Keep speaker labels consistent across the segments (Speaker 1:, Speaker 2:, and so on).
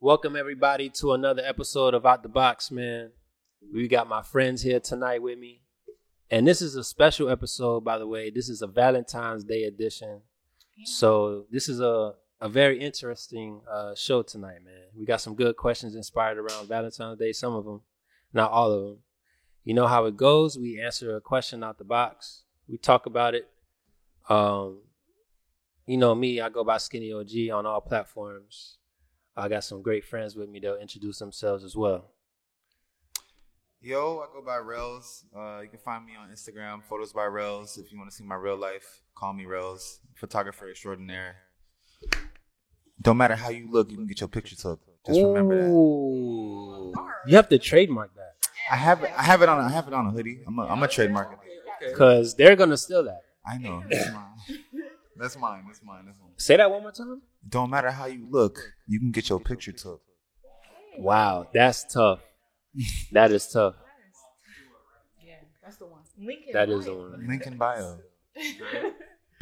Speaker 1: Welcome everybody to another episode of Out the Box, man. We got my friends here tonight with me. And this is a special episode, by the way. This is a Valentine's Day edition. So this is a, a very interesting uh, show tonight, man. We got some good questions inspired around Valentine's Day, some of them, not all of them. You know how it goes. We answer a question out the box. We talk about it. Um, you know me, I go by Skinny OG on all platforms. I got some great friends with me. They'll introduce themselves as well.
Speaker 2: Yo, I go by Rails. Uh, you can find me on Instagram, photos by Rails. If you want to see my real life, call me Rails, photographer extraordinaire. Don't matter how you look, you can get your picture took. Just remember that.
Speaker 1: Ooh. You have to trademark that
Speaker 2: I have it. I have it on. I have it on a hoodie. I'm a, I'm a trademark. it.
Speaker 1: because they're gonna steal that.
Speaker 2: I know. That's mine. That's mine. That's mine. That's mine.
Speaker 1: Say that one more time.
Speaker 2: Don't matter how you look, you can get your picture took.
Speaker 1: Wow, that's tough. that is tough.
Speaker 3: Yeah, that's the one. Lincoln.
Speaker 1: That is the one.
Speaker 2: Link in bio.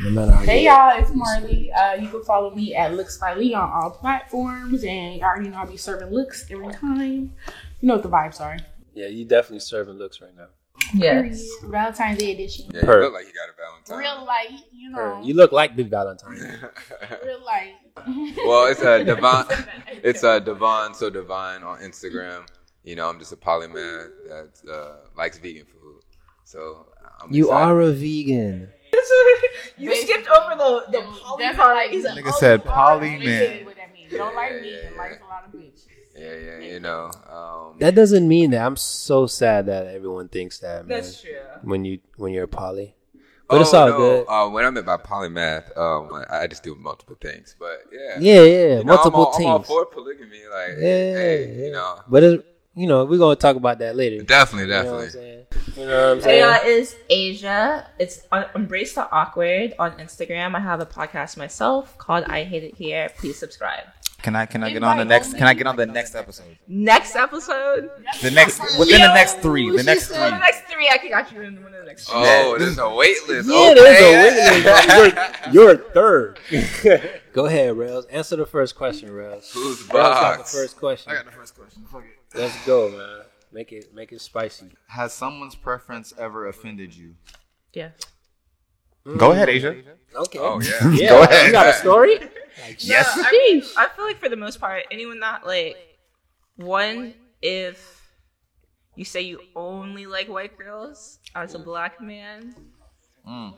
Speaker 1: No matter how
Speaker 3: Hey
Speaker 1: you
Speaker 3: y'all, it's Marley. Uh, you can follow me at Looks by Lee on all platforms, and you already know I'll be serving looks every time. You know what the vibes are.
Speaker 1: Yeah, you definitely serving looks right now.
Speaker 3: Period. Valentine's Day edition.
Speaker 4: Yeah, you
Speaker 1: Perk.
Speaker 4: look like you got a
Speaker 3: Real light, you know.
Speaker 1: You look like Big Valentine.
Speaker 4: Valentine.
Speaker 3: Real light.
Speaker 4: well, it's uh, Devon. It's uh, Devon. So Devon on Instagram. You know, I'm just a polymath that uh, likes vegan food. So I'm excited.
Speaker 1: a vegan.
Speaker 5: you skipped over the the
Speaker 3: That's
Speaker 5: poly
Speaker 3: all
Speaker 5: part.
Speaker 3: right.
Speaker 5: He's
Speaker 2: Nigga said poly
Speaker 3: Listen
Speaker 2: man.
Speaker 3: what that means. Don't like me.
Speaker 4: Yeah, yeah, yeah.
Speaker 3: Life's a lot of bitch.
Speaker 4: Yeah, yeah. You know. Um,
Speaker 1: That doesn't mean that. I'm so sad that everyone thinks that, man.
Speaker 5: That's true.
Speaker 1: When you when you're a poly, but it's all good.
Speaker 4: Uh, when I meant by polymath, um, I I just do multiple things. But yeah,
Speaker 1: Yeah, yeah,
Speaker 4: You know,
Speaker 1: multiple
Speaker 4: I'm all, I'm all
Speaker 1: teams.
Speaker 4: for polygamy. Like,
Speaker 1: yeah,
Speaker 4: hey,
Speaker 1: yeah.
Speaker 4: you know,
Speaker 1: But it, you know, we're gonna talk about that later.
Speaker 4: definitely,
Speaker 1: You know what I'm
Speaker 4: definitely. uh,
Speaker 1: saying? You know what I'm
Speaker 5: Hey,
Speaker 1: saying?
Speaker 5: y'all, it's Asia. It's on Embrace the Awkward on Instagram. I have a podcast myself called I Hate It Here. Please subscribe.
Speaker 2: Can I can I get on the next? Can I get on the next episode?
Speaker 5: Next episode,
Speaker 2: The next within the next three. The next
Speaker 5: Well, the
Speaker 2: three.
Speaker 5: next three, I can got you in one of the next. three.
Speaker 4: Oh, there's a wait list.
Speaker 1: Yeah,
Speaker 4: okay.
Speaker 1: there's a witness. You're, you're third. Go ahead, Rails. Answer the first question, Rails.
Speaker 4: Who's
Speaker 1: Rails got the
Speaker 4: box?
Speaker 1: first question.
Speaker 2: the first question.
Speaker 1: Let's go, man. Make it make it spicy.
Speaker 2: Has someone's preference ever offended you?
Speaker 5: Yeah.
Speaker 2: Go ahead, Asia.
Speaker 1: Okay.
Speaker 4: Oh yeah.
Speaker 1: Yeah,
Speaker 2: Go ahead.
Speaker 1: You got a story?
Speaker 2: Yes.
Speaker 5: I, mean, I feel like for the most part, anyone that like one, if you say you only like white girls as a black man,
Speaker 2: Mm.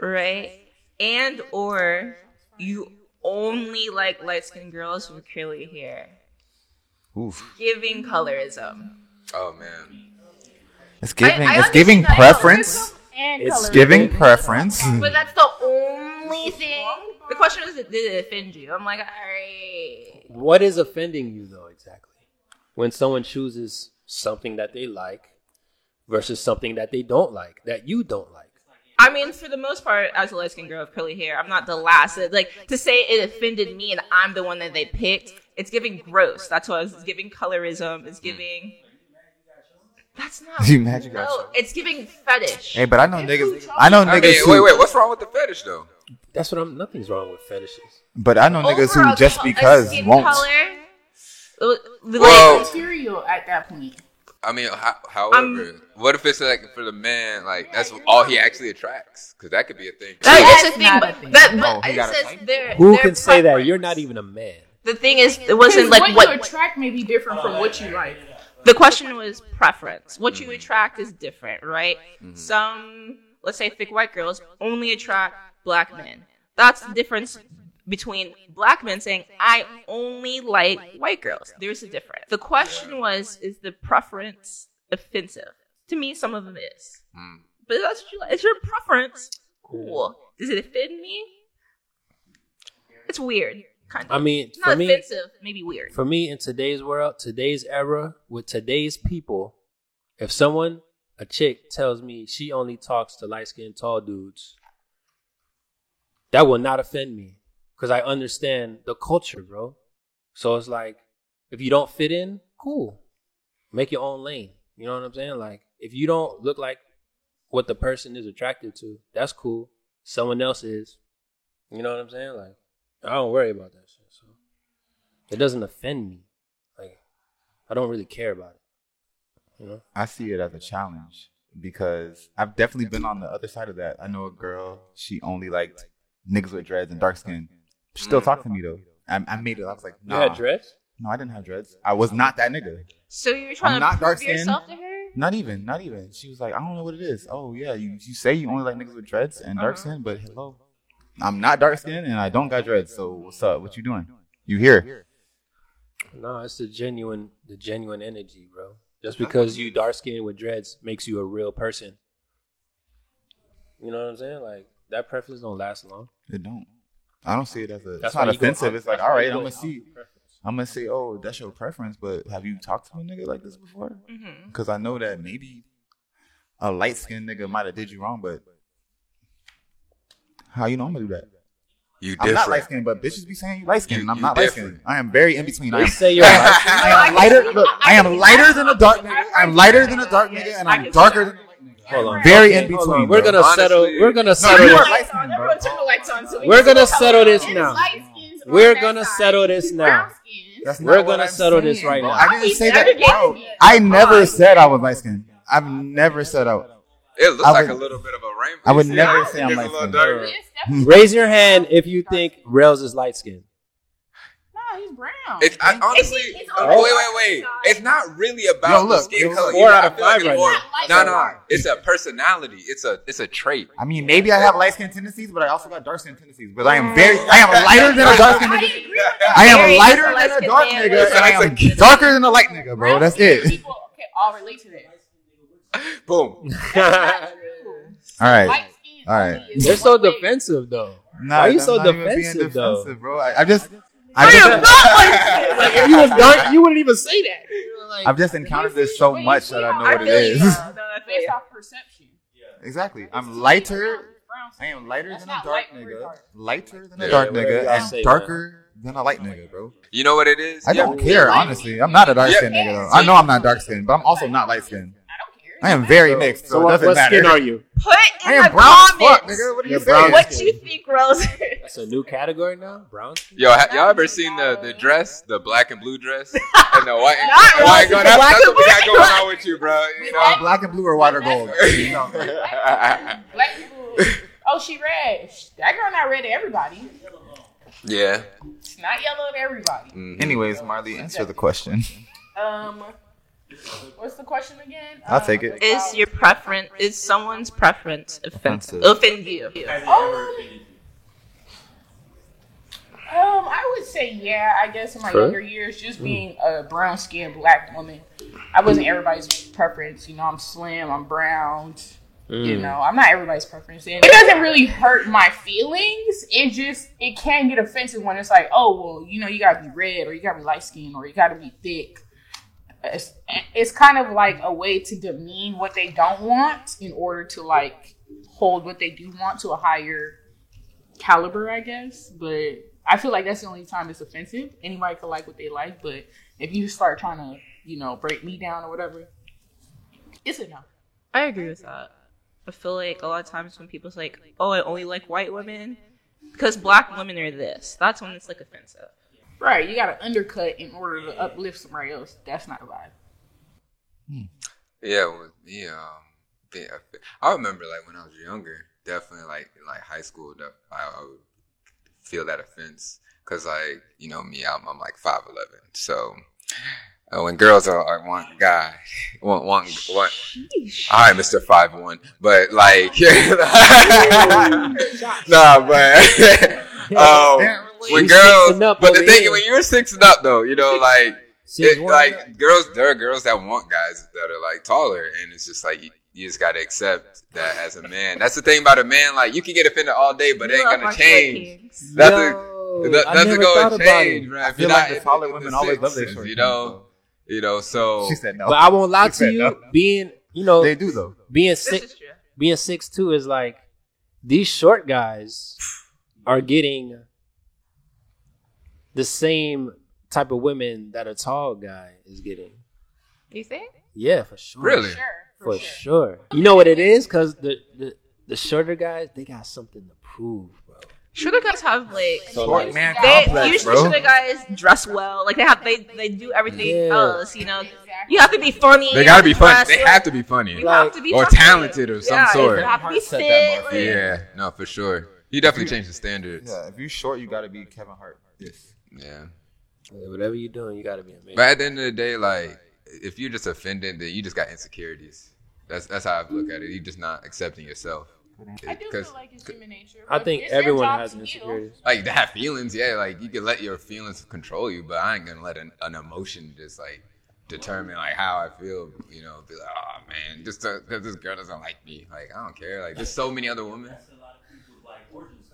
Speaker 5: right? And or you only like light skinned girls with curly hair.
Speaker 2: Oof.
Speaker 5: Giving colorism.
Speaker 4: Oh man.
Speaker 2: It's giving.
Speaker 5: I
Speaker 2: it's giving
Speaker 5: understand.
Speaker 2: preference.
Speaker 3: And
Speaker 1: It's
Speaker 3: color.
Speaker 2: Giving preference.
Speaker 5: But that's the only thing. The question is, did it offend you? I'm like, all right.
Speaker 1: What is offending you though exactly? When someone chooses something that they like versus something that they don't like, that you don't like.
Speaker 5: I mean, for the most part, as a light skinned girl with curly hair, I'm not the last. It- Like, to say it offended me and I'm the one that they picked, it's giving gross. That's what I was it's giving colorism. It's giving. That's not.
Speaker 2: You mad you got
Speaker 5: No,
Speaker 2: shot.
Speaker 5: it's giving fetish.
Speaker 2: Hey, but I know niggas. I know
Speaker 4: I mean,
Speaker 2: niggas
Speaker 4: wait,
Speaker 2: who.
Speaker 4: wait. What's wrong with the fetish though?
Speaker 1: That's what I'm nothing's wrong with fetishes.
Speaker 2: But I know niggas
Speaker 5: Overall,
Speaker 2: who just
Speaker 5: co-
Speaker 2: because
Speaker 5: skin
Speaker 2: won't.
Speaker 5: Color, like,
Speaker 4: Well-
Speaker 3: Material at that point.
Speaker 4: I mean, ho- however, what if it's like for the man, like that's all he actually attracts? Because that could be a thing.
Speaker 5: That
Speaker 3: That's
Speaker 5: is a thing,
Speaker 3: not
Speaker 5: but,
Speaker 3: a thing.
Speaker 5: That,
Speaker 2: Oh,
Speaker 5: but
Speaker 2: he
Speaker 5: it
Speaker 2: got a
Speaker 5: says
Speaker 2: type?
Speaker 5: their,
Speaker 1: Who
Speaker 5: their
Speaker 1: can say that?
Speaker 5: preference.
Speaker 1: You're not even a man.
Speaker 5: The thing is, it wasn't like
Speaker 3: what,
Speaker 5: what,
Speaker 3: you attract may be different from what you like.
Speaker 5: the question was preference. What you attract is different, right? Some, let's say, thick white girls only attract black men. That's the difference between black men saying, I only like white girls. There's a difference. The question was, is the preference offensive? To me, some of them is.
Speaker 4: Hmm.
Speaker 5: But if that's what you like. It's your preference. Cool. Does it offend me? It's weird. Kind of.
Speaker 1: I mean, for
Speaker 5: not
Speaker 1: me,
Speaker 5: offensive, maybe weird.
Speaker 1: for me in today's world, today's era, with today's people, if someone, a chick, tells me she only talks to light skinned tall dudes, that will not offend me because I understand the culture, bro. So it's like, if you don't fit in, cool. Make your own lane. You know what I'm saying? Like, if you don't look like what the person is attracted to, that's cool. Someone else is. You know what I'm saying? Like, I don't worry about that shit. So. It doesn't offend me. Like I don't really care about it. You know?
Speaker 2: I see it as a challenge because I've definitely been on the other side of that. I know a girl, she only liked niggas with dreads and dark skin. She still talked to me though. I, I made it. I was like,
Speaker 1: You
Speaker 2: nah.
Speaker 1: had dreads?
Speaker 2: No, I didn't have dreads. I was not that nigga.
Speaker 5: So you were trying
Speaker 2: I'm
Speaker 5: to
Speaker 2: not
Speaker 5: prove
Speaker 2: dark-skinned.
Speaker 5: yourself to her?
Speaker 2: Not even, not even. She was like, I don't know what it is. Oh yeah, you, you say you only like niggas with dreads and dark skin, but hello, I'm not dark skin and I don't got dreads. So what's up? What you doing? You here?
Speaker 1: No, it's the genuine the genuine energy, bro. Just because you dark skinned with dreads makes you a real person. You know what I'm saying? Like that preference don't last long.
Speaker 2: It don't. I don't see it as a.
Speaker 1: That's
Speaker 2: it's not
Speaker 1: why you go
Speaker 2: offensive.
Speaker 1: out-
Speaker 2: it's like,
Speaker 1: that's why
Speaker 2: all right,
Speaker 1: you
Speaker 2: I'm
Speaker 1: go
Speaker 2: gonna
Speaker 1: out
Speaker 2: see.
Speaker 1: with preference.
Speaker 2: I'm gonna say, oh, that's your preference, but have you talked to a nigga like this before?
Speaker 5: Mm-hmm.
Speaker 2: Because I know that maybe a light skinned nigga might have did you wrong, but how you know I'm gonna do that?
Speaker 4: You
Speaker 2: I'm
Speaker 4: different.
Speaker 2: not light skinned, but bitches be saying you light skinned. and
Speaker 4: You-
Speaker 2: I'm
Speaker 4: you
Speaker 2: not light skinned.
Speaker 4: different.
Speaker 2: I am very in between. I
Speaker 1: They
Speaker 2: am
Speaker 1: say you're light skinned.
Speaker 2: I am lighter. Look, I am lighter than a dark nigga. I'm lighter than a dark nigga, and I'm darker than.
Speaker 1: Hold on.
Speaker 2: Very in
Speaker 1: Okay, hold
Speaker 2: between,
Speaker 1: on. We're
Speaker 2: bro.
Speaker 1: gonna settle
Speaker 4: Honestly.
Speaker 1: we're gonna
Speaker 2: No,
Speaker 1: settle
Speaker 2: you
Speaker 1: this.
Speaker 2: are light skinned, bro.
Speaker 3: Turn the lights on. So we
Speaker 1: We're
Speaker 3: can
Speaker 1: gonna
Speaker 3: see what
Speaker 1: settle
Speaker 3: color
Speaker 1: this
Speaker 3: it is.
Speaker 1: now.
Speaker 3: Light skins on
Speaker 1: We're
Speaker 3: that
Speaker 1: gonna
Speaker 3: side.
Speaker 1: settle this now.
Speaker 3: Brown skins.
Speaker 2: That's not
Speaker 1: We're
Speaker 2: what
Speaker 1: gonna
Speaker 2: I'm
Speaker 1: settle this
Speaker 2: saying,
Speaker 1: right
Speaker 2: bro.
Speaker 1: now.
Speaker 2: I didn't say that,
Speaker 3: Everything.
Speaker 2: bro. I never said I was light skinned. I've never said I.
Speaker 4: It looks
Speaker 2: I
Speaker 4: like
Speaker 2: would-
Speaker 4: a little bit of a rainbow.
Speaker 2: I would
Speaker 4: You see
Speaker 2: never
Speaker 4: it?
Speaker 2: say I'm
Speaker 4: It's a
Speaker 2: light
Speaker 4: little
Speaker 2: skinned.
Speaker 4: darker.
Speaker 3: Yes,
Speaker 2: Hmm.
Speaker 3: that's-
Speaker 1: Raise your hand if you think Rails is light skinned.
Speaker 3: No, he's brown.
Speaker 4: It's I, honestly.
Speaker 3: It's- it's
Speaker 4: uh,
Speaker 3: on the
Speaker 4: wait, wait, wait.
Speaker 3: outside.
Speaker 4: It's not really about
Speaker 2: Yo,
Speaker 4: the
Speaker 2: look,
Speaker 4: skin
Speaker 2: yo,
Speaker 4: color.
Speaker 2: look.
Speaker 4: you
Speaker 1: Four
Speaker 4: know,
Speaker 1: out
Speaker 4: I
Speaker 1: of
Speaker 4: feel like
Speaker 1: five
Speaker 4: it's
Speaker 1: right
Speaker 4: more-
Speaker 3: now.
Speaker 4: No, no. It's a personality. It's a it's a trait.
Speaker 2: I mean, maybe I have light skinned tendencies, but I also got dark skinned tendencies. But I am very, I am lighter than a dark skinned
Speaker 3: I
Speaker 2: nigga.
Speaker 3: agree with that.
Speaker 2: I
Speaker 5: Mm. Very
Speaker 2: am lighter than a
Speaker 5: light-skinned
Speaker 2: dark
Speaker 5: man
Speaker 2: nigga,
Speaker 5: with
Speaker 2: and I
Speaker 4: light
Speaker 2: am darker than a light nigga, bro. That's
Speaker 3: Brown-skinned
Speaker 2: it.
Speaker 3: People can all relate to that.
Speaker 4: Boom.
Speaker 2: All right.
Speaker 3: Light skins.
Speaker 2: All right.
Speaker 3: only is
Speaker 1: They're so
Speaker 3: one way.
Speaker 1: defensive though.
Speaker 2: Nah,
Speaker 1: Why are you
Speaker 2: I'm
Speaker 1: so
Speaker 2: not even being
Speaker 1: defensive, though?
Speaker 2: bro? I, I just,
Speaker 1: I
Speaker 2: I
Speaker 1: am
Speaker 2: just,
Speaker 1: Like if you was dark, you wouldn't even say that.
Speaker 2: I've just encountered this so much that I know
Speaker 5: I
Speaker 2: what it
Speaker 5: feel you.
Speaker 2: is.
Speaker 5: though. No, I feel you.
Speaker 3: Based off perception.
Speaker 2: Exactly. I'm lighter.
Speaker 3: Brown
Speaker 2: I
Speaker 3: skin.
Speaker 2: am lighter
Speaker 3: That's
Speaker 2: than a
Speaker 3: not
Speaker 2: dark
Speaker 3: light, we're
Speaker 2: nigga.
Speaker 3: dark.
Speaker 2: Lighter than a
Speaker 1: Yeah,
Speaker 2: dark
Speaker 1: whatever
Speaker 2: nigga
Speaker 1: y'all say,
Speaker 2: and darker than a light nigga, bro.
Speaker 4: You know what it is?
Speaker 2: I
Speaker 4: Yeah.
Speaker 2: don't care, honestly. I'm not a dark
Speaker 4: Yeah.
Speaker 2: skinned nigga though. I know I'm not dark skinned, but I'm also not light skinned.
Speaker 3: I don't care.
Speaker 2: I am very mixed, so,
Speaker 1: So
Speaker 2: it
Speaker 1: what,
Speaker 2: doesn't
Speaker 1: what
Speaker 2: matter.
Speaker 1: skin are you?
Speaker 5: Put
Speaker 2: I
Speaker 5: in the
Speaker 2: am brown as fuck,
Speaker 5: comments
Speaker 2: nigga. What are you
Speaker 1: You're brown
Speaker 2: saying?
Speaker 1: as
Speaker 5: what you think, Rose.
Speaker 1: That's a new category now. Brown. skin?
Speaker 4: Yo, ha- y'all ever seen the, the dress, the black and blue dress, and the white?
Speaker 5: Not
Speaker 4: the white
Speaker 5: really.
Speaker 4: girl?
Speaker 5: The
Speaker 4: That's,
Speaker 5: black
Speaker 4: that's
Speaker 5: and
Speaker 4: what we got going on with you, bro. You
Speaker 2: Uh,
Speaker 4: know.
Speaker 2: black and blue or water gold?
Speaker 3: Black people. Oh, she red. Sh- That girl not red to everybody.
Speaker 4: yeah.
Speaker 3: It's not yellow to everybody.
Speaker 4: Mhm.
Speaker 2: Anyways, Marley, answer the question.
Speaker 3: Um, what's the question again?
Speaker 2: I'll
Speaker 3: Um,
Speaker 2: take it.
Speaker 5: Is your preference is someone's preference offensive? Offend you?
Speaker 3: Um, um, I would say yeah. I guess in my
Speaker 1: Sure.
Speaker 3: younger years, just being a brown skinned black woman, I wasn't everybody's preference. You know, I'm slim, I'm brown. You know, I'm not everybody's preference. And it doesn't really hurt my feelings. It just it can get offensive when it's like, oh well, you know, you gotta be red or you gotta be light skinned or you gotta be thick. It's, it's kind of like a way to demean what they don't want in order to like hold what they do want to a higher caliber, I guess. But I feel like that's the only time it's offensive. Anybody can like what they like, but if you start trying to, you know, break me down or whatever, it's a no.
Speaker 5: I agree with that. I feel like a lot of times when people's like, "Oh, I only like white women," because black women are this. That's when it's like offensive.
Speaker 3: Right, you got to undercut in order to uplift somebody else. That's not a vibe.
Speaker 4: Yeah. Well, yeah. um, Yeah. I remember like when I was younger, definitely like in like high school, def- I, I would feel that offense because like you know me, I'm, I'm like five eleven, so. uh, when girls are like one guy, one one one. All right, Mister Five One, but like, nah, but um, when
Speaker 1: She's
Speaker 4: girls,
Speaker 1: sixing up
Speaker 4: but the
Speaker 1: over
Speaker 4: thing
Speaker 1: here.
Speaker 4: when you're sixing up though, you know, like
Speaker 1: She's
Speaker 4: it-
Speaker 1: one-
Speaker 4: like girls, there are girls that want guys that are like taller, and it's just like you, you just gotta accept that as a man. That's the thing about a man, like you can get offended all day, but it ain't
Speaker 5: Love
Speaker 4: gonna
Speaker 5: our
Speaker 4: change.
Speaker 5: kings.
Speaker 4: That's
Speaker 1: Yo,
Speaker 4: That,
Speaker 1: I
Speaker 4: that's
Speaker 1: never
Speaker 4: gonna
Speaker 1: thought about
Speaker 4: change,
Speaker 1: it.
Speaker 4: right?
Speaker 2: I
Speaker 4: If
Speaker 2: feel
Speaker 4: you're
Speaker 2: like
Speaker 4: not
Speaker 2: the
Speaker 4: in-
Speaker 2: taller
Speaker 4: in
Speaker 2: women always love their
Speaker 4: sixes,
Speaker 2: short
Speaker 4: you
Speaker 2: things,
Speaker 4: know, you know. So
Speaker 2: though. She said no.
Speaker 1: But I won't lie to
Speaker 2: said
Speaker 1: you.
Speaker 2: no.
Speaker 1: Being you know
Speaker 2: They do though.
Speaker 1: being
Speaker 5: This
Speaker 1: six
Speaker 5: is true.
Speaker 1: being six two is like these short guys are getting the same type of women that a tall guy is getting.
Speaker 5: You think?
Speaker 1: Yeah, for sure.
Speaker 4: Really?
Speaker 3: Sure,
Speaker 1: For sure. You know what it is? Cause the, the the shorter guys, they got something to prove, bro.
Speaker 5: Sugar guys have like
Speaker 1: So
Speaker 2: Black
Speaker 1: like,
Speaker 2: man
Speaker 5: they
Speaker 2: complex,
Speaker 5: usually
Speaker 2: bro.
Speaker 5: sugar guys dress well. Like they have they they do everything
Speaker 1: Yeah.
Speaker 5: else. You know,
Speaker 3: Exactly.
Speaker 5: you have to be funny.
Speaker 4: They
Speaker 5: you
Speaker 4: gotta
Speaker 5: have
Speaker 4: be
Speaker 5: to
Speaker 4: funny.
Speaker 5: dress
Speaker 4: They
Speaker 5: well,
Speaker 4: have to be funny.
Speaker 5: You have to be
Speaker 4: Or
Speaker 5: funny.
Speaker 4: talented or some
Speaker 5: Yeah,
Speaker 4: sort.
Speaker 5: You have to be
Speaker 1: Mindset that
Speaker 5: fit.
Speaker 1: motherfucker.
Speaker 5: like-
Speaker 4: Yeah, no, for sure. You definitely changed the standards.
Speaker 2: Yeah, if you're short, you gotta be Kevin Hart.
Speaker 4: Yeah.
Speaker 1: yeah, whatever you're doing, you gotta be amazing.
Speaker 4: But at the end of the day, like if you're just offended, then you just got insecurities. That's that's how I look at it. You're just not accepting yourself.
Speaker 3: I do
Speaker 4: Because
Speaker 3: feel like it's human nature.
Speaker 1: I
Speaker 3: but
Speaker 1: think
Speaker 3: it's their
Speaker 1: everyone
Speaker 3: job
Speaker 1: has
Speaker 3: to heal.
Speaker 1: insecurities.
Speaker 4: like to have feelings, yeah, like you can let your feelings control you, but I ain't gonna let an, an emotion just like determine like how I feel. You know, be like, oh man, just because this girl doesn't like me, like I don't care. Like there's so many other women.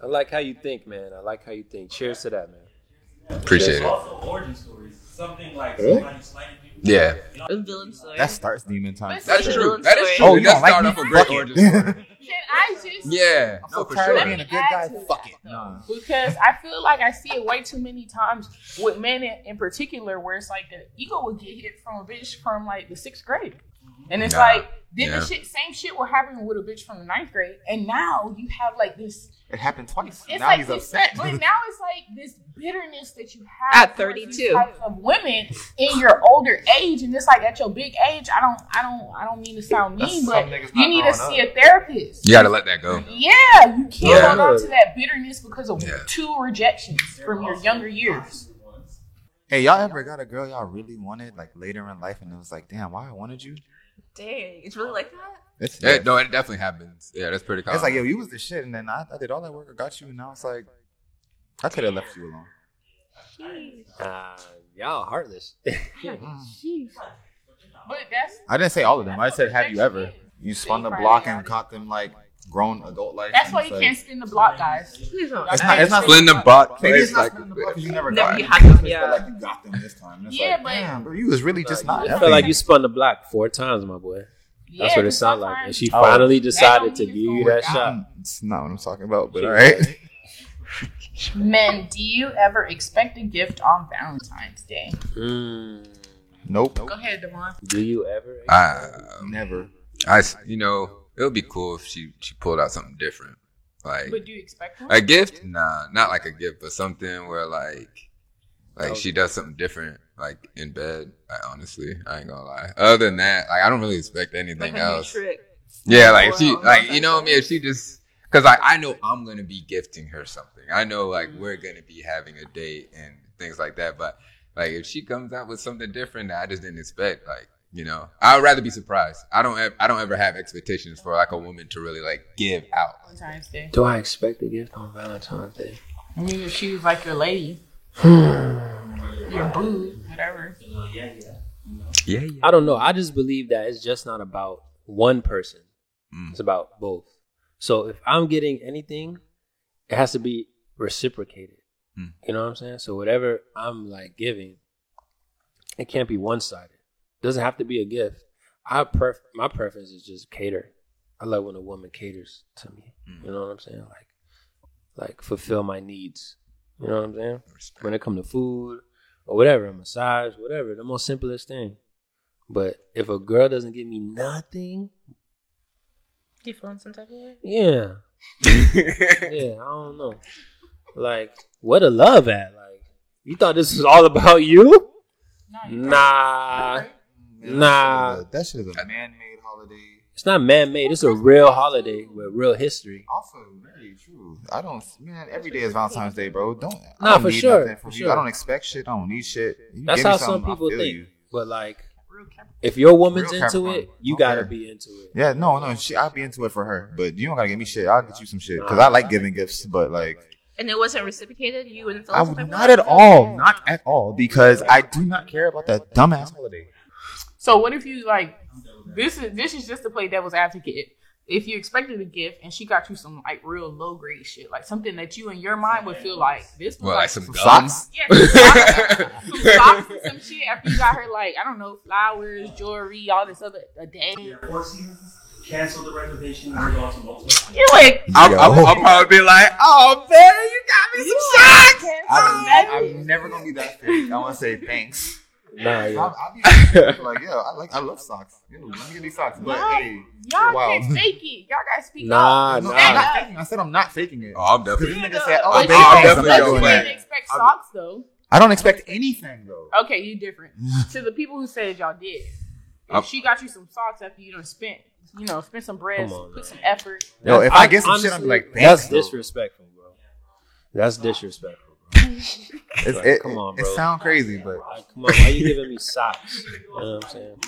Speaker 1: I like how you think, man. I like how you think. Cheers to that, man.
Speaker 4: Appreciate
Speaker 6: There's
Speaker 4: it.
Speaker 6: also origin stories. Something like
Speaker 2: Really?
Speaker 6: somebody slighted you.
Speaker 4: Yeah.
Speaker 6: You know,
Speaker 5: A villain story.
Speaker 2: That starts demon time.
Speaker 3: That's
Speaker 4: That's
Speaker 5: Like
Speaker 4: true.
Speaker 5: villain
Speaker 4: That is
Speaker 5: story.
Speaker 4: true.
Speaker 5: Oh,
Speaker 4: It
Speaker 2: you
Speaker 4: does
Speaker 2: don't like
Speaker 4: start
Speaker 2: me?
Speaker 4: off a great
Speaker 2: Fuck it.
Speaker 4: origin story.
Speaker 3: Can I just
Speaker 4: Yeah,
Speaker 2: I'm
Speaker 4: no,
Speaker 2: so
Speaker 4: for
Speaker 2: tired
Speaker 4: sure.
Speaker 2: of
Speaker 3: Let
Speaker 2: being
Speaker 3: me
Speaker 2: a good
Speaker 3: add
Speaker 2: guy.
Speaker 3: to that,
Speaker 2: Fuck it.
Speaker 3: though,
Speaker 2: Nah.
Speaker 3: Because I feel like I see it way too many times with men in, in particular, where it's like the ego would get hit from a bitch from like the sixth grade, and it's
Speaker 4: Nah.
Speaker 3: like then
Speaker 4: Yeah.
Speaker 3: the shit, same shit will happen with a bitch from the ninth grade, and now you have like this.
Speaker 2: It happened twice.
Speaker 3: It's
Speaker 2: now
Speaker 3: like
Speaker 2: he's
Speaker 3: this,
Speaker 2: upset.
Speaker 3: But now it's like this bitterness that you have
Speaker 5: At
Speaker 3: towards these
Speaker 5: 32.
Speaker 3: types of women in your older age, and it's like at your big age. I don't, I don't, I don't mean to sound
Speaker 2: That's
Speaker 3: mean,
Speaker 2: some
Speaker 3: but
Speaker 2: niggas
Speaker 3: you
Speaker 2: not
Speaker 3: need to
Speaker 2: growing
Speaker 3: see
Speaker 2: up.
Speaker 3: a therapist.
Speaker 4: You gotta let that go.
Speaker 3: Yeah, you can't
Speaker 4: Yeah.
Speaker 3: hold on to that bitterness because of
Speaker 4: Yeah.
Speaker 3: two rejections from your
Speaker 6: also
Speaker 3: younger years.
Speaker 6: popular ones.
Speaker 2: Hey, y'all ever got a girl y'all really wanted like later in life, and it was like, damn, why I wanted you?
Speaker 5: Dang, it's really like that.
Speaker 2: It's
Speaker 4: Yeah, no, it definitely happens. Yeah, that's pretty common.
Speaker 2: It's like, yo, you was the shit, and then I, I did all that work, I got you, and I was like, I could have left you alone.
Speaker 1: Uh, y'all heartless.
Speaker 3: But that's
Speaker 2: I didn't say all of them. I said, have you ever? You spun the block and caught them like grown adult life.
Speaker 3: that's
Speaker 2: and
Speaker 3: why
Speaker 2: it's
Speaker 3: you
Speaker 2: like-
Speaker 3: can't spin the block, guys.
Speaker 5: Please don't.
Speaker 2: It's not. It's not
Speaker 4: Flynn the bot.
Speaker 2: Maybe it's not
Speaker 4: like,
Speaker 2: spinning the block 'cause you never
Speaker 5: Never
Speaker 2: got
Speaker 5: you
Speaker 2: them.
Speaker 5: had them,
Speaker 2: But,
Speaker 5: yeah.
Speaker 2: like you got them this time. and it's
Speaker 3: Yeah,
Speaker 2: like,
Speaker 3: but-
Speaker 2: damn, bro, you was really just
Speaker 1: Nah,
Speaker 2: not.
Speaker 1: you- I feel like
Speaker 2: having
Speaker 1: you spun the block four times, my boy. That's
Speaker 3: Yeah,
Speaker 1: what it sounded like. And
Speaker 3: sometimes-
Speaker 1: she
Speaker 2: Oh.
Speaker 1: finally
Speaker 3: don't
Speaker 1: decided to
Speaker 3: mean
Speaker 1: give
Speaker 3: it's
Speaker 1: you
Speaker 3: gonna
Speaker 1: that
Speaker 3: work
Speaker 2: it.
Speaker 1: shot.
Speaker 2: Um, It's not what I'm talking about, but all right.
Speaker 3: Men, do you ever expect a gift on Valentine's Day?
Speaker 1: Mm.
Speaker 2: Nope.
Speaker 3: Go ahead, Devon.
Speaker 1: Do you ever?
Speaker 4: uh,
Speaker 2: Never.
Speaker 4: I, s- you know, it would be cool if she she pulled out something different, like
Speaker 3: But do you expect one?
Speaker 4: a gift. Nah, not like a gift, but something where like, like she does something different, like in bed. I honestly, I ain't gonna lie. Other than that, like I don't really expect
Speaker 5: Like
Speaker 4: anything
Speaker 5: a new
Speaker 4: else.
Speaker 5: trick.
Speaker 4: Yeah, like oh, if she,
Speaker 5: Wow.
Speaker 4: like you know what I mean. If she just, because like I know I'm gonna be gifting her something. I know like we're gonna be having a date and things like that. But like if she comes out with something different that I just didn't expect, like you know, I'd rather be surprised. I don't, ev- I don't ever have expectations for like a woman to really like give out.
Speaker 3: Valentine's Day.
Speaker 1: Do I expect a gift on Valentine's Day?
Speaker 3: I mean, if she was like your lady, your boo, whatever.
Speaker 6: Uh, yeah, yeah.
Speaker 4: Yeah, yeah.
Speaker 1: I don't know. I just believe that it's just not about one person.
Speaker 4: Mm.
Speaker 1: It's about both. So if I'm getting anything, it has to be reciprocated.
Speaker 4: Mm.
Speaker 1: You know what I'm saying? So whatever I'm like giving, it can't be one sided. Doesn't have to be a gift. I pref my preference is just cater. I love when a woman caters to me.
Speaker 4: Mm.
Speaker 1: You know what I'm saying? Like, like fulfill my needs. You know what I'm saying? when it come to food or whatever, a massage, whatever, the most simplest thing. But if a girl doesn't give me nothing,
Speaker 5: Do you feel in some type of way?
Speaker 1: yeah, yeah, I don't know. Like, what a love at? Like, you thought this was all about you?
Speaker 3: No, you don't.
Speaker 1: Nah, Nah.
Speaker 2: That shit is a man-made holiday.
Speaker 1: it's not man made. It's a real holiday with real history.
Speaker 2: Also, very true. I don't, man. Every day is Valentine's Day, bro. Don't. I
Speaker 1: Nah,
Speaker 2: don't
Speaker 1: for
Speaker 2: need
Speaker 1: sure,
Speaker 2: nothing from
Speaker 1: for
Speaker 2: you.
Speaker 1: sure.
Speaker 2: I don't expect shit. I don't need shit. You
Speaker 1: That's
Speaker 2: give me
Speaker 1: how some
Speaker 2: something, I
Speaker 1: people
Speaker 2: feel
Speaker 1: think.
Speaker 2: you.
Speaker 1: But like,
Speaker 3: Real Capricorn.
Speaker 1: if your woman's
Speaker 2: Real
Speaker 1: into
Speaker 2: Capricorn.
Speaker 1: it, you
Speaker 2: Okay.
Speaker 1: gotta be into it.
Speaker 2: Yeah, no, no. She, I'll be into it for her, but you don't gotta give me shit. I'll get you some shit because I like giving gifts, but like,
Speaker 5: And it wasn't reciprocated. You wouldn't feel
Speaker 2: I
Speaker 5: some type
Speaker 2: would
Speaker 5: of
Speaker 2: not
Speaker 5: way?
Speaker 2: at all, not at all, because I do not care about that dumbass holiday.
Speaker 3: So what if you like this is this is just to play devil's advocate. If you expected a gift and she got you some like real low grade shit, like something that you in your mind would feel like this was
Speaker 4: Well, like
Speaker 3: like
Speaker 4: some
Speaker 2: Some
Speaker 4: gums.
Speaker 2: socks?
Speaker 3: yeah, some socks, some socks and some shit after you got her like I don't know flowers, jewelry, all this other a day.
Speaker 6: Yeah, Four Seasons cancel the reservation and go to Baltimore.
Speaker 3: You're like
Speaker 4: I'll, I'll, I'll probably be like, oh man, you got me some socks.
Speaker 2: I'm, I'm never gonna be that fake. I want to say thanks.
Speaker 1: Nah, yeah.
Speaker 2: I'll, I'll be like, yo, I like, I love socks. Yo, let me get these socks. But
Speaker 3: No,
Speaker 2: hey,
Speaker 3: Y'all
Speaker 2: Wow.
Speaker 3: can't fake it. Y'all gotta speak up.
Speaker 1: Nah,
Speaker 2: no,
Speaker 1: nah.
Speaker 2: I'm not faking it. I said I'm not faking it.
Speaker 4: Oh, I'm
Speaker 2: Because this
Speaker 4: definitely.
Speaker 2: nigga said, oh,
Speaker 4: I'm
Speaker 2: I'm
Speaker 3: But
Speaker 4: definitely-
Speaker 3: you
Speaker 4: I'm
Speaker 3: don't
Speaker 4: definitely
Speaker 3: expect-
Speaker 4: gonna
Speaker 3: you
Speaker 4: whack.
Speaker 3: didn't expect socks though.
Speaker 2: I don't expect anything though.
Speaker 3: Okay, you different. to the people who said y'all did, if
Speaker 4: I'm-
Speaker 3: she got you some socks after you done spent, you know, spent some bread,
Speaker 1: Come on,
Speaker 3: put
Speaker 1: man.
Speaker 3: some effort.
Speaker 2: Yo, if
Speaker 1: That's-
Speaker 2: I get some shit, I'm
Speaker 1: honestly,
Speaker 2: like,
Speaker 1: that's
Speaker 2: thanks, though.
Speaker 1: disrespectful, bro. That's disrespectful.
Speaker 2: It's,
Speaker 1: Like,
Speaker 2: it,
Speaker 1: come on,
Speaker 2: it,
Speaker 1: bro.
Speaker 2: sound crazy, but
Speaker 1: Bro. Like, come on, why you giving me socks? You know what I'm saying?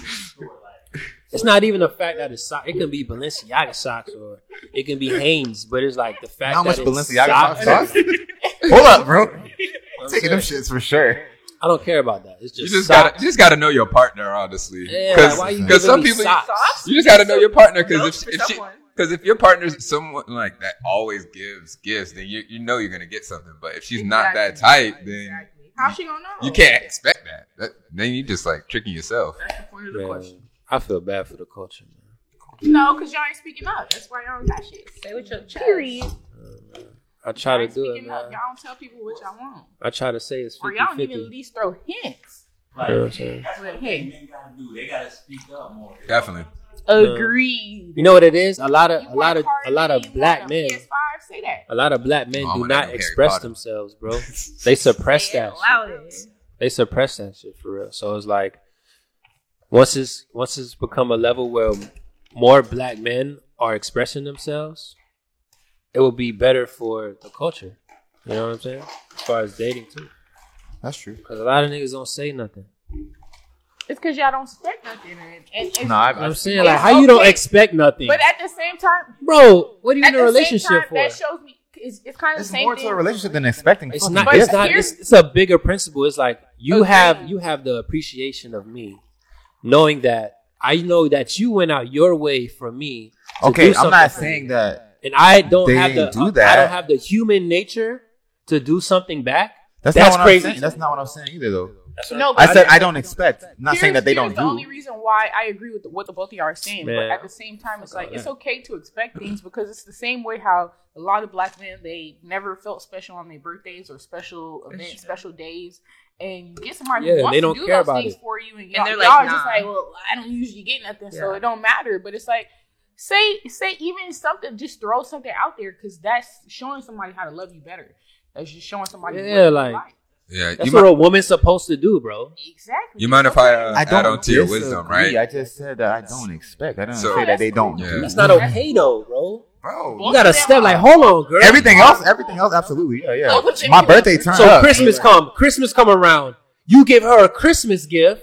Speaker 1: It's not even the fact that it's socks. It can be Balenciaga socks or it can be Hanes, but it's like the fact
Speaker 2: how much
Speaker 1: that it's
Speaker 2: Balenciaga
Speaker 1: socks.
Speaker 2: socks? socks? Hold up, bro.
Speaker 1: I'm
Speaker 2: Taking them
Speaker 1: serious.
Speaker 2: shits for sure.
Speaker 1: I don't care about that. It's
Speaker 4: You
Speaker 1: just,
Speaker 4: just
Speaker 1: socks.
Speaker 4: gotta, you just gotta know your partner, honestly.
Speaker 1: Yeah,
Speaker 4: Because
Speaker 1: like, why you giving
Speaker 2: 'cause
Speaker 4: some
Speaker 1: me
Speaker 4: people-
Speaker 1: socks?
Speaker 4: you just gotta know your partner.
Speaker 5: Notes
Speaker 4: Because
Speaker 5: for
Speaker 4: if, if she,
Speaker 5: someone.
Speaker 4: because if your partner's someone like that always gives gifts, then you you know you're gonna get something. But if she's not that
Speaker 3: Exactly.
Speaker 4: type, then
Speaker 3: Exactly. How's she gonna know?
Speaker 4: you can't expect that. that then you just like tricking yourself.
Speaker 3: That's the point of the
Speaker 1: Man,
Speaker 3: question.
Speaker 1: I feel bad for the culture, man.
Speaker 3: No, because y'all ain't speaking up. That's why y'all don't got shit. Say what your chest. Period.
Speaker 1: I try to
Speaker 3: Ain't
Speaker 1: do it,
Speaker 3: speaking up.
Speaker 1: man.
Speaker 3: Y'all don't tell people what y'all want.
Speaker 1: I try to say it's
Speaker 3: Or
Speaker 1: 50
Speaker 3: y'all don't
Speaker 1: 50.
Speaker 3: even at least throw hints.
Speaker 6: Like,
Speaker 1: You know what I'm saying?
Speaker 6: that's what
Speaker 3: Hey.
Speaker 6: men gotta do. They gotta speak up more.
Speaker 4: Definitely.
Speaker 3: Agreed.
Speaker 1: You know what it is? A lot of
Speaker 3: You
Speaker 1: a
Speaker 3: want
Speaker 1: lot of
Speaker 3: Cardi
Speaker 1: a lot
Speaker 3: B,
Speaker 1: of
Speaker 3: you
Speaker 1: black
Speaker 3: want a
Speaker 1: men,
Speaker 3: PS5, say that.
Speaker 1: a lot of black men
Speaker 4: Oh, I'm
Speaker 1: do
Speaker 4: gonna
Speaker 1: not
Speaker 4: know Harry
Speaker 1: express
Speaker 4: Potter.
Speaker 1: themselves, bro. They suppress
Speaker 5: Yeah,
Speaker 1: that.
Speaker 5: allow
Speaker 1: Shit.
Speaker 5: it.
Speaker 1: They suppress that shit for real. So it's like once it's once it's become a level where more black men are expressing themselves, it will be better for the culture. You know what I'm saying? As far as dating too,
Speaker 2: That's true.
Speaker 1: because a lot of niggas don't say nothing.
Speaker 3: It's because y'all don't expect nothing. And, and, it's-
Speaker 2: No, I-
Speaker 1: You know what I'm saying
Speaker 3: It's
Speaker 1: like how you don't
Speaker 3: okay.
Speaker 1: expect nothing,
Speaker 3: but at the same time,
Speaker 1: bro. What are you
Speaker 3: at
Speaker 1: in a
Speaker 3: the
Speaker 1: relationship
Speaker 3: same time,
Speaker 1: for?
Speaker 3: that shows me it's, it's kind of
Speaker 2: It's
Speaker 3: the same
Speaker 2: more
Speaker 3: thing.
Speaker 2: to a relationship than expecting.
Speaker 1: It's
Speaker 2: fucking
Speaker 1: not.
Speaker 3: But
Speaker 1: It's
Speaker 2: gifts.
Speaker 1: not.
Speaker 3: here's-
Speaker 1: It's, it's a bigger principle. It's like you
Speaker 3: Agreed.
Speaker 1: have you have the appreciation of me, knowing that I know that you went out your way for me. to do
Speaker 2: Okay, I'm
Speaker 1: something
Speaker 2: not
Speaker 1: for me.
Speaker 2: saying that.
Speaker 1: And I don't
Speaker 2: They
Speaker 1: have the.
Speaker 2: do
Speaker 1: I
Speaker 2: that.
Speaker 1: don't have the human nature to do something back.
Speaker 2: That's,
Speaker 1: That's
Speaker 2: not what
Speaker 1: crazy.
Speaker 2: I'm saying. That's not what I'm saying either, though.
Speaker 3: No,
Speaker 2: I
Speaker 3: but
Speaker 2: said I don't expect. I'm not
Speaker 3: here's-
Speaker 2: saying that they
Speaker 3: here's
Speaker 2: don't
Speaker 3: the only
Speaker 2: do.
Speaker 3: reason why I agree with what the both of y'all are saying, but
Speaker 1: Man.
Speaker 3: at the same time, it's like
Speaker 1: all
Speaker 3: it's
Speaker 1: that.
Speaker 3: okay to expect things because it's the same way how a lot of black men they never felt special on their birthdays or special events, special days. And you get somebody
Speaker 1: Yeah,
Speaker 3: who
Speaker 1: and
Speaker 3: wants
Speaker 1: they
Speaker 3: to
Speaker 1: don't
Speaker 3: do
Speaker 1: care
Speaker 3: those
Speaker 1: about
Speaker 3: things
Speaker 1: it.
Speaker 3: for you, and, y'all,
Speaker 5: And they're
Speaker 3: y'all
Speaker 5: like,
Speaker 3: are just
Speaker 5: nah.
Speaker 3: like, well, I don't usually get nothing, so
Speaker 5: Yeah.
Speaker 3: it don't matter. But it's like, say, say even something, just throw something out there because that's showing somebody how to love you better. That's just showing somebody, what
Speaker 1: Yeah,
Speaker 3: you
Speaker 1: like-
Speaker 4: Yeah.
Speaker 1: That's
Speaker 4: you
Speaker 1: what
Speaker 4: might,
Speaker 1: a woman's supposed to do, bro.
Speaker 3: exactly.
Speaker 4: you mind if I, uh,
Speaker 2: I don't
Speaker 4: add on to your wisdom,
Speaker 2: disagree.
Speaker 4: right?
Speaker 2: I just said that I don't expect. I didn't
Speaker 4: So-
Speaker 2: say that they don't
Speaker 4: Yeah.
Speaker 2: do.
Speaker 1: That's not okay though, bro. You
Speaker 4: Bro,
Speaker 1: gotta step like, hold on, girl.
Speaker 2: Everything else, everything else, absolutely. Yeah,
Speaker 3: Oh,
Speaker 2: yeah.
Speaker 3: but you-
Speaker 2: My birthday turned
Speaker 1: so
Speaker 2: up.
Speaker 1: Christmas come, Christmas come around. You give her a Christmas gift.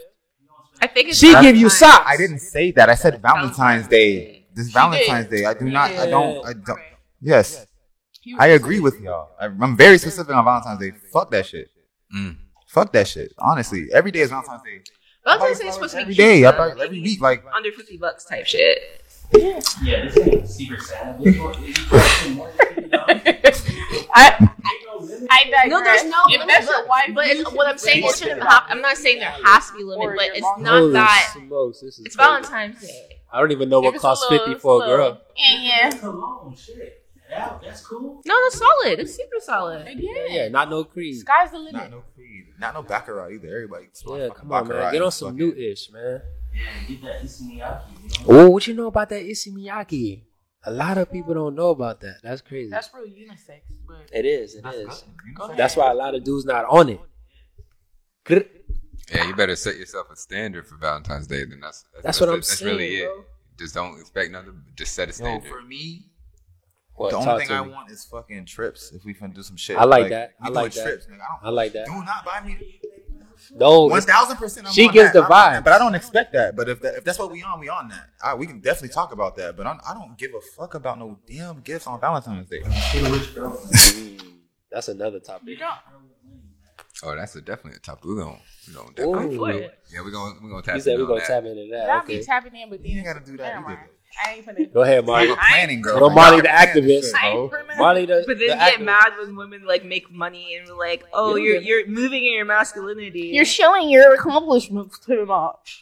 Speaker 5: I think it's
Speaker 1: She
Speaker 5: fine.
Speaker 1: give you socks.
Speaker 2: I didn't say that. I said Valentine's Day. This Valentine's Day. I do not. I don't. I don't. Yes, I agree with y'all. I- I'm very specific on Valentine's Day. Fuck that shit.
Speaker 4: Mm.
Speaker 2: Fuck that shit. Honestly, every day is Valentine's Day.
Speaker 5: Valentine's Day is supposed to be
Speaker 2: Every
Speaker 5: cute,
Speaker 2: day, I
Speaker 5: though.
Speaker 2: thought every week, like
Speaker 5: under fifty bucks type shit.
Speaker 6: Yeah, this ain't Secret Santa. This one- this one-
Speaker 3: I, I digress.
Speaker 5: No, there's no
Speaker 3: If
Speaker 5: limit,
Speaker 3: that's your
Speaker 5: but-
Speaker 3: wife,
Speaker 5: But
Speaker 3: you
Speaker 5: it's, what I'm
Speaker 3: should
Speaker 5: saying
Speaker 3: be
Speaker 5: is, shouldn't
Speaker 3: able to
Speaker 5: have,
Speaker 3: do
Speaker 5: I'm not saying there has to be a limit,
Speaker 3: Or
Speaker 5: but
Speaker 3: your
Speaker 5: it's
Speaker 3: mom-
Speaker 5: not
Speaker 1: Holy
Speaker 5: that.
Speaker 1: smokes, this is
Speaker 5: It's
Speaker 1: crazy.
Speaker 5: Valentine's Day.
Speaker 1: I don't even know
Speaker 5: If
Speaker 1: what
Speaker 5: it's a
Speaker 1: costs
Speaker 5: little
Speaker 1: fifty for a
Speaker 5: slow.
Speaker 1: girl.
Speaker 3: Yeah, yeah.
Speaker 6: Cologne, shit. That- that's cool.
Speaker 5: No, that's solid. It's super solid.
Speaker 3: Yeah.
Speaker 1: Yeah, not no creed.
Speaker 3: Sky's the limit.
Speaker 2: not no creed, not no baccarat either. Everybody,
Speaker 1: Yeah, come on, man. Get on some new ish, man.
Speaker 6: Yeah, get that E Ismiyaki, you know?
Speaker 1: Oh, what you know about that Issey Miyake? A lot of people don't know about that. That's crazy.
Speaker 3: That's really unisex, but
Speaker 1: it is. It is.
Speaker 3: go ahead.
Speaker 1: That's why a lot of dudes not on it. Grr.
Speaker 4: mm, Yeah, you better set yourself a standard for Valentine's Day. Then that's that's,
Speaker 1: That's what I'm
Speaker 4: that's
Speaker 1: saying.
Speaker 4: really it.
Speaker 1: bro.
Speaker 4: Just don't expect nothing. but Just set a
Speaker 2: Yo,
Speaker 4: standard.
Speaker 2: for me,
Speaker 1: What,
Speaker 2: the
Speaker 1: talk
Speaker 2: only thing
Speaker 1: to
Speaker 2: I
Speaker 1: me.
Speaker 2: want is fucking trips. If we finna do some shit,
Speaker 1: I like that.
Speaker 2: we
Speaker 1: I like
Speaker 2: doing
Speaker 1: that.
Speaker 2: Trips, nigga. I
Speaker 1: I like that.
Speaker 2: don't. Do not buy me
Speaker 1: No,
Speaker 2: one
Speaker 1: it's-
Speaker 2: thousand percent.
Speaker 1: She gives the vibe.
Speaker 2: but I don't expect that. But if that, if that's what we on, we on that. I, we can definitely talk about that. But I'm, I don't give a fuck about no damn gifts on Valentine's Day.
Speaker 6: Get a rich girlfriend.
Speaker 1: Mm, that's another
Speaker 3: you
Speaker 1: topic.
Speaker 3: don't.
Speaker 4: Oh, that's a, definitely a topic. We're gonna, we're gonna
Speaker 1: Ooh.
Speaker 4: definitely,
Speaker 5: for it.
Speaker 4: yeah, we're gonna we're gonna tap
Speaker 1: Oh. You said
Speaker 4: into
Speaker 1: we're gonna
Speaker 4: that.
Speaker 1: tap into that.
Speaker 3: Y'all
Speaker 1: Okay.
Speaker 3: be tapping in, but then
Speaker 2: You ain't gotta do that either.
Speaker 3: Never mind. I ain't finna.
Speaker 1: Go ahead,
Speaker 2: We're
Speaker 1: Marty.
Speaker 2: planning, girl.
Speaker 1: Well,
Speaker 2: Like,
Speaker 1: Molly
Speaker 2: y'all
Speaker 1: the
Speaker 2: can plan
Speaker 1: activist.
Speaker 2: shit,
Speaker 3: I
Speaker 2: bro.
Speaker 3: ain't finna.
Speaker 1: Marty, the,
Speaker 5: But
Speaker 1: the
Speaker 5: then get
Speaker 1: actor-
Speaker 5: mad when women like make money and be like, "Oh,
Speaker 1: Yeah.
Speaker 5: you're you're moving in your masculinity."
Speaker 3: showing your accomplishments too much.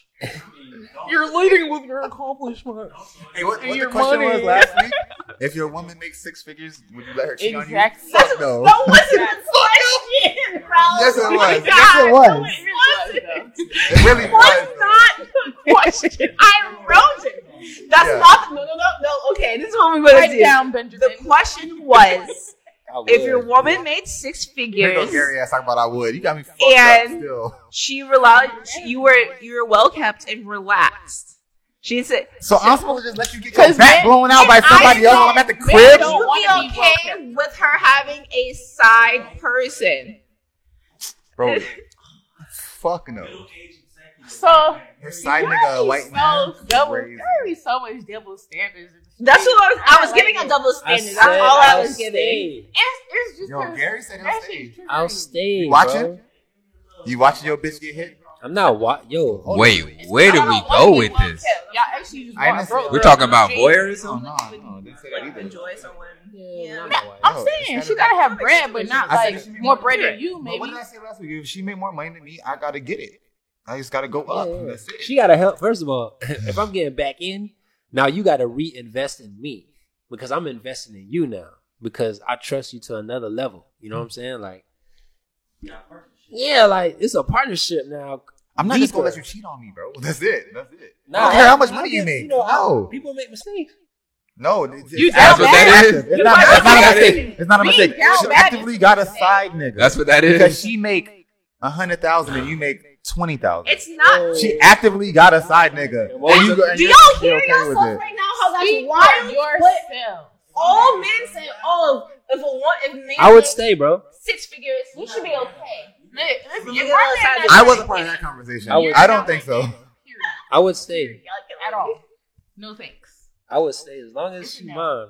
Speaker 3: You're leading with your accomplishments.
Speaker 2: Hey, what, what the
Speaker 3: Your
Speaker 2: question
Speaker 3: money.
Speaker 2: was last week? If your woman makes six figures, would you let her cheat
Speaker 3: Exactly.
Speaker 2: on you? Fuck no.
Speaker 5: That wasn't a question, bro.
Speaker 2: Yes, it was.
Speaker 5: Oh my
Speaker 2: Yes, it
Speaker 5: God.
Speaker 2: was.
Speaker 5: No, it wasn't.
Speaker 2: really was.
Speaker 5: was not the question. I wrote it. That's
Speaker 2: Yeah.
Speaker 5: not the, no, no, no, no. Okay, this is what we're gonna
Speaker 3: Write
Speaker 5: do.
Speaker 3: down, Benjamin.
Speaker 5: The question was:
Speaker 1: I
Speaker 5: If
Speaker 1: would.
Speaker 5: your woman made six
Speaker 2: Here goes
Speaker 5: figures,
Speaker 2: Gary ass talking about I would. You got me fucked
Speaker 5: And-
Speaker 2: up still.
Speaker 5: she relied. You were you were well kept and relaxed. She said,
Speaker 2: So I'm supposed to just let you get your
Speaker 3: 'Cause
Speaker 2: back
Speaker 3: men-
Speaker 2: blown out by
Speaker 5: and I
Speaker 2: somebody else
Speaker 5: don't-
Speaker 2: while I'm at the
Speaker 3: men
Speaker 2: crib?
Speaker 3: don't-
Speaker 5: "Would you
Speaker 3: wanna
Speaker 5: be
Speaker 3: be well kept.
Speaker 5: okay with her having a side person?"
Speaker 4: Bro,
Speaker 2: Fuck no.
Speaker 3: So
Speaker 2: Her side
Speaker 3: Why
Speaker 2: nigga, a
Speaker 3: be
Speaker 2: white
Speaker 3: so
Speaker 2: man.
Speaker 3: Double,
Speaker 2: Crazy.
Speaker 3: there be so much double standards. in this
Speaker 5: That's
Speaker 3: shit.
Speaker 5: what I was. I was
Speaker 3: like
Speaker 5: giving
Speaker 3: it.
Speaker 5: a double
Speaker 1: I
Speaker 5: standard. That's
Speaker 1: said
Speaker 5: all I
Speaker 1: I'll
Speaker 5: was giving.
Speaker 1: stay.
Speaker 3: It's, it's just
Speaker 2: Yo,
Speaker 3: 'cause
Speaker 2: Gary said he'll
Speaker 3: that
Speaker 2: stay.
Speaker 3: shit's
Speaker 1: I'll
Speaker 3: triggering.
Speaker 1: stay.
Speaker 2: Watch
Speaker 1: bro.
Speaker 2: it? You watching your bitch get hit?
Speaker 1: I'm not wa- yo. hold
Speaker 4: wait, where do
Speaker 3: I
Speaker 4: we
Speaker 3: don't
Speaker 4: go
Speaker 3: want
Speaker 4: with
Speaker 3: to be
Speaker 4: this?
Speaker 3: well-kept. Y'all actually just
Speaker 2: I
Speaker 3: want
Speaker 2: didn't
Speaker 3: broke.
Speaker 2: say
Speaker 4: We're
Speaker 2: that.
Speaker 4: talking about
Speaker 2: Oh,
Speaker 4: voyeurism.
Speaker 2: no, no. Didn't say that
Speaker 5: Like,
Speaker 2: either.
Speaker 5: enjoy someone.
Speaker 1: on.
Speaker 5: Yeah.
Speaker 1: Not my wife.
Speaker 3: I'm
Speaker 2: No,
Speaker 3: saying
Speaker 2: it's
Speaker 3: she
Speaker 2: gotta
Speaker 3: gotta
Speaker 2: be-
Speaker 3: have bread, but not
Speaker 2: I said it
Speaker 3: like
Speaker 2: should be
Speaker 3: more
Speaker 2: more
Speaker 3: bread
Speaker 2: fair.
Speaker 3: than you,
Speaker 2: But what
Speaker 3: maybe.
Speaker 2: did I say last week? If she made more money than me, I gotta get it. I just gotta go up.
Speaker 1: Yeah, yeah.
Speaker 2: That's it.
Speaker 1: She gotta help. First of all, if I'm getting back in, now you gotta reinvest in me because I'm investing in you now because I trust you to another level. You know what I'm saying? Like, yeah, like it's a partnership now.
Speaker 2: I'm not just gonna let
Speaker 1: deeper.
Speaker 2: you cheat on me, bro. That's it. That's it.
Speaker 1: Nah,
Speaker 2: I don't care how much money
Speaker 1: get-
Speaker 2: you make.
Speaker 1: know, I-
Speaker 2: no,
Speaker 1: people make mistakes.
Speaker 2: no. It's,
Speaker 3: You
Speaker 2: it's
Speaker 4: That's
Speaker 2: active.
Speaker 4: what that is.
Speaker 2: It's not, it's not a mistake. It's not a
Speaker 3: Being
Speaker 2: mistake.
Speaker 3: down
Speaker 2: She
Speaker 3: bad
Speaker 2: actively
Speaker 3: is-
Speaker 2: got a side nigga.
Speaker 4: That's what that
Speaker 2: because
Speaker 4: is.
Speaker 2: she make a hundred thousand and you make twenty thousand.
Speaker 5: It's not.
Speaker 2: She actively got a side nigga.
Speaker 1: Well,
Speaker 2: And you go- and oh, you're
Speaker 5: Do y'all
Speaker 2: still
Speaker 5: hear
Speaker 2: okay with
Speaker 5: yourself
Speaker 2: it.
Speaker 5: right now? How that's
Speaker 3: Speak for
Speaker 5: wild. But
Speaker 3: yourself.
Speaker 5: all men say, "Oh, if a one, if a man
Speaker 1: I would
Speaker 5: makes
Speaker 1: stay, bro.
Speaker 5: six figures, you should be okay."
Speaker 3: If- if
Speaker 5: You
Speaker 3: my
Speaker 5: got a
Speaker 3: man
Speaker 5: side
Speaker 3: doesn't-
Speaker 2: I wasn't part of that conversation.
Speaker 1: I would-
Speaker 2: I don't think so.
Speaker 1: I would stay.
Speaker 3: at all. No thanks.
Speaker 1: I would stay as long as she mine, bro.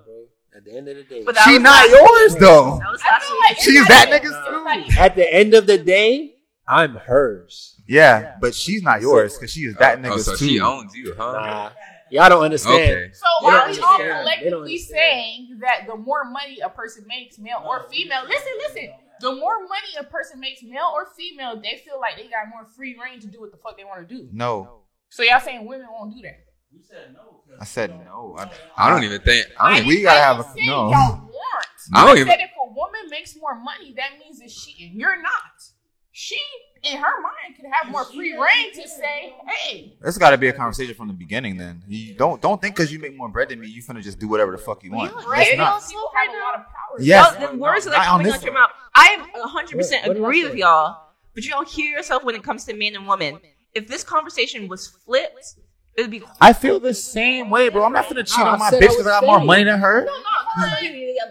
Speaker 1: At the end of the day,
Speaker 5: But that
Speaker 2: She
Speaker 5: was
Speaker 2: not
Speaker 5: last-
Speaker 2: yours though.
Speaker 5: That was
Speaker 3: I
Speaker 5: last
Speaker 3: feel
Speaker 5: week.
Speaker 3: like
Speaker 2: She's that nigga's too.
Speaker 1: at the end of the day, I'm hers.
Speaker 2: Yeah, but she's not yours because she is that
Speaker 4: oh,
Speaker 2: nigga's
Speaker 4: so
Speaker 2: too.
Speaker 4: she owns you, huh?
Speaker 1: Nah, y'all don't understand.
Speaker 4: Okay.
Speaker 3: So why
Speaker 1: don't
Speaker 3: are y'all
Speaker 1: understand. They don't
Speaker 3: collectively
Speaker 1: understand.
Speaker 3: saying that the more money a person makes, male or female? Listen, listen. The more money a person makes, male or female, they feel like they got more free reign to do what the fuck they want to do.
Speaker 2: No,
Speaker 3: So y'all saying women won't do that?
Speaker 2: I said no. I,
Speaker 4: I don't even think. I
Speaker 2: I
Speaker 4: don't
Speaker 2: mean,
Speaker 4: even.
Speaker 2: we gotta have
Speaker 3: I
Speaker 2: a
Speaker 3: said
Speaker 2: no.
Speaker 3: Y'all want.
Speaker 4: I don't
Speaker 3: I
Speaker 4: even.
Speaker 3: said if a woman makes more money, that means it's she and you're not. She, in her mind, can have more free reign to say, "Hey,
Speaker 2: This got to be a conversation from the beginning. Then you don't don't think because you make more bread than me, you finna just do whatever the fuck you want. That's
Speaker 3: bread
Speaker 2: not.
Speaker 3: also have a lot of power."
Speaker 2: Yes.
Speaker 5: Well, the words that
Speaker 2: Not
Speaker 5: are
Speaker 2: on
Speaker 5: coming
Speaker 2: this
Speaker 5: out your
Speaker 2: one.
Speaker 5: mouth, I 100%
Speaker 1: What- what did I
Speaker 5: agree
Speaker 1: say?
Speaker 5: with y'all, but you don't hear yourself when it comes to men and women. If this conversation was flipped, it would be.
Speaker 2: I feel the same way, bro. I'm not finna cheat
Speaker 1: No, I
Speaker 2: on my
Speaker 1: said
Speaker 2: bitch
Speaker 1: I
Speaker 2: because
Speaker 1: was
Speaker 2: I got more
Speaker 1: saying.
Speaker 2: money than her.
Speaker 3: No, no, no,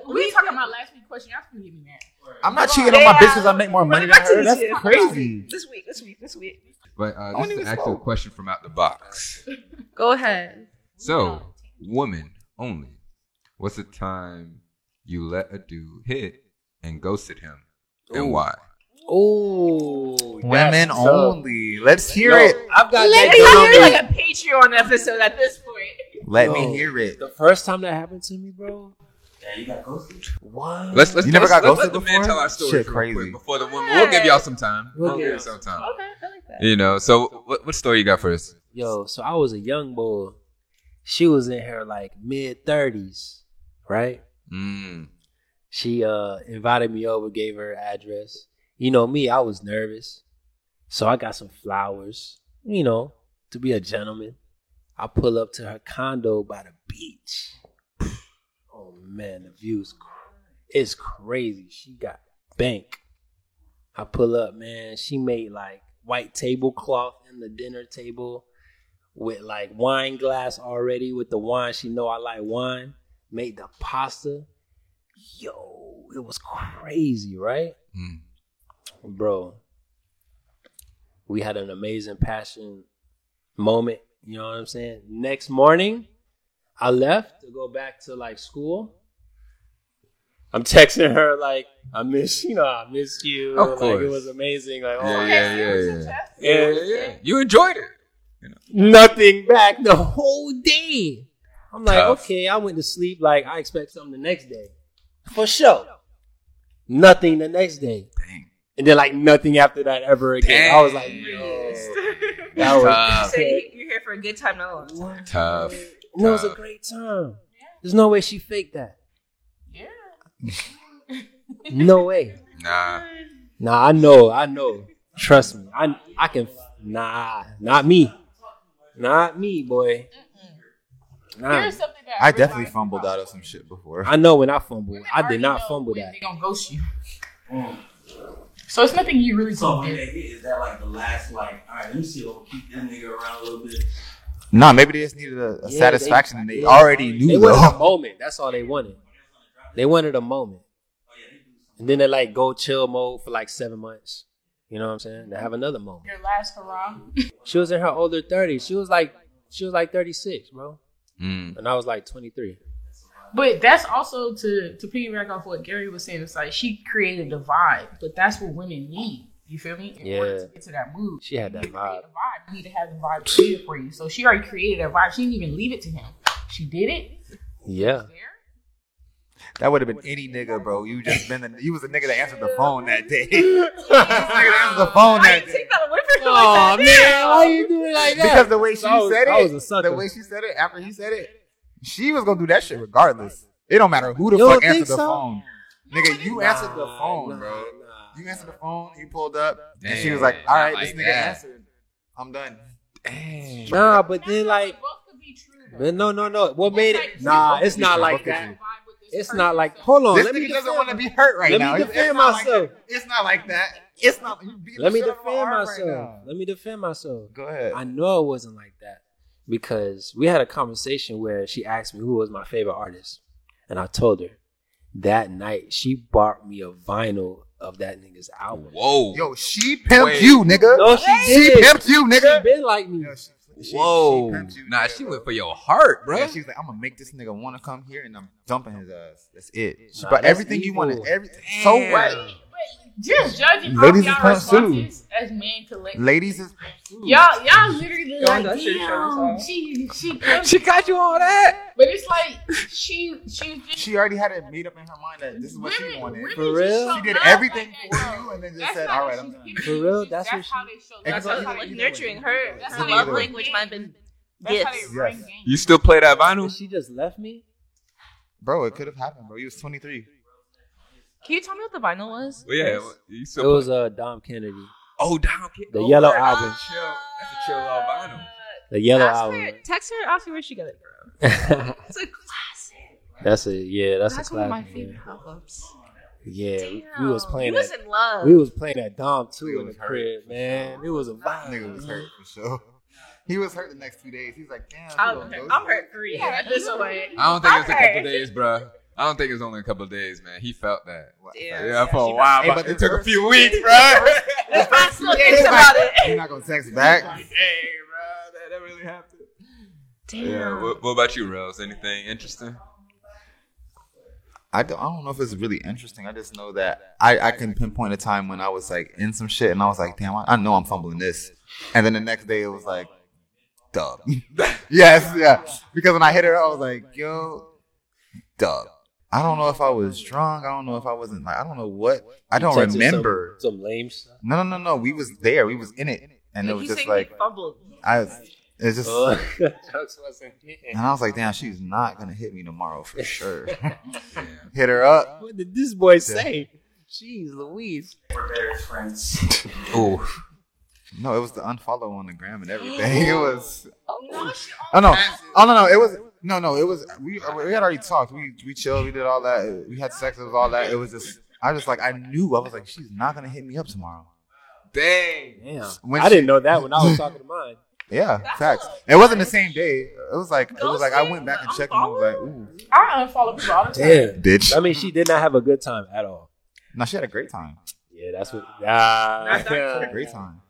Speaker 3: no. We talking about last week's question. Y'all finna get me mad.
Speaker 2: I'm not cheating on my bitch because I make more money than her. That's
Speaker 5: Yeah.
Speaker 2: crazy.
Speaker 5: This week, this week, this week.
Speaker 4: But
Speaker 2: don't
Speaker 4: uh, this is
Speaker 2: even
Speaker 4: an actual
Speaker 2: smoke.
Speaker 4: question from out the box.
Speaker 5: Go ahead.
Speaker 4: So, woman only. What's the time you let a dude hit and ghosted him,
Speaker 1: Ooh.
Speaker 4: and why?
Speaker 1: Ooh,
Speaker 2: Women
Speaker 1: that's tough.
Speaker 2: only. Let's hear
Speaker 1: Yo,
Speaker 2: it.
Speaker 1: I've got
Speaker 5: It's
Speaker 1: that
Speaker 5: sounding
Speaker 1: girl.
Speaker 5: like a Patreon episode at this point.
Speaker 2: Let
Speaker 1: Yo.
Speaker 2: me hear it.
Speaker 1: The first time that happened to me, bro.
Speaker 6: Yeah, you got ghosted.
Speaker 1: What?
Speaker 4: Let's let's
Speaker 2: You never
Speaker 4: let's-
Speaker 2: got
Speaker 4: let's
Speaker 2: ghosted
Speaker 4: let the man
Speaker 2: before?
Speaker 4: tell our story
Speaker 2: Shit,
Speaker 4: real
Speaker 2: crazy.
Speaker 4: quick before the woman. We'll give y'all some time.
Speaker 1: We'll
Speaker 4: We'll
Speaker 1: give
Speaker 4: give you
Speaker 1: y'all
Speaker 4: some time.
Speaker 5: I like that.
Speaker 4: You know. So, what what story you got for us?
Speaker 1: Yo, so I was a young boy. She was in her like mid thirties, right?
Speaker 4: Mm.
Speaker 1: She uh invited me over, gave her address. You know me, I was nervous, so I got some flowers. You know, to be a gentleman, I pull up to her condo by the beach. Oh man, the views, it's crazy. She got bank. I pull up, man. She made like white tablecloth in the dinner table with like wine glass already with the wine. She know I like wine. Made the pasta. Yo, it was crazy, right?
Speaker 4: Mm.
Speaker 1: Bro, we had an amazing passion moment. You know what I'm saying? Next morning, I left to go back to like school. I'm texting her like, I miss, you know, I miss you.
Speaker 4: Of
Speaker 1: Like it
Speaker 4: course.
Speaker 1: was amazing. Like, oh,
Speaker 4: Yeah,
Speaker 1: I
Speaker 4: yeah, yeah, yeah. Yeah, yeah, yeah. You enjoyed it.
Speaker 1: nothing back the whole day. I'm like,
Speaker 4: Tough.
Speaker 1: okay, I went to sleep. Like, I expect something the next day. For sure. Nothing the next day.
Speaker 4: Dang.
Speaker 1: And then, like, nothing after that ever again. I was like,
Speaker 4: Dang.
Speaker 1: yo. That was
Speaker 5: You
Speaker 4: Tough.
Speaker 5: say you're here for a good time, not a long time.
Speaker 4: Tough.
Speaker 1: No, it was a
Speaker 4: Tough.
Speaker 1: great time. There's no way she faked that.
Speaker 3: Yeah.
Speaker 1: No way.
Speaker 4: Nah.
Speaker 1: Nah, I know. I know. Trust me. I I can Nah, not me. Not me, boy. Nah.
Speaker 3: Here's something that
Speaker 2: I definitely
Speaker 3: realized
Speaker 2: fumbled
Speaker 3: about-
Speaker 2: out of some shit before.
Speaker 1: I know when I fumble.
Speaker 3: Women
Speaker 1: I did
Speaker 3: already
Speaker 1: not
Speaker 3: know
Speaker 1: fumble
Speaker 3: when
Speaker 1: that.
Speaker 3: They gonna ghost you.
Speaker 6: Mm.
Speaker 3: So it's nothing you really
Speaker 6: So
Speaker 3: can
Speaker 6: when
Speaker 3: do.
Speaker 6: they hit, is that like the last like? All right, let me see. I'll keep this nigga around a little bit.
Speaker 2: Nah, maybe they just needed a, a
Speaker 1: Yeah,
Speaker 2: satisfaction and they
Speaker 1: yeah,
Speaker 2: already knew
Speaker 1: They wanted a
Speaker 2: though.
Speaker 1: moment. That's all they wanted. They wanted a moment. And then they like go chill mode for like seven months. You know what I'm saying? They have another moment.
Speaker 3: Your last hurrah.
Speaker 1: She was in her older 30s. She was like she was like 36, bro.
Speaker 2: Mm.
Speaker 1: And I was like 23.
Speaker 3: But that's also to to piggyback off what Gary was saying. It's like she created the vibe, but that's what women need. You feel me? In order
Speaker 1: Yeah.
Speaker 3: to get to that mood,
Speaker 1: She had that
Speaker 3: you create
Speaker 1: vibe.
Speaker 3: a vibe. You need to have the vibe created for you. So she already created a vibe. She didn't even leave it to him. She did it.
Speaker 1: Yeah.
Speaker 3: There.
Speaker 2: That would have been any nigga, bro. You just been a, you was a nigga that answered the phone that day. You was a nigga that answered the phone
Speaker 5: I
Speaker 2: that
Speaker 5: didn't
Speaker 2: day.
Speaker 5: take that one. What if it
Speaker 1: Aw,
Speaker 5: was like that?
Speaker 1: you do it like
Speaker 2: Because the way she
Speaker 1: I was-
Speaker 2: said
Speaker 1: I was a
Speaker 2: it,
Speaker 1: sucker.
Speaker 2: the way she said it after he said it, she was gonna do that shit regardless. It don't matter who the
Speaker 1: You don't
Speaker 2: fuck answered
Speaker 1: think
Speaker 2: the
Speaker 1: so?
Speaker 2: phone, nigga. You answered the
Speaker 1: Nah,
Speaker 2: phone,
Speaker 1: nah,
Speaker 2: bro.
Speaker 1: nah.
Speaker 2: You answered the phone. You pulled up, and she
Speaker 4: Damn,
Speaker 2: was like, "All right,
Speaker 4: not
Speaker 2: this
Speaker 4: like
Speaker 2: nigga
Speaker 4: that.
Speaker 2: answered. I'm done."
Speaker 4: Damn.
Speaker 1: Nah, but then like
Speaker 3: both could be true. though.
Speaker 1: but no no no. What
Speaker 3: It's
Speaker 1: made
Speaker 3: like
Speaker 1: it
Speaker 3: you
Speaker 1: Nah,
Speaker 3: both
Speaker 1: it's
Speaker 3: could
Speaker 1: not
Speaker 3: be
Speaker 1: like
Speaker 3: true.
Speaker 1: that.
Speaker 3: Vibe with this
Speaker 1: It's
Speaker 3: person,
Speaker 1: not like
Speaker 3: so-
Speaker 1: hold on,
Speaker 2: this
Speaker 1: Oh, let me
Speaker 2: nigga doesn't
Speaker 1: defend-
Speaker 2: want to be hurt right
Speaker 1: Let me
Speaker 2: now. It's-
Speaker 1: defend
Speaker 2: it's not like
Speaker 1: myself.
Speaker 2: that. it's not like that. It's not. you beat
Speaker 1: Let
Speaker 2: the
Speaker 1: me
Speaker 2: shit out of my
Speaker 1: defend
Speaker 2: arm right
Speaker 1: myself.
Speaker 2: now.
Speaker 1: Let me defend myself.
Speaker 2: Go ahead.
Speaker 1: I know it wasn't like that because we had a conversation where she asked me who was my favorite artist, and I told her that night she bought me a vinyl of that nigga's album.
Speaker 4: Whoa.
Speaker 2: Yo, she pimped
Speaker 4: Wait.
Speaker 2: you, nigga.
Speaker 1: No, she
Speaker 2: she
Speaker 1: did.
Speaker 2: pimped you,
Speaker 1: She
Speaker 2: nigga.
Speaker 1: been like me.
Speaker 2: Yo, she- she- she
Speaker 4: Whoa.
Speaker 2: pimped you,
Speaker 4: nah,
Speaker 2: nigga,
Speaker 4: she
Speaker 2: bro.
Speaker 4: went for your heart, bro.
Speaker 2: Yeah, she was like, I'm gonna make this nigga wanna come here and I'm dumping his ass. That's it. She
Speaker 1: Nah,
Speaker 2: bought
Speaker 1: that's
Speaker 2: everything you
Speaker 1: evil.
Speaker 2: wanted. Everything. So
Speaker 4: Damn.
Speaker 2: what?
Speaker 3: But Just judging
Speaker 2: Ladies
Speaker 3: Ladies
Speaker 2: is
Speaker 3: off
Speaker 2: pimp
Speaker 3: y'all
Speaker 2: too.
Speaker 3: responses as man collectively.
Speaker 2: Ladies is
Speaker 3: Y'all, y'all literally like,
Speaker 5: that shit
Speaker 3: damn,
Speaker 5: shows,
Speaker 3: she, she,
Speaker 4: she got you on that.
Speaker 3: but it's like she, she was just.
Speaker 2: she already had it made up in her mind that this is what she
Speaker 3: Women-
Speaker 2: wanted.
Speaker 3: women
Speaker 1: For
Speaker 3: just
Speaker 1: real?
Speaker 3: so
Speaker 2: She did
Speaker 3: nice
Speaker 2: everything
Speaker 3: like
Speaker 2: for
Speaker 3: that,
Speaker 2: you
Speaker 3: bro.
Speaker 2: and then just
Speaker 3: That's
Speaker 2: said,
Speaker 3: not
Speaker 2: All
Speaker 3: what
Speaker 2: right,
Speaker 3: she
Speaker 2: I'm done.
Speaker 3: did.
Speaker 1: For real?
Speaker 3: She-
Speaker 1: That's what she-
Speaker 3: how they show
Speaker 2: That's
Speaker 5: That's
Speaker 2: what
Speaker 5: what
Speaker 2: she
Speaker 5: like
Speaker 2: was
Speaker 5: nurturing her.
Speaker 3: That's
Speaker 5: Her
Speaker 3: how
Speaker 5: love
Speaker 2: they-
Speaker 5: language might have been
Speaker 3: That's how they
Speaker 5: gifts.
Speaker 3: run
Speaker 2: Yes.
Speaker 3: game.
Speaker 4: You still play that
Speaker 1: And
Speaker 4: vinyl?
Speaker 1: she just left me.
Speaker 2: Bro, it could have happened, bro. You was 23.
Speaker 5: Can you tell me what the vinyl was?
Speaker 4: Well, yeah. You
Speaker 1: It
Speaker 4: still
Speaker 1: was uh Dom Kennedy,
Speaker 4: oh, down.
Speaker 1: the yellow
Speaker 4: That's
Speaker 1: album,
Speaker 4: a chill. That's a chill uh, vinyl.
Speaker 1: the yellow
Speaker 5: Ask her,
Speaker 1: album.
Speaker 5: text her, ask her where she got it from. It's a classic.
Speaker 1: that's a yeah. That's,
Speaker 5: That's,
Speaker 1: a
Speaker 5: one of
Speaker 1: classic.
Speaker 5: my
Speaker 1: yeah.
Speaker 5: favorite albums.
Speaker 1: Yeah, we-
Speaker 5: Damn.
Speaker 1: we was playing
Speaker 5: You was
Speaker 1: that.
Speaker 5: in love.
Speaker 1: We was playing that Dom too
Speaker 2: We
Speaker 1: in the
Speaker 2: was hurt,
Speaker 1: crib,
Speaker 2: for
Speaker 1: man.
Speaker 2: sure.
Speaker 1: It was a
Speaker 2: That
Speaker 1: vibe.
Speaker 2: nigga was hurt for sure. He was hurt the next two days. He was like, damn.
Speaker 5: I
Speaker 2: you
Speaker 5: was
Speaker 2: gonna
Speaker 5: hurt.
Speaker 2: go
Speaker 5: I'm
Speaker 2: through
Speaker 5: hurt three.
Speaker 3: Yeah,
Speaker 5: at this point.
Speaker 4: I don't think it's a
Speaker 5: Okay.
Speaker 4: couple days, bro. I don't think it's only a couple days, man. He felt that.
Speaker 2: What?
Speaker 5: Damn.
Speaker 4: Yeah, for a
Speaker 5: she
Speaker 4: while,
Speaker 2: Hey,
Speaker 4: but
Speaker 2: but the
Speaker 4: it took a
Speaker 2: first-
Speaker 4: few weeks, bro.
Speaker 5: This man still
Speaker 2: He's
Speaker 5: thinks
Speaker 2: like,
Speaker 5: about it.
Speaker 2: You're not gonna text back.
Speaker 4: that, really happened. Yeah.
Speaker 5: Damn.
Speaker 4: What, what about you, Rose? Anything interesting?
Speaker 2: I don't, I don't know if it's really interesting. I just know that I, I can pinpoint a time when I was like in some shit and I was like, damn, I, I know I'm fumbling this. And then the next day it was like, dub. yes, yeah. Because when I hit her, I was like, yo, dub. I don't know if I was drunk. I don't know if I wasn't like, I don't know what. I don't
Speaker 1: Texted some-
Speaker 2: remember.
Speaker 1: some, lame stuff.
Speaker 2: No, no, no, no. We was there. We was in it. And it
Speaker 5: Like,
Speaker 2: was
Speaker 5: you
Speaker 2: just
Speaker 5: saying
Speaker 2: like,
Speaker 5: you fumbled.
Speaker 2: I was, it's just,
Speaker 1: Uh,
Speaker 2: and I was like, damn, she's not going to hit me tomorrow for sure.
Speaker 4: Yeah.
Speaker 2: hit her up.
Speaker 1: what did this boy say? Jeez Louise.
Speaker 6: We're various friends.
Speaker 2: Ooh. No, it was the unfollow on the gram and everything. It was. Oh no! Oh no! No, it was. No, no, it was. We we had already talked. We we chilled. We did all that. We had sex. It was all that. It was just. I was just like I knew. I was like, she's not gonna hit me up tomorrow.
Speaker 4: Dang.
Speaker 1: Damn.
Speaker 2: When
Speaker 1: I
Speaker 2: she-
Speaker 1: didn't know that when I was talking to mine.
Speaker 2: Yeah, facts. It wasn't the same day. It was like it was like I went back and checked. and I was like, ooh,
Speaker 3: I unfollow people all the time.
Speaker 1: Damn.
Speaker 2: bitch.
Speaker 1: I mean, she did not have a good time at all.
Speaker 2: No, she had a great time.
Speaker 1: Yeah, that's what.
Speaker 5: Not
Speaker 2: She had
Speaker 1: Ah,
Speaker 2: a great time.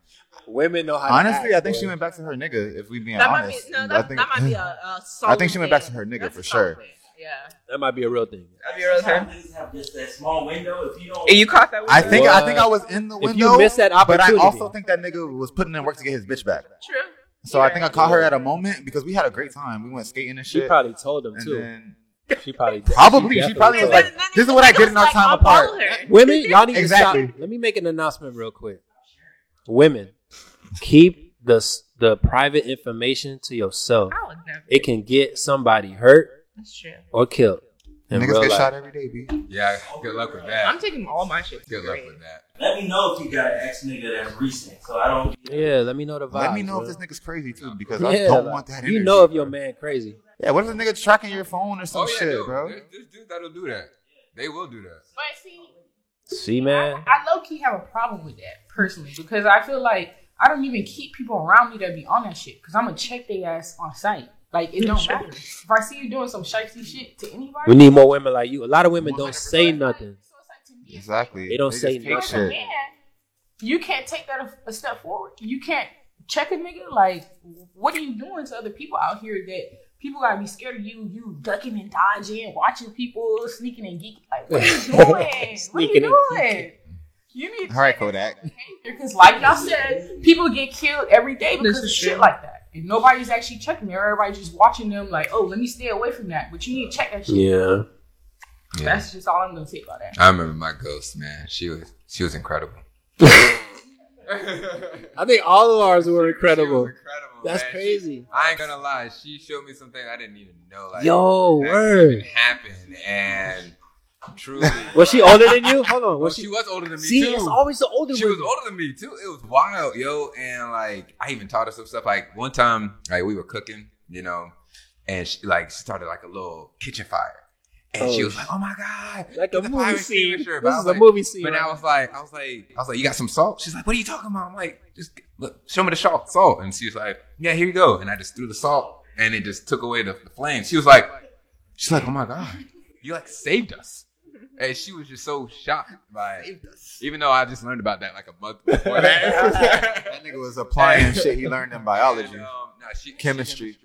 Speaker 1: women know how. to
Speaker 2: Honestly, I
Speaker 1: act,
Speaker 2: think
Speaker 1: boy.
Speaker 2: she went back to her nigga. If we being
Speaker 5: That might be
Speaker 2: honest,
Speaker 5: no.
Speaker 2: I
Speaker 5: That,
Speaker 2: think
Speaker 5: that might be a, a
Speaker 2: I think she
Speaker 5: solid
Speaker 2: went back to
Speaker 5: thing.
Speaker 2: her nigga
Speaker 5: That's
Speaker 2: for
Speaker 5: a solid
Speaker 2: sure.
Speaker 5: thing. Yeah.
Speaker 1: that might be a real thing.
Speaker 5: That'd be a real thing.
Speaker 6: Sometimes you have just that small window. If you don't,
Speaker 5: And you caught that.
Speaker 2: I
Speaker 5: window?
Speaker 2: think I think I was in the
Speaker 1: If you
Speaker 2: window.
Speaker 1: miss that
Speaker 2: but
Speaker 1: opportunity.
Speaker 2: I also think that nigga was putting in work to get his bitch back.
Speaker 5: True.
Speaker 2: So I think I caught her at a moment because we had a great time. We went skating and
Speaker 1: She
Speaker 2: shit.
Speaker 1: probably told them
Speaker 2: and
Speaker 1: too.
Speaker 2: then
Speaker 1: She probably
Speaker 2: probably she probably was
Speaker 1: definitely
Speaker 2: like,
Speaker 1: told
Speaker 2: "This is what I did in our
Speaker 5: Like,
Speaker 2: time
Speaker 5: I'll
Speaker 2: apart."
Speaker 5: follow her.
Speaker 1: them. "Women, y'all need to
Speaker 2: Exactly.
Speaker 1: stop." Let me make an announcement real quick. Women, keep the s- the private information to yourself.
Speaker 5: I would never.
Speaker 1: It can get somebody hurt
Speaker 5: That's true.
Speaker 1: or killed. in
Speaker 2: Niggas
Speaker 1: real
Speaker 2: get
Speaker 1: life.
Speaker 2: shot every day, B.
Speaker 4: Yeah, good luck with that.
Speaker 5: I'm taking all my shit.
Speaker 4: Good luck
Speaker 5: Great.
Speaker 4: with that.
Speaker 6: Let me know if you got an ex nigga that's recent, so I don't.
Speaker 1: Yeah, let me know the vibe.
Speaker 2: Let me know if this nigga's crazy too, because I
Speaker 1: Yeah,
Speaker 2: don't
Speaker 1: like,
Speaker 2: want that.
Speaker 1: You
Speaker 2: energy,
Speaker 1: know if
Speaker 2: bro.
Speaker 1: your man crazy.
Speaker 2: Yeah, what if the nigga's tracking your phone or some
Speaker 4: oh yeah,
Speaker 2: shit,
Speaker 4: dude.
Speaker 2: bro?
Speaker 4: There's, there's dudes that'll do that. They will do that.
Speaker 3: But see,
Speaker 1: See, man.
Speaker 3: I low key have a problem with that personally because I feel like I don't even keep people around me that be on that shit because I'm gonna check their ass on sight. Like it don't
Speaker 5: Sure.
Speaker 3: matter. If I see you doing some shifty shit to anybody,
Speaker 1: We need more women like you. A lot of women don't
Speaker 2: 100%.
Speaker 1: say nothing.
Speaker 3: So it's like to me, it's like,
Speaker 2: Exactly.
Speaker 1: They don't say
Speaker 2: just
Speaker 1: nothing.
Speaker 2: take
Speaker 3: as
Speaker 2: shit.
Speaker 3: a man, you can't take that a, a step forward. You can't check a nigga. Like, what are you doing to other people out here that people gotta be scared of you? You ducking and dodging, watching people sneaking and geeking. Like, what are you doing?
Speaker 1: Sneaking and
Speaker 3: what are you doing? You need to
Speaker 2: All right,
Speaker 3: check your
Speaker 2: Kodak.
Speaker 3: behavior, Cause like y'all said, people get killed every day
Speaker 5: This
Speaker 3: because of
Speaker 5: is
Speaker 3: shit
Speaker 5: true.
Speaker 3: like that. And nobody's actually checking there. Everybody's just watching them like, oh, let me stay away from that. But you need to check that shit.
Speaker 1: Yeah.
Speaker 3: That's just all I'm gonna say about that.
Speaker 4: I remember my ghost, man. She was she was incredible.
Speaker 1: I think all of ours were
Speaker 4: She was incredible.
Speaker 1: That's
Speaker 4: man. She-
Speaker 1: crazy.
Speaker 4: I ain't gonna lie. She showed me something I didn't even know. Like
Speaker 1: Yo,
Speaker 4: that
Speaker 1: word.
Speaker 4: even happened, and truly,
Speaker 1: Was she older than you? Hold on.
Speaker 4: Well,
Speaker 1: Was
Speaker 4: Oh, she,
Speaker 1: she?
Speaker 4: was older than me
Speaker 1: See,
Speaker 4: too.
Speaker 1: it's always the older
Speaker 4: she was
Speaker 1: women.
Speaker 4: older than me too. It was wild, yo. And like, I even taught her some stuff. Like one time, like we were cooking, you know, and she, like she started like a little kitchen fire, and she
Speaker 1: Oh,
Speaker 4: was like, "Oh my god,
Speaker 1: Like
Speaker 4: get
Speaker 1: a
Speaker 4: the
Speaker 1: movie
Speaker 4: fire
Speaker 1: scene.
Speaker 4: extinguisher." But
Speaker 1: This
Speaker 4: I
Speaker 1: is
Speaker 4: was
Speaker 1: a
Speaker 4: like-
Speaker 1: movie scene.
Speaker 4: But I was like, I was like, I was like, "You got some salt?" She's like, "What are you talking about?" I'm like, "Just look, show me the salt, salt." And she was like, "Yeah, here you go." And I just threw the salt, and it just took away the, the flame. She was like, "She's like, oh my god, you like saved us." And she was just so shocked by it. Even though I just learned about that like a month before that.
Speaker 2: That nigga was applying shit he learned in biology,
Speaker 4: And, um, no, she- she-
Speaker 2: chemistry.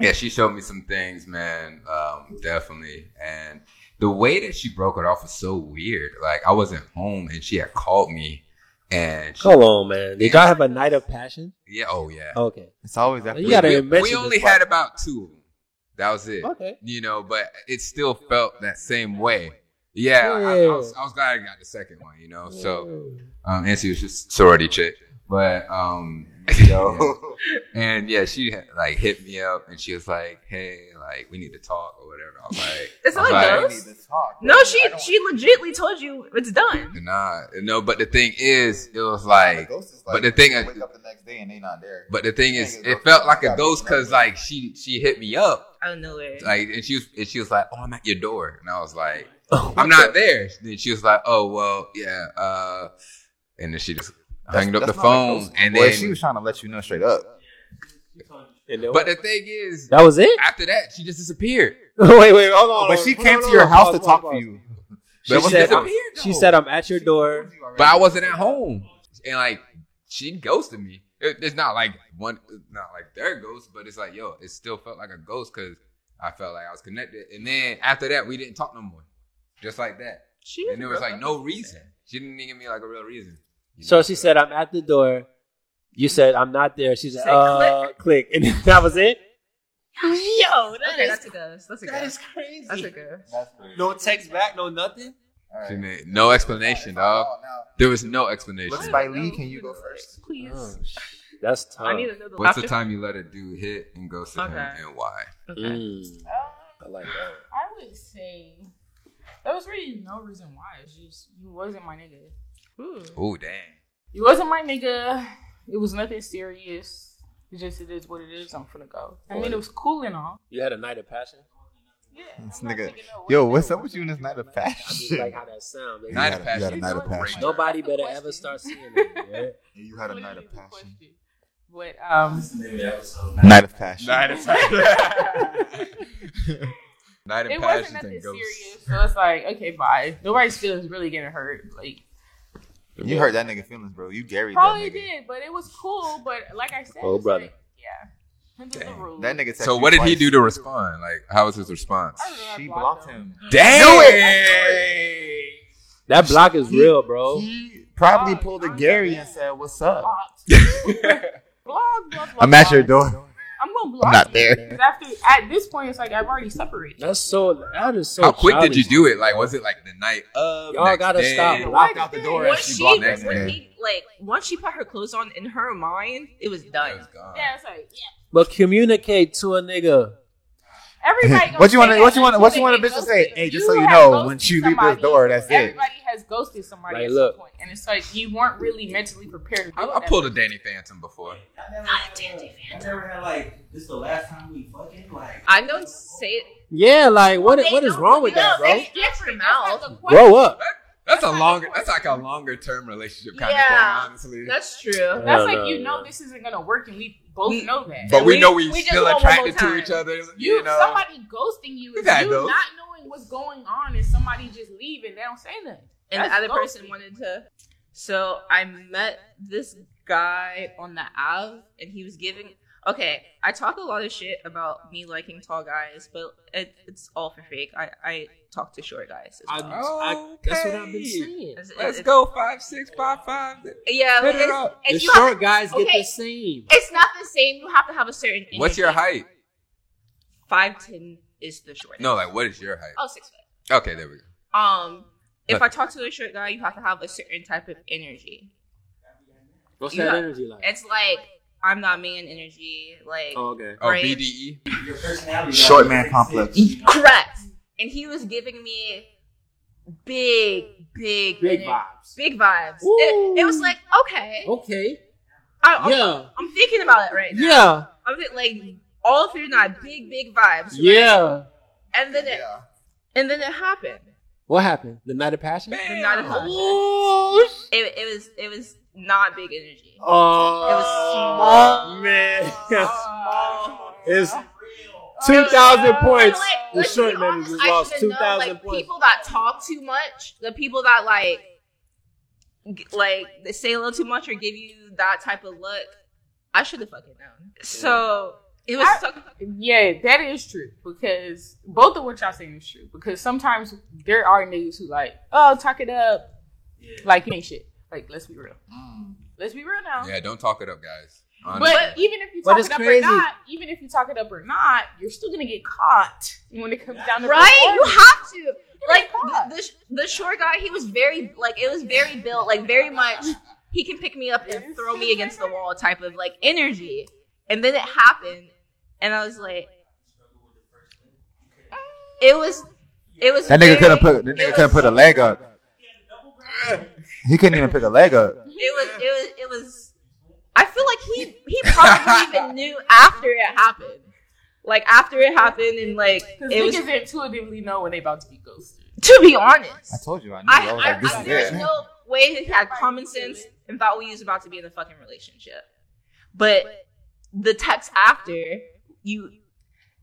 Speaker 4: yeah, she showed me some things, man. Um, definitely. And the way that she broke it off was so weird. Like I wasn't home and she had called me and she,
Speaker 1: Come on, man. Did y'all have a night of passion?
Speaker 4: yeah, oh yeah.
Speaker 1: Okay.
Speaker 2: It's always after.
Speaker 1: You gotta
Speaker 4: we,
Speaker 1: mention
Speaker 4: we
Speaker 1: this
Speaker 4: only
Speaker 1: part.
Speaker 4: had about two of them. That was it.
Speaker 1: Okay.
Speaker 4: You know, but it still felt that same way. Yeah, I, I, was, I was glad I got the second one, you know. So um and she was just sorority chick. But um yo, And yeah, she had, like hit me up and she was like, "Hey, like we need to talk or whatever." I was like,
Speaker 5: It's
Speaker 4: I was
Speaker 5: not
Speaker 4: like,
Speaker 5: like ghost. No, she she legitly told you it's done.
Speaker 4: Nah, no. But the thing is, it was like, but the thing-
Speaker 2: wake up the next day and they not there.
Speaker 4: but the thing is, it felt like a ghost because like she she hit me up
Speaker 5: Out of nowhere.
Speaker 4: like and she was and she was like, "Oh, I'm at your door," and I was like,
Speaker 1: Oh,
Speaker 4: "I'm not there." Then she was like, "Oh well, yeah." uh And then she just hanged up the
Speaker 2: That's not a
Speaker 4: phone
Speaker 2: ghost,
Speaker 4: and
Speaker 2: boy.
Speaker 4: then.
Speaker 2: she was trying to let you know straight up.
Speaker 1: And then what?
Speaker 4: but the thing is,
Speaker 1: that was it.
Speaker 4: after that, she just disappeared.
Speaker 1: wait, wait, hold on.
Speaker 2: But
Speaker 1: hold
Speaker 2: she
Speaker 1: on.
Speaker 2: came
Speaker 1: Hold
Speaker 2: to
Speaker 1: on,
Speaker 2: your
Speaker 1: hold on,
Speaker 2: house to
Speaker 1: pause, pause,
Speaker 2: talk to
Speaker 1: pause.
Speaker 2: you.
Speaker 1: She
Speaker 4: But-
Speaker 1: said,
Speaker 4: Disappeared,
Speaker 1: "She
Speaker 4: though.
Speaker 1: said I'm at your door."
Speaker 4: but I wasn't at home, and like she ghosted me. It- it's not like one, not like their ghost, but it's like yo, it still felt like a ghost because I felt like I was connected. And then after that, we didn't talk no more, just like that.
Speaker 5: She
Speaker 4: And there was like no reason. She didn't even give me like a real reason. You
Speaker 1: So
Speaker 4: know?
Speaker 1: she said, "I'm at the door." You said, "I'm not there." She said,
Speaker 5: Say
Speaker 1: "Uh, click," and that was it. Yo,
Speaker 5: Okay, that's a ghost. That's a ghost.
Speaker 1: crazy.
Speaker 5: That's a ghost.
Speaker 1: No text back, no nothing.
Speaker 4: She didn't- no explanation, dog. There was no explanation.
Speaker 2: Looks by Lee. Can you go first?
Speaker 5: Please.
Speaker 1: Oh, That's tough.
Speaker 5: I need to know the
Speaker 4: What's
Speaker 5: after-
Speaker 4: the time you let a dude hit and ghost him
Speaker 5: Okay.
Speaker 4: and why?
Speaker 5: Okay.
Speaker 1: Mm,
Speaker 3: Um,
Speaker 1: I like that.
Speaker 3: I would say there was really no reason why. It's just you wasn't my nigga.
Speaker 5: Ooh.
Speaker 4: Oh dang.
Speaker 3: You wasn't my nigga. It was nothing serious. It's just it is what it is. I'm finna go. I mean, it was cool and all.
Speaker 1: You had a night of passion.
Speaker 3: Yeah.
Speaker 2: This
Speaker 3: I'm not
Speaker 2: nigga-
Speaker 3: taking no-
Speaker 2: Yo, what's up with you in this night of
Speaker 1: I just like
Speaker 2: fashion?
Speaker 1: how that sound. baby.
Speaker 2: You had a-
Speaker 4: Night of
Speaker 2: you had a
Speaker 4: passion.
Speaker 2: night of passion.
Speaker 1: Nobody better ever start seeing it. yeah.
Speaker 2: You had a
Speaker 3: Literally
Speaker 2: night of
Speaker 3: the
Speaker 2: passion.
Speaker 3: question. But um,
Speaker 6: This is the name of the episode.
Speaker 2: Night of passion.
Speaker 4: of passion. Night of
Speaker 3: it wasn't
Speaker 4: passion
Speaker 3: nothing
Speaker 4: and ghosts.
Speaker 3: serious. So it's like, okay, bye. Nobody's feelings really getting hurt. Like
Speaker 2: You hurt that nigga feelings, bro. You Gary that
Speaker 3: probably
Speaker 2: nigga.
Speaker 3: did, but it was cool. But like I said,
Speaker 1: Oh,
Speaker 3: it's
Speaker 1: brother.
Speaker 3: like, yeah. Under the
Speaker 4: Damn.
Speaker 3: rules.
Speaker 2: That nigga.
Speaker 4: So
Speaker 2: texted
Speaker 4: what did he
Speaker 2: twice.
Speaker 4: do to respond? Like, how was his response?
Speaker 3: I don't know, I
Speaker 2: She
Speaker 3: blocked
Speaker 2: blocked
Speaker 3: him.
Speaker 2: him.
Speaker 4: Dang!
Speaker 1: That block is
Speaker 2: He-
Speaker 1: real, bro.
Speaker 2: He probably
Speaker 3: Oh,
Speaker 2: pulled
Speaker 3: oh,
Speaker 2: a Gary
Speaker 3: yeah.
Speaker 2: and said, "What's up?"
Speaker 3: Blocked. Block, block, block,
Speaker 2: I'm at your
Speaker 3: block.
Speaker 2: door.
Speaker 3: I'm gonna block.
Speaker 2: not
Speaker 3: you,
Speaker 2: there.
Speaker 3: 'cause After at this point, it's like I've already separated.
Speaker 1: That's so. That is so.
Speaker 4: How quick did you
Speaker 1: childish.
Speaker 4: do it? Like, was it like the night of?
Speaker 1: Y'all
Speaker 4: next
Speaker 1: gotta
Speaker 4: day?
Speaker 1: stop. Block out the door.
Speaker 5: Once
Speaker 2: she
Speaker 5: she,
Speaker 2: blocked that
Speaker 5: when
Speaker 2: nigga.
Speaker 5: he, like, once she put her clothes on in her mind, it was
Speaker 4: It
Speaker 5: done.
Speaker 4: was gone.
Speaker 3: Yeah, it's like yeah.
Speaker 1: But communicate to a nigga.
Speaker 3: Everybody. gonna
Speaker 2: What you
Speaker 3: say
Speaker 2: wanna-
Speaker 3: that
Speaker 2: what you wanna-
Speaker 3: until
Speaker 2: what you
Speaker 3: they
Speaker 2: wanna
Speaker 3: get
Speaker 2: bitch to say?
Speaker 3: ghosted.
Speaker 2: Hey, just so you
Speaker 3: have
Speaker 2: know,
Speaker 3: ghosted
Speaker 2: once you leave this door, that's it.
Speaker 3: Everybody has ghosted somebody
Speaker 1: Like,
Speaker 3: at
Speaker 1: look.
Speaker 3: some point, and it's like you weren't really mentally prepared. To
Speaker 4: I,
Speaker 3: deal
Speaker 4: I
Speaker 3: with that.
Speaker 4: pulled a Danny Phantom before.
Speaker 6: I never had, like, I never had like this is the last time we fucking like.
Speaker 5: I don't say
Speaker 1: Yeah, like what
Speaker 5: They
Speaker 1: what is
Speaker 5: don't-
Speaker 1: wrong with
Speaker 5: no,
Speaker 1: that, bro?
Speaker 5: they- Different mouth.
Speaker 3: That's not the question.
Speaker 1: Grow up.
Speaker 4: That's a longer. That's like a longer term relationship kind
Speaker 5: Yeah.
Speaker 4: of thing, honestly.
Speaker 5: That's true.
Speaker 3: That's
Speaker 1: Yeah,
Speaker 3: like
Speaker 1: no,
Speaker 3: you
Speaker 1: yeah.
Speaker 3: know this isn't gonna work, and we both
Speaker 4: We-
Speaker 3: know that.
Speaker 4: but we, know we're
Speaker 5: we just
Speaker 4: still
Speaker 5: want one
Speaker 4: attracted
Speaker 5: more
Speaker 4: to each
Speaker 5: time.
Speaker 4: other. You,
Speaker 3: you,
Speaker 4: know,
Speaker 3: somebody ghosting you
Speaker 4: We've
Speaker 3: is
Speaker 4: had
Speaker 3: you
Speaker 4: those.
Speaker 3: not knowing what's going on, and somebody just leaving. They don't say nothing.
Speaker 5: and
Speaker 3: That's
Speaker 5: the other
Speaker 3: ghosting.
Speaker 5: person wanted to. So I met this guy on the Ave, and he was giving. Okay, I talk a lot of shit about me liking tall guys, but it, it's all for fake. I, I talk to short guys. As well.
Speaker 1: that's what I've been
Speaker 4: Okay.
Speaker 1: saying.
Speaker 5: It's- it's-
Speaker 4: let's go five six five five.
Speaker 5: Yeah,
Speaker 4: Hit it
Speaker 5: it's,
Speaker 4: up.
Speaker 5: if
Speaker 1: The
Speaker 5: you have-
Speaker 1: short guys get
Speaker 5: okay.
Speaker 1: the same.
Speaker 5: it's not the same. You have to have a certain.
Speaker 4: What's your height?
Speaker 5: Five ten is the shortest.
Speaker 4: No, like what is your height?
Speaker 5: oh six foot.
Speaker 4: Okay, there we go.
Speaker 5: Um, if
Speaker 4: Okay.
Speaker 5: I talk to a short guy, you have to have a certain type of energy.
Speaker 1: What's
Speaker 5: you
Speaker 1: that
Speaker 5: got-
Speaker 1: energy like?
Speaker 5: It's like I'm not man energy. Like
Speaker 1: Oh, okay.
Speaker 4: Oh,
Speaker 5: Right.
Speaker 4: BDE.
Speaker 6: Your personality.
Speaker 2: Short
Speaker 6: like,
Speaker 2: man
Speaker 6: six,
Speaker 2: complex.
Speaker 6: you know?
Speaker 5: Correct. And he was giving me big, big,
Speaker 1: Big vibes.
Speaker 5: big vibes. It, it was like, okay,
Speaker 1: Okay.
Speaker 5: I, am
Speaker 1: Yeah.
Speaker 5: I'm thinking about it right now.
Speaker 1: Yeah.
Speaker 5: I'm thi- like all through night, big, big vibes. right?
Speaker 1: Yeah.
Speaker 5: And then it, and then it happened.
Speaker 1: What happened? The night of passion?
Speaker 5: The night of passion.
Speaker 1: Oh, sh-
Speaker 5: It, it was, it was not big energy.
Speaker 1: oh,
Speaker 5: It was small.
Speaker 1: man.
Speaker 5: Small.
Speaker 1: it's
Speaker 6: Real.
Speaker 1: 2,000 points.
Speaker 5: Like,
Speaker 1: The
Speaker 5: let's
Speaker 1: short
Speaker 5: be
Speaker 1: man
Speaker 5: honest,
Speaker 1: just
Speaker 5: I
Speaker 1: lost
Speaker 5: should've known,
Speaker 1: 2,000
Speaker 5: like,
Speaker 1: points.
Speaker 5: People that talk too much, the people that like, g- like they say a little too much or give you that type of look, I should have fucking known. So it was
Speaker 3: I-
Speaker 5: so.
Speaker 3: Yeah, that is true because both of what y'all saying is true because sometimes there are niggas who like, oh, talk it up,
Speaker 6: Yeah.
Speaker 3: like you ain't shit. Like, let's be real.
Speaker 2: Mm.
Speaker 3: Let's be real
Speaker 5: Uh-huh.
Speaker 3: now.
Speaker 4: Yeah, don't talk it up, guys. Honestly.
Speaker 3: But even if you
Speaker 1: But
Speaker 3: talk
Speaker 1: it's
Speaker 3: it up
Speaker 1: crazy.
Speaker 3: or not, even if you talk it up or not, you're still gonna get caught when it comes down to
Speaker 5: Right, you
Speaker 3: performance.
Speaker 5: have to. Like
Speaker 3: You're
Speaker 5: the, the, sh- the short guy, he was very like it was very built, like very much. He can pick me up and throw me against the wall type of like energy. And then it happened, and I was like, it was, it was.
Speaker 2: That nigga
Speaker 5: very-
Speaker 2: couldn't put. That nigga couldn't put a leg up. He couldn't even pick a leg up.
Speaker 5: It was it was it was I feel like he he probably even knew after it happened. Like after it happened and like
Speaker 3: Because
Speaker 5: it was
Speaker 3: niggas intuitively know when they about to be ghosted.
Speaker 5: to be
Speaker 2: I
Speaker 5: honest.
Speaker 2: told you. I knew. I,
Speaker 5: I,
Speaker 2: was
Speaker 5: I,
Speaker 2: like, this
Speaker 5: I,
Speaker 2: is
Speaker 5: there's
Speaker 2: it.
Speaker 5: no way he had common sense and thought we was about to be in a fucking relationship. But the text after you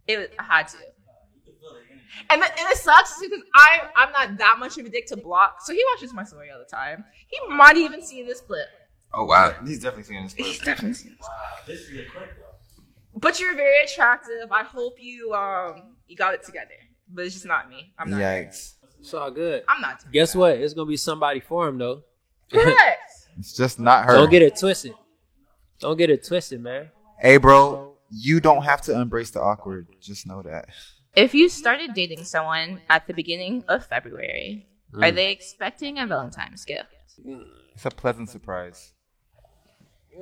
Speaker 5: it I had to. And it, and it sucks too because I I'm not that much of a dick to block. So he watches my story all the time. He might even see this clip.
Speaker 4: oh wow.
Speaker 2: He's definitely seeing this.
Speaker 5: He's
Speaker 2: clip.
Speaker 5: definitely seen this.
Speaker 6: This is a quick though.
Speaker 5: but you're very attractive. I hope you um you got it together. But it's just not me. I'm not.
Speaker 2: Yikes!
Speaker 1: It's all good.
Speaker 5: I'm not. doing
Speaker 1: Guess what? It's going to be somebody for him, though.
Speaker 5: that. Correct.
Speaker 2: It's just not her.
Speaker 1: Don't get it twisted. Don't get it twisted, man.
Speaker 2: Hey, bro, you don't have to embrace the awkward. Just know that.
Speaker 5: if you started dating someone at the beginning of February,
Speaker 2: Mm.
Speaker 5: are they expecting a Valentine's gift?
Speaker 2: It's a pleasant surprise.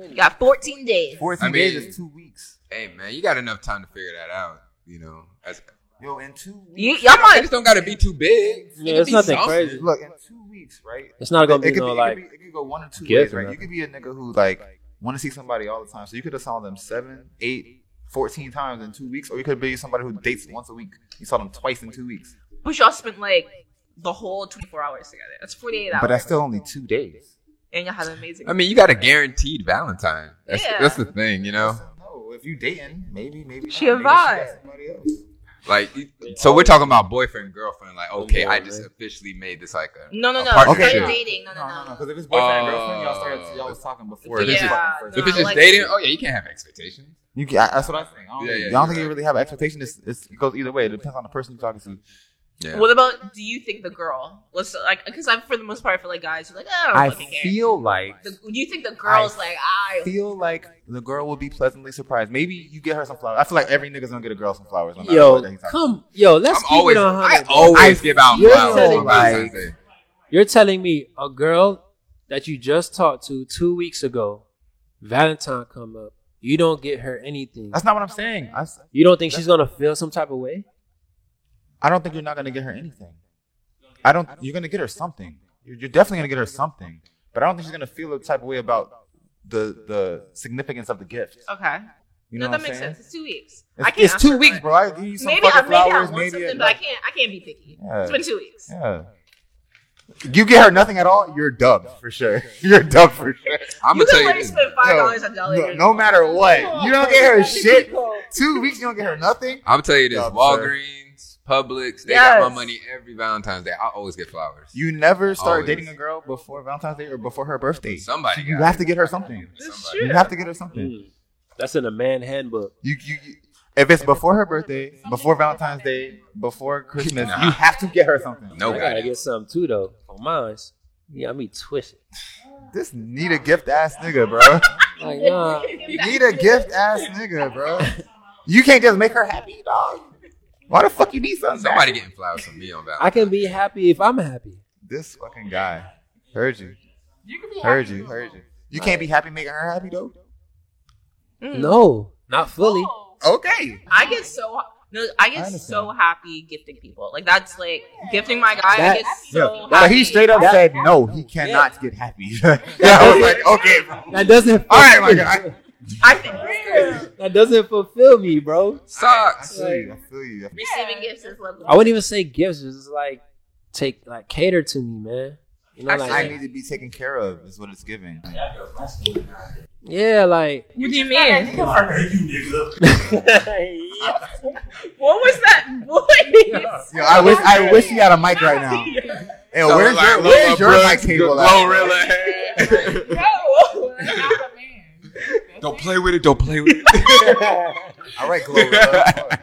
Speaker 5: You got 14 days.
Speaker 2: 14
Speaker 4: I mean-
Speaker 2: days is two weeks.
Speaker 4: Hey man, you got enough time to figure that out. You know, As-
Speaker 2: Yo, in two weeks.
Speaker 5: You, y'all
Speaker 4: it
Speaker 5: might.
Speaker 4: just don't got to be too big. It
Speaker 1: Yeah,
Speaker 4: could
Speaker 1: it's
Speaker 4: be
Speaker 1: nothing
Speaker 4: something.
Speaker 1: crazy.
Speaker 2: Look, in two weeks, right?
Speaker 1: It's not going to
Speaker 2: it
Speaker 1: be
Speaker 2: could
Speaker 1: no,
Speaker 2: be,
Speaker 1: like,
Speaker 2: it could be, it could go one or two
Speaker 1: gift
Speaker 2: ways,
Speaker 1: or
Speaker 2: right? You
Speaker 1: nothing.
Speaker 2: could be a nigga who like want to see somebody all the time, so you could have saw them seven, eight, 14 times in two weeks, or you could be somebody who dates once a week. You saw them twice in two weeks,
Speaker 5: But y'all spent like the whole 24 hours together. That's 48 hours.
Speaker 2: but that's still only two days.
Speaker 5: and y'all had an amazing.
Speaker 4: I mean, you got a guaranteed Valentine. That's
Speaker 5: Yeah.
Speaker 4: that's the thing, you know.
Speaker 2: No, if you dating, maybe, maybe
Speaker 5: She
Speaker 2: not.
Speaker 5: a
Speaker 2: Maybe got
Speaker 5: vibe.
Speaker 2: somebody else.
Speaker 4: Like, you- so we're talking about boyfriend girlfriend. Like, okay, I just
Speaker 1: man.
Speaker 4: officially made this like a
Speaker 5: no, no,
Speaker 4: a
Speaker 5: no.
Speaker 4: partnership.
Speaker 5: Started dating. No,
Speaker 2: No,
Speaker 5: no,
Speaker 2: no, no.
Speaker 5: no.
Speaker 2: Because if it's boyfriend and
Speaker 4: Oh.
Speaker 2: girlfriend, y'all started, y'all was talking before.
Speaker 4: If it's
Speaker 2: this
Speaker 4: just-
Speaker 5: Yeah,
Speaker 2: fucking first.
Speaker 5: no,
Speaker 4: If it's just
Speaker 5: like-
Speaker 4: dating, oh yeah, you can't have expectations.
Speaker 2: You can, I, that's what I think. I don't, think-
Speaker 4: Yeah, yeah,
Speaker 2: I don't
Speaker 4: you're
Speaker 2: think you
Speaker 4: right.
Speaker 2: really have an expectation. It's, it's, it goes either way. It depends on the person you're talking to.
Speaker 4: Yeah.
Speaker 5: What about? Do you think the girl? Let's like, because I'm for the most part for like guys, you're like, oh, I don't fucking care.
Speaker 2: like
Speaker 5: The, you think the girl's
Speaker 2: I
Speaker 5: like, I
Speaker 2: feel like the girl will be pleasantly surprised. Maybe you get her some flowers. I feel like every nigga's gonna get a girl some flowers. No matter
Speaker 1: Yo,
Speaker 2: what that he's talking
Speaker 1: come, yo, let's
Speaker 4: I'm
Speaker 1: keep
Speaker 4: always,
Speaker 1: it on.
Speaker 4: I
Speaker 1: 100.
Speaker 4: always
Speaker 2: I
Speaker 4: give out
Speaker 1: feel
Speaker 4: flowers. on
Speaker 1: like-
Speaker 4: Valentine's Day.
Speaker 1: You're telling me a girl that you just talked to two weeks ago, Valentine come up, you don't get her anything.
Speaker 2: That's not what I'm saying. I, s-
Speaker 1: You don't think she's gonna feel some type of way?
Speaker 2: I don't think you're not gonna get her anything. I don't. You're gonna get her something. You're, you're definitely gonna get her something. But I don't think she's gonna feel the type of way about the the significance of the gift.
Speaker 5: Okay.
Speaker 2: You know
Speaker 5: Oh, no,
Speaker 2: what
Speaker 5: that
Speaker 2: I'm
Speaker 5: makes
Speaker 2: saying?
Speaker 5: sense. It's two weeks. I
Speaker 2: It's,
Speaker 5: can't
Speaker 2: it's two
Speaker 5: answer
Speaker 2: weeks,
Speaker 5: that.
Speaker 2: bro. I give you some
Speaker 5: Maybe I
Speaker 2: fucking
Speaker 5: maybe I
Speaker 2: flowers.
Speaker 5: want
Speaker 2: Maybe
Speaker 5: something, but I can't I can't be picky. It's been two weeks.
Speaker 2: yeah. You get her nothing at all, you're dubbed for sure. You're dubbed for sure.
Speaker 4: I'm
Speaker 5: you
Speaker 4: gonna
Speaker 5: can
Speaker 4: tell you
Speaker 5: let me
Speaker 4: this.
Speaker 5: spend five dollars at Jolly
Speaker 2: No,
Speaker 5: Green.
Speaker 2: no matter what, you don't get her shit. Two weeks, you don't get her nothing.
Speaker 4: I'm gonna tell you this.
Speaker 2: Job, sir.
Speaker 4: Walgreens, Publix, they got
Speaker 5: Yes.
Speaker 4: my money every Valentine's Day. I always get flowers.
Speaker 2: You never start
Speaker 4: Always.
Speaker 2: dating a girl before Valentine's Day or before her birthday.
Speaker 4: Somebody
Speaker 2: you
Speaker 4: got
Speaker 2: have
Speaker 4: it.
Speaker 2: to get her something.
Speaker 4: Somebody.
Speaker 2: You have to get her something.
Speaker 1: Mm. That's in a man handbook.
Speaker 2: You, you, you- if it's before her birthday, before Valentine's Day, before Christmas, you have to get her something.
Speaker 4: No
Speaker 1: I gotta
Speaker 4: guy.
Speaker 1: get something too though. On mine's, yeah, I me twisted.
Speaker 2: This need a gift ass nigga, bro.
Speaker 1: Like, nah,
Speaker 2: Need a gift ass nigga, bro. You can't just make her happy, dog. Why the fuck you need something?
Speaker 4: Somebody getting flowers from me on Valentine's.
Speaker 1: I can be happy if I'm happy.
Speaker 2: This fucking guy. Heard you. Heard you. Heard you. You can't be happy making her happy though.
Speaker 5: Mm.
Speaker 1: No, Hmm. not fully.
Speaker 2: Okay.
Speaker 5: I get so no, I
Speaker 2: I
Speaker 5: get
Speaker 2: understand.
Speaker 5: so happy gifting people. Like that's like gifting my guy.
Speaker 1: That-
Speaker 5: I get so
Speaker 2: Yeah.
Speaker 5: happy.
Speaker 2: But he straight up said no, he cannot get happy. yeah, I was like, okay, bro.
Speaker 1: That doesn't.
Speaker 2: All right, my guy.
Speaker 5: I think
Speaker 1: That doesn't fulfill me, bro.
Speaker 2: I
Speaker 4: Socks.
Speaker 2: feel you. I feel you.
Speaker 5: receiving gifts is lovely.
Speaker 1: I wouldn't even say gifts. It's just like take, like cater to me, man. You know,
Speaker 2: I
Speaker 1: like
Speaker 2: need to be taken care of is what it's giving.
Speaker 1: yeah, like
Speaker 5: What do you mean? What was that voice?
Speaker 2: Yo, I wish I wish he had a mic right now. And
Speaker 4: Sound
Speaker 2: where's
Speaker 4: like
Speaker 2: your
Speaker 4: Lil
Speaker 2: where's your
Speaker 4: Brooks,
Speaker 2: mic table at?
Speaker 4: Glorilla. Don't play with it. Don't play with
Speaker 2: All right, Glorilla.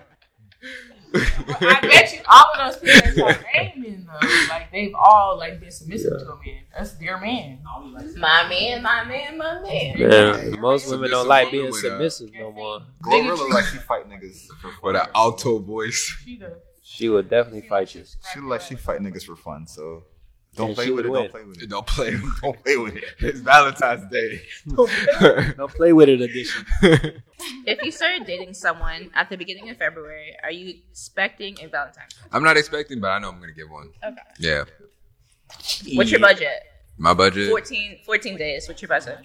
Speaker 3: I bet you all of those parents are Raymond though. Like they've all like been submissive to a man. That's their man. My man, my man, my man.
Speaker 1: man, most women
Speaker 4: Submissive
Speaker 1: don't like
Speaker 4: woman
Speaker 1: being
Speaker 4: with a-
Speaker 1: submissive no more.
Speaker 2: Glorilla like she fight niggas.
Speaker 4: it. With an alto voice.
Speaker 3: She the
Speaker 1: She would definitely fight you.
Speaker 2: She look like she fight niggas for fun, so don't
Speaker 1: And
Speaker 2: play
Speaker 1: she
Speaker 2: with it.
Speaker 1: would
Speaker 2: Don't play with it.
Speaker 4: Don't play with it.
Speaker 2: Don't play with it.
Speaker 4: It's Valentine's Day.
Speaker 1: Don't play with it edition.
Speaker 5: if you started dating someone at the beginning of February, are you expecting a Valentine's?
Speaker 4: I'm not expecting, but I know I'm gonna get one.
Speaker 5: Okay.
Speaker 4: Yeah.
Speaker 5: What's your budget?
Speaker 4: My budget
Speaker 5: 14, 14 days. What's your budget?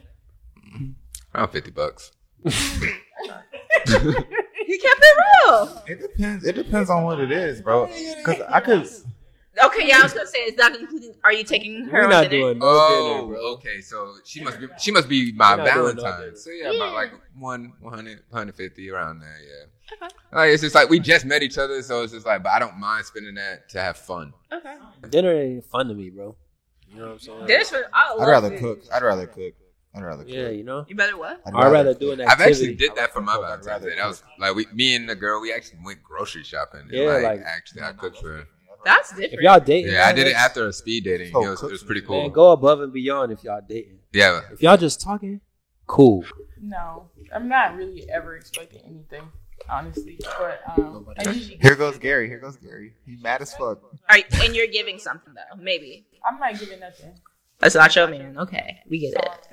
Speaker 4: around fifty bucks.
Speaker 5: You kept it real.
Speaker 2: It depends. It depends on what it is, bro. Cause I could.
Speaker 5: Okay, yeah, I was gonna say, is that including? Are you taking her?
Speaker 1: We're
Speaker 5: on
Speaker 1: not
Speaker 5: dinner?
Speaker 1: doing no
Speaker 4: Oh,
Speaker 1: dinner, bro.
Speaker 4: okay. So she must be she must be my
Speaker 1: We're not doing no
Speaker 4: Valentine. So yeah, about like one 100, 150 around there. Yeah. Like it's just like we just met each other, so it's just like, but I don't mind spending that to have fun.
Speaker 5: Okay.
Speaker 1: Dinner ain't fun to me, bro. You know what I'm saying?
Speaker 5: Dinner's for. I
Speaker 2: I'd
Speaker 5: love
Speaker 2: rather
Speaker 5: food.
Speaker 2: cook. I'd rather cook. I'd rather cook.
Speaker 1: Yeah, you know.
Speaker 5: You better what?
Speaker 1: I'd rather, do an
Speaker 4: I've
Speaker 1: activity.
Speaker 4: actually did that for my
Speaker 2: cook. I'd
Speaker 4: Valentine's
Speaker 2: rather
Speaker 4: Day. That was like we, me and the girl. We actually went grocery shopping. and,
Speaker 1: Yeah, like-
Speaker 4: actually, I cooked for. her.
Speaker 5: That's
Speaker 1: If
Speaker 5: different.
Speaker 1: y'all dating,
Speaker 4: Yeah, I
Speaker 1: man,
Speaker 4: did it
Speaker 1: let's-
Speaker 4: after a speed dating. It
Speaker 2: Oh,
Speaker 4: was, it
Speaker 2: cook.
Speaker 4: was pretty
Speaker 1: Man,
Speaker 4: cool.
Speaker 1: go above and beyond if y'all dating.
Speaker 4: Yeah,
Speaker 1: If y'all just talking, cool.
Speaker 3: No, I'm not really ever expecting anything, honestly. But um, I usually,
Speaker 2: Here goes Gary. Here goes Gary. He mad as fuck.
Speaker 5: Are you- and you're giving something though, maybe.
Speaker 3: I'm not giving nothing.
Speaker 5: That's not your man. Okay, we get it.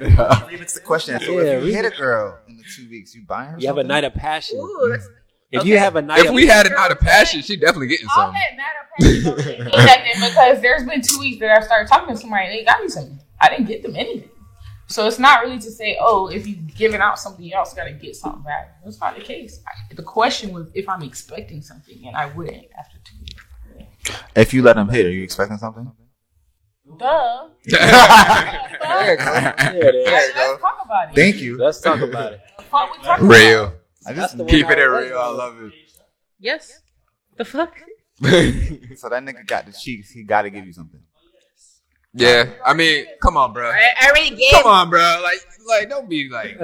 Speaker 2: It's the question. So
Speaker 1: Yeah,
Speaker 2: if
Speaker 1: we-
Speaker 2: you hit a girl in the two weeks, you buying her.
Speaker 1: You have a
Speaker 2: something?
Speaker 1: night of passion.
Speaker 5: Ooh, that's,
Speaker 1: If
Speaker 5: okay.
Speaker 1: you have a night
Speaker 4: if
Speaker 1: of
Speaker 4: we had it out of passion, she definitely getting
Speaker 3: All
Speaker 4: some.
Speaker 3: that matter of fact, don't mean nothing because there's been two weeks that I started talking to somebody and they got me something. I didn't get them anything. So it's not really to say, oh, if you giving out something, you also got to get something back. That's not the case. I, the question was if I'm expecting something, and I wouldn't after two weeks.
Speaker 2: If you let him hit, are you expecting something?
Speaker 3: Duh.
Speaker 1: There it is.
Speaker 2: There you
Speaker 3: Let's
Speaker 2: go.
Speaker 3: talk about it.
Speaker 2: Thank you.
Speaker 1: Let's talk about it.
Speaker 3: Fuck, we talking about?
Speaker 4: Real,
Speaker 2: I
Speaker 1: That's
Speaker 2: just
Speaker 1: the one
Speaker 4: keeping it
Speaker 1: I was
Speaker 4: real. I
Speaker 1: with.
Speaker 4: love
Speaker 5: yes. The fuck?
Speaker 4: it.
Speaker 2: so that nigga got the cheeks. He got to give you something.
Speaker 4: yeah, I mean, come on, bro.
Speaker 5: I, I already gave.
Speaker 4: Come on, bro. Like, like, don't be like,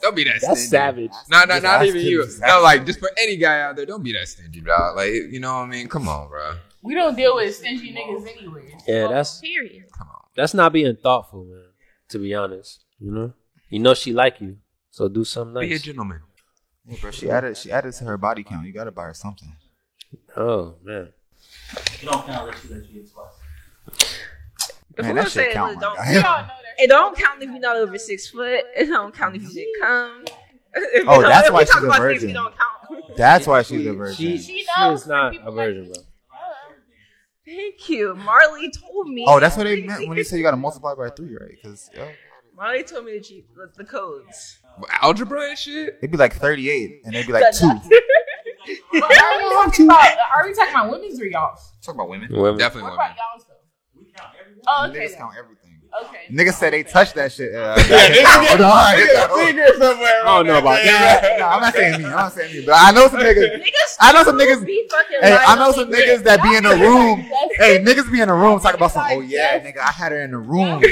Speaker 4: don't be that.
Speaker 1: That's
Speaker 4: stingy.
Speaker 1: savage.
Speaker 4: Not, not, not
Speaker 2: That's
Speaker 4: even you.
Speaker 2: stingy.
Speaker 4: No, like, just for any guy out there, don't be that stingy, dog. Like, you know what I mean? Come on, bro.
Speaker 3: We don't deal with stingy niggas anyway.
Speaker 1: Yeah, that's
Speaker 5: Period.
Speaker 4: Come on.
Speaker 1: that's not being thoughtful, man. To be honest, you know, you know she like you, so do something
Speaker 4: Be a
Speaker 1: nice.
Speaker 4: gentleman.
Speaker 2: Yeah, bro, she added. She added to her body count. You got to buy her something.
Speaker 1: Oh man,
Speaker 6: It don't count unless you let you get twice.
Speaker 5: If
Speaker 2: Man,
Speaker 5: we're
Speaker 2: that
Speaker 5: saying
Speaker 2: shit count.
Speaker 5: it,
Speaker 2: my
Speaker 5: don't,
Speaker 2: guy.
Speaker 3: We all know that.
Speaker 5: it don't count if you're not over six foot. It don't count if you didn't come. If
Speaker 2: Oh,
Speaker 5: we don't-
Speaker 2: that's
Speaker 5: if we
Speaker 2: why she's
Speaker 5: talk
Speaker 2: a
Speaker 5: about things,
Speaker 2: virgin.
Speaker 5: It don't count.
Speaker 2: That's why she's
Speaker 1: She-
Speaker 2: a virgin.
Speaker 1: She,
Speaker 3: She
Speaker 1: she
Speaker 3: knows
Speaker 1: is not
Speaker 3: people
Speaker 1: a virgin, bro.
Speaker 5: Thank you. Marley told me.
Speaker 2: Oh, that's what they meant when they say you gotta multiply by three, right? Because
Speaker 5: Marley told me the, G- the, the codes.
Speaker 4: Algebra and shit.
Speaker 2: it'd be like 38, and they'd be like
Speaker 5: That's
Speaker 2: two.
Speaker 5: not-
Speaker 3: But are, we talking about, are we talking about women's or y'all's?
Speaker 2: Talk about women.
Speaker 1: Women.
Speaker 4: Definitely
Speaker 3: What
Speaker 4: women.
Speaker 3: about y'all's though?
Speaker 6: We count everyone.
Speaker 3: Oh, okay.
Speaker 2: Niggas
Speaker 3: then.
Speaker 2: count everything.
Speaker 3: Okay.
Speaker 2: Niggas said they touched that shit. Uh,
Speaker 4: niggas-
Speaker 2: Hold on.
Speaker 4: somewhere.
Speaker 1: I don't know about that.
Speaker 2: Nah, I'm not saying me. I'm not saying me. But I know some niggas.
Speaker 5: Niggas,
Speaker 2: I know some
Speaker 5: still
Speaker 2: niggas-
Speaker 5: Be fucking
Speaker 2: Hey,
Speaker 5: lying
Speaker 2: I know
Speaker 5: on
Speaker 2: some
Speaker 5: me.
Speaker 2: niggas that be in the room.
Speaker 3: That's-
Speaker 2: Hey, niggas be in the room talking about some. Oh yeah, nigga, I had her in the room.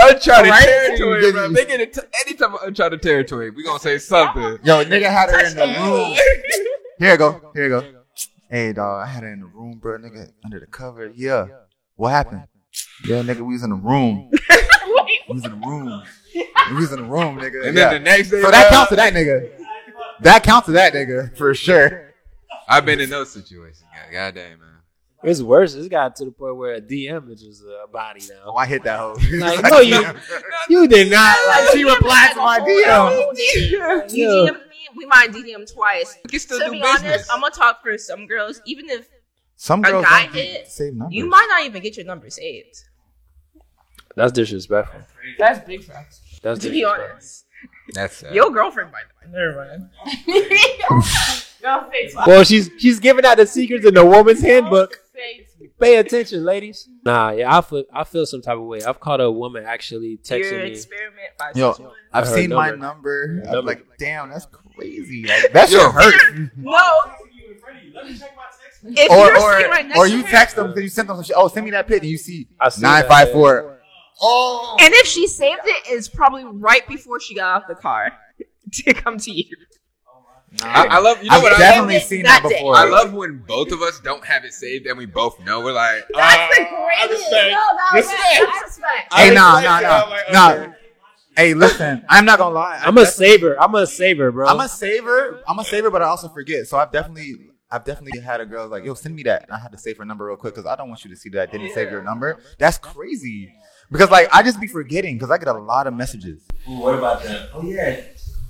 Speaker 2: Uncharted
Speaker 4: territory, bro. They get into any type of uncharted territory. We gonna say something.
Speaker 2: Yo, nigga had her in the room. Here you go. Here you go. Hey, dog, I had her in the room, bro. Nigga, under the cover. Yeah. What happened? Yeah, nigga, we was in the room.
Speaker 3: Wait,
Speaker 2: We was in the room. We was in the room, nigga.
Speaker 4: And
Speaker 2: yeah.
Speaker 4: then the next day,
Speaker 2: so that
Speaker 4: bro,
Speaker 2: counts to that nigga. That counts to that nigga for sure.
Speaker 4: I've been in those situations. God, God damn, man.
Speaker 1: It's worse. It's got to the point where a DM is just a body
Speaker 2: Oh,
Speaker 1: now.
Speaker 2: I hit that hoe.
Speaker 1: Like, no, you you did not. Like,
Speaker 2: she replied to my DM.
Speaker 5: DM. You
Speaker 1: Yeah.
Speaker 5: DM me, we might DM twice.
Speaker 4: You can still
Speaker 5: To
Speaker 4: do
Speaker 5: be
Speaker 4: business.
Speaker 5: honest, I'm gonna talk for some girls. Even if
Speaker 2: Some
Speaker 5: A
Speaker 2: girls
Speaker 5: guy
Speaker 2: don't get
Speaker 5: hit-
Speaker 2: save numbers.
Speaker 5: you might not even get your number saved,
Speaker 1: That's disrespectful.
Speaker 3: That's big facts.
Speaker 1: That's
Speaker 5: to be
Speaker 1: disrespectful.
Speaker 5: honest.
Speaker 4: That's sad.
Speaker 5: Your girlfriend, by the way. Never mind.
Speaker 3: Y'all say too.
Speaker 1: Well, she's she's giving out the secrets in the woman's handbook.
Speaker 3: Say too.
Speaker 1: Pay attention, ladies. Nah, yeah, I feel I feel some type of way. I've caught a woman actually
Speaker 5: your
Speaker 1: texting me.
Speaker 5: experiment by
Speaker 2: Yo,
Speaker 5: someone.
Speaker 2: I've
Speaker 1: Her
Speaker 2: seen my number. I'm like, damn, that's crazy. Like, that shit
Speaker 4: Yo.
Speaker 2: hurt.
Speaker 5: No,
Speaker 6: You in front of you. Let me check my text.
Speaker 5: if
Speaker 2: Or
Speaker 5: you're
Speaker 2: or,
Speaker 5: sitting right next
Speaker 2: or
Speaker 5: to
Speaker 2: you
Speaker 5: her,
Speaker 2: text them because you sent them some shit. Oh, send me that pic and you see
Speaker 1: I see
Speaker 2: nine
Speaker 1: that,
Speaker 2: five
Speaker 1: yeah.
Speaker 2: four. Oh,
Speaker 5: and if she saved it, it's probably right before she got off the car to come to you.
Speaker 4: I, I love. You know
Speaker 2: I've
Speaker 4: what? I love,
Speaker 2: definitely
Speaker 5: love it
Speaker 2: seen that
Speaker 5: that day.
Speaker 2: before.
Speaker 4: I love when both of us don't have it saved and we both know. We're like,
Speaker 5: That's the
Speaker 4: "Ah, I
Speaker 5: greatest. No,
Speaker 4: respect-
Speaker 5: that was I respect.
Speaker 2: Hey, no,
Speaker 4: I
Speaker 2: no,
Speaker 4: respect it." I'm
Speaker 2: no,
Speaker 4: like,
Speaker 2: no.
Speaker 4: okay.
Speaker 2: Hey, listen, I'm not gonna lie.
Speaker 1: I'm a saver. I'm a saver, bro.
Speaker 2: I'm a saver. I'm a saver, but I also forget. So I've definitely, I've definitely had a girl like, yo, send me that. And I had to save her number real quick because I don't want you to see that I didn't save your number. That's crazy. Because like I just be forgetting because I get a lot of messages.
Speaker 6: Ooh, what about the? Oh yeah.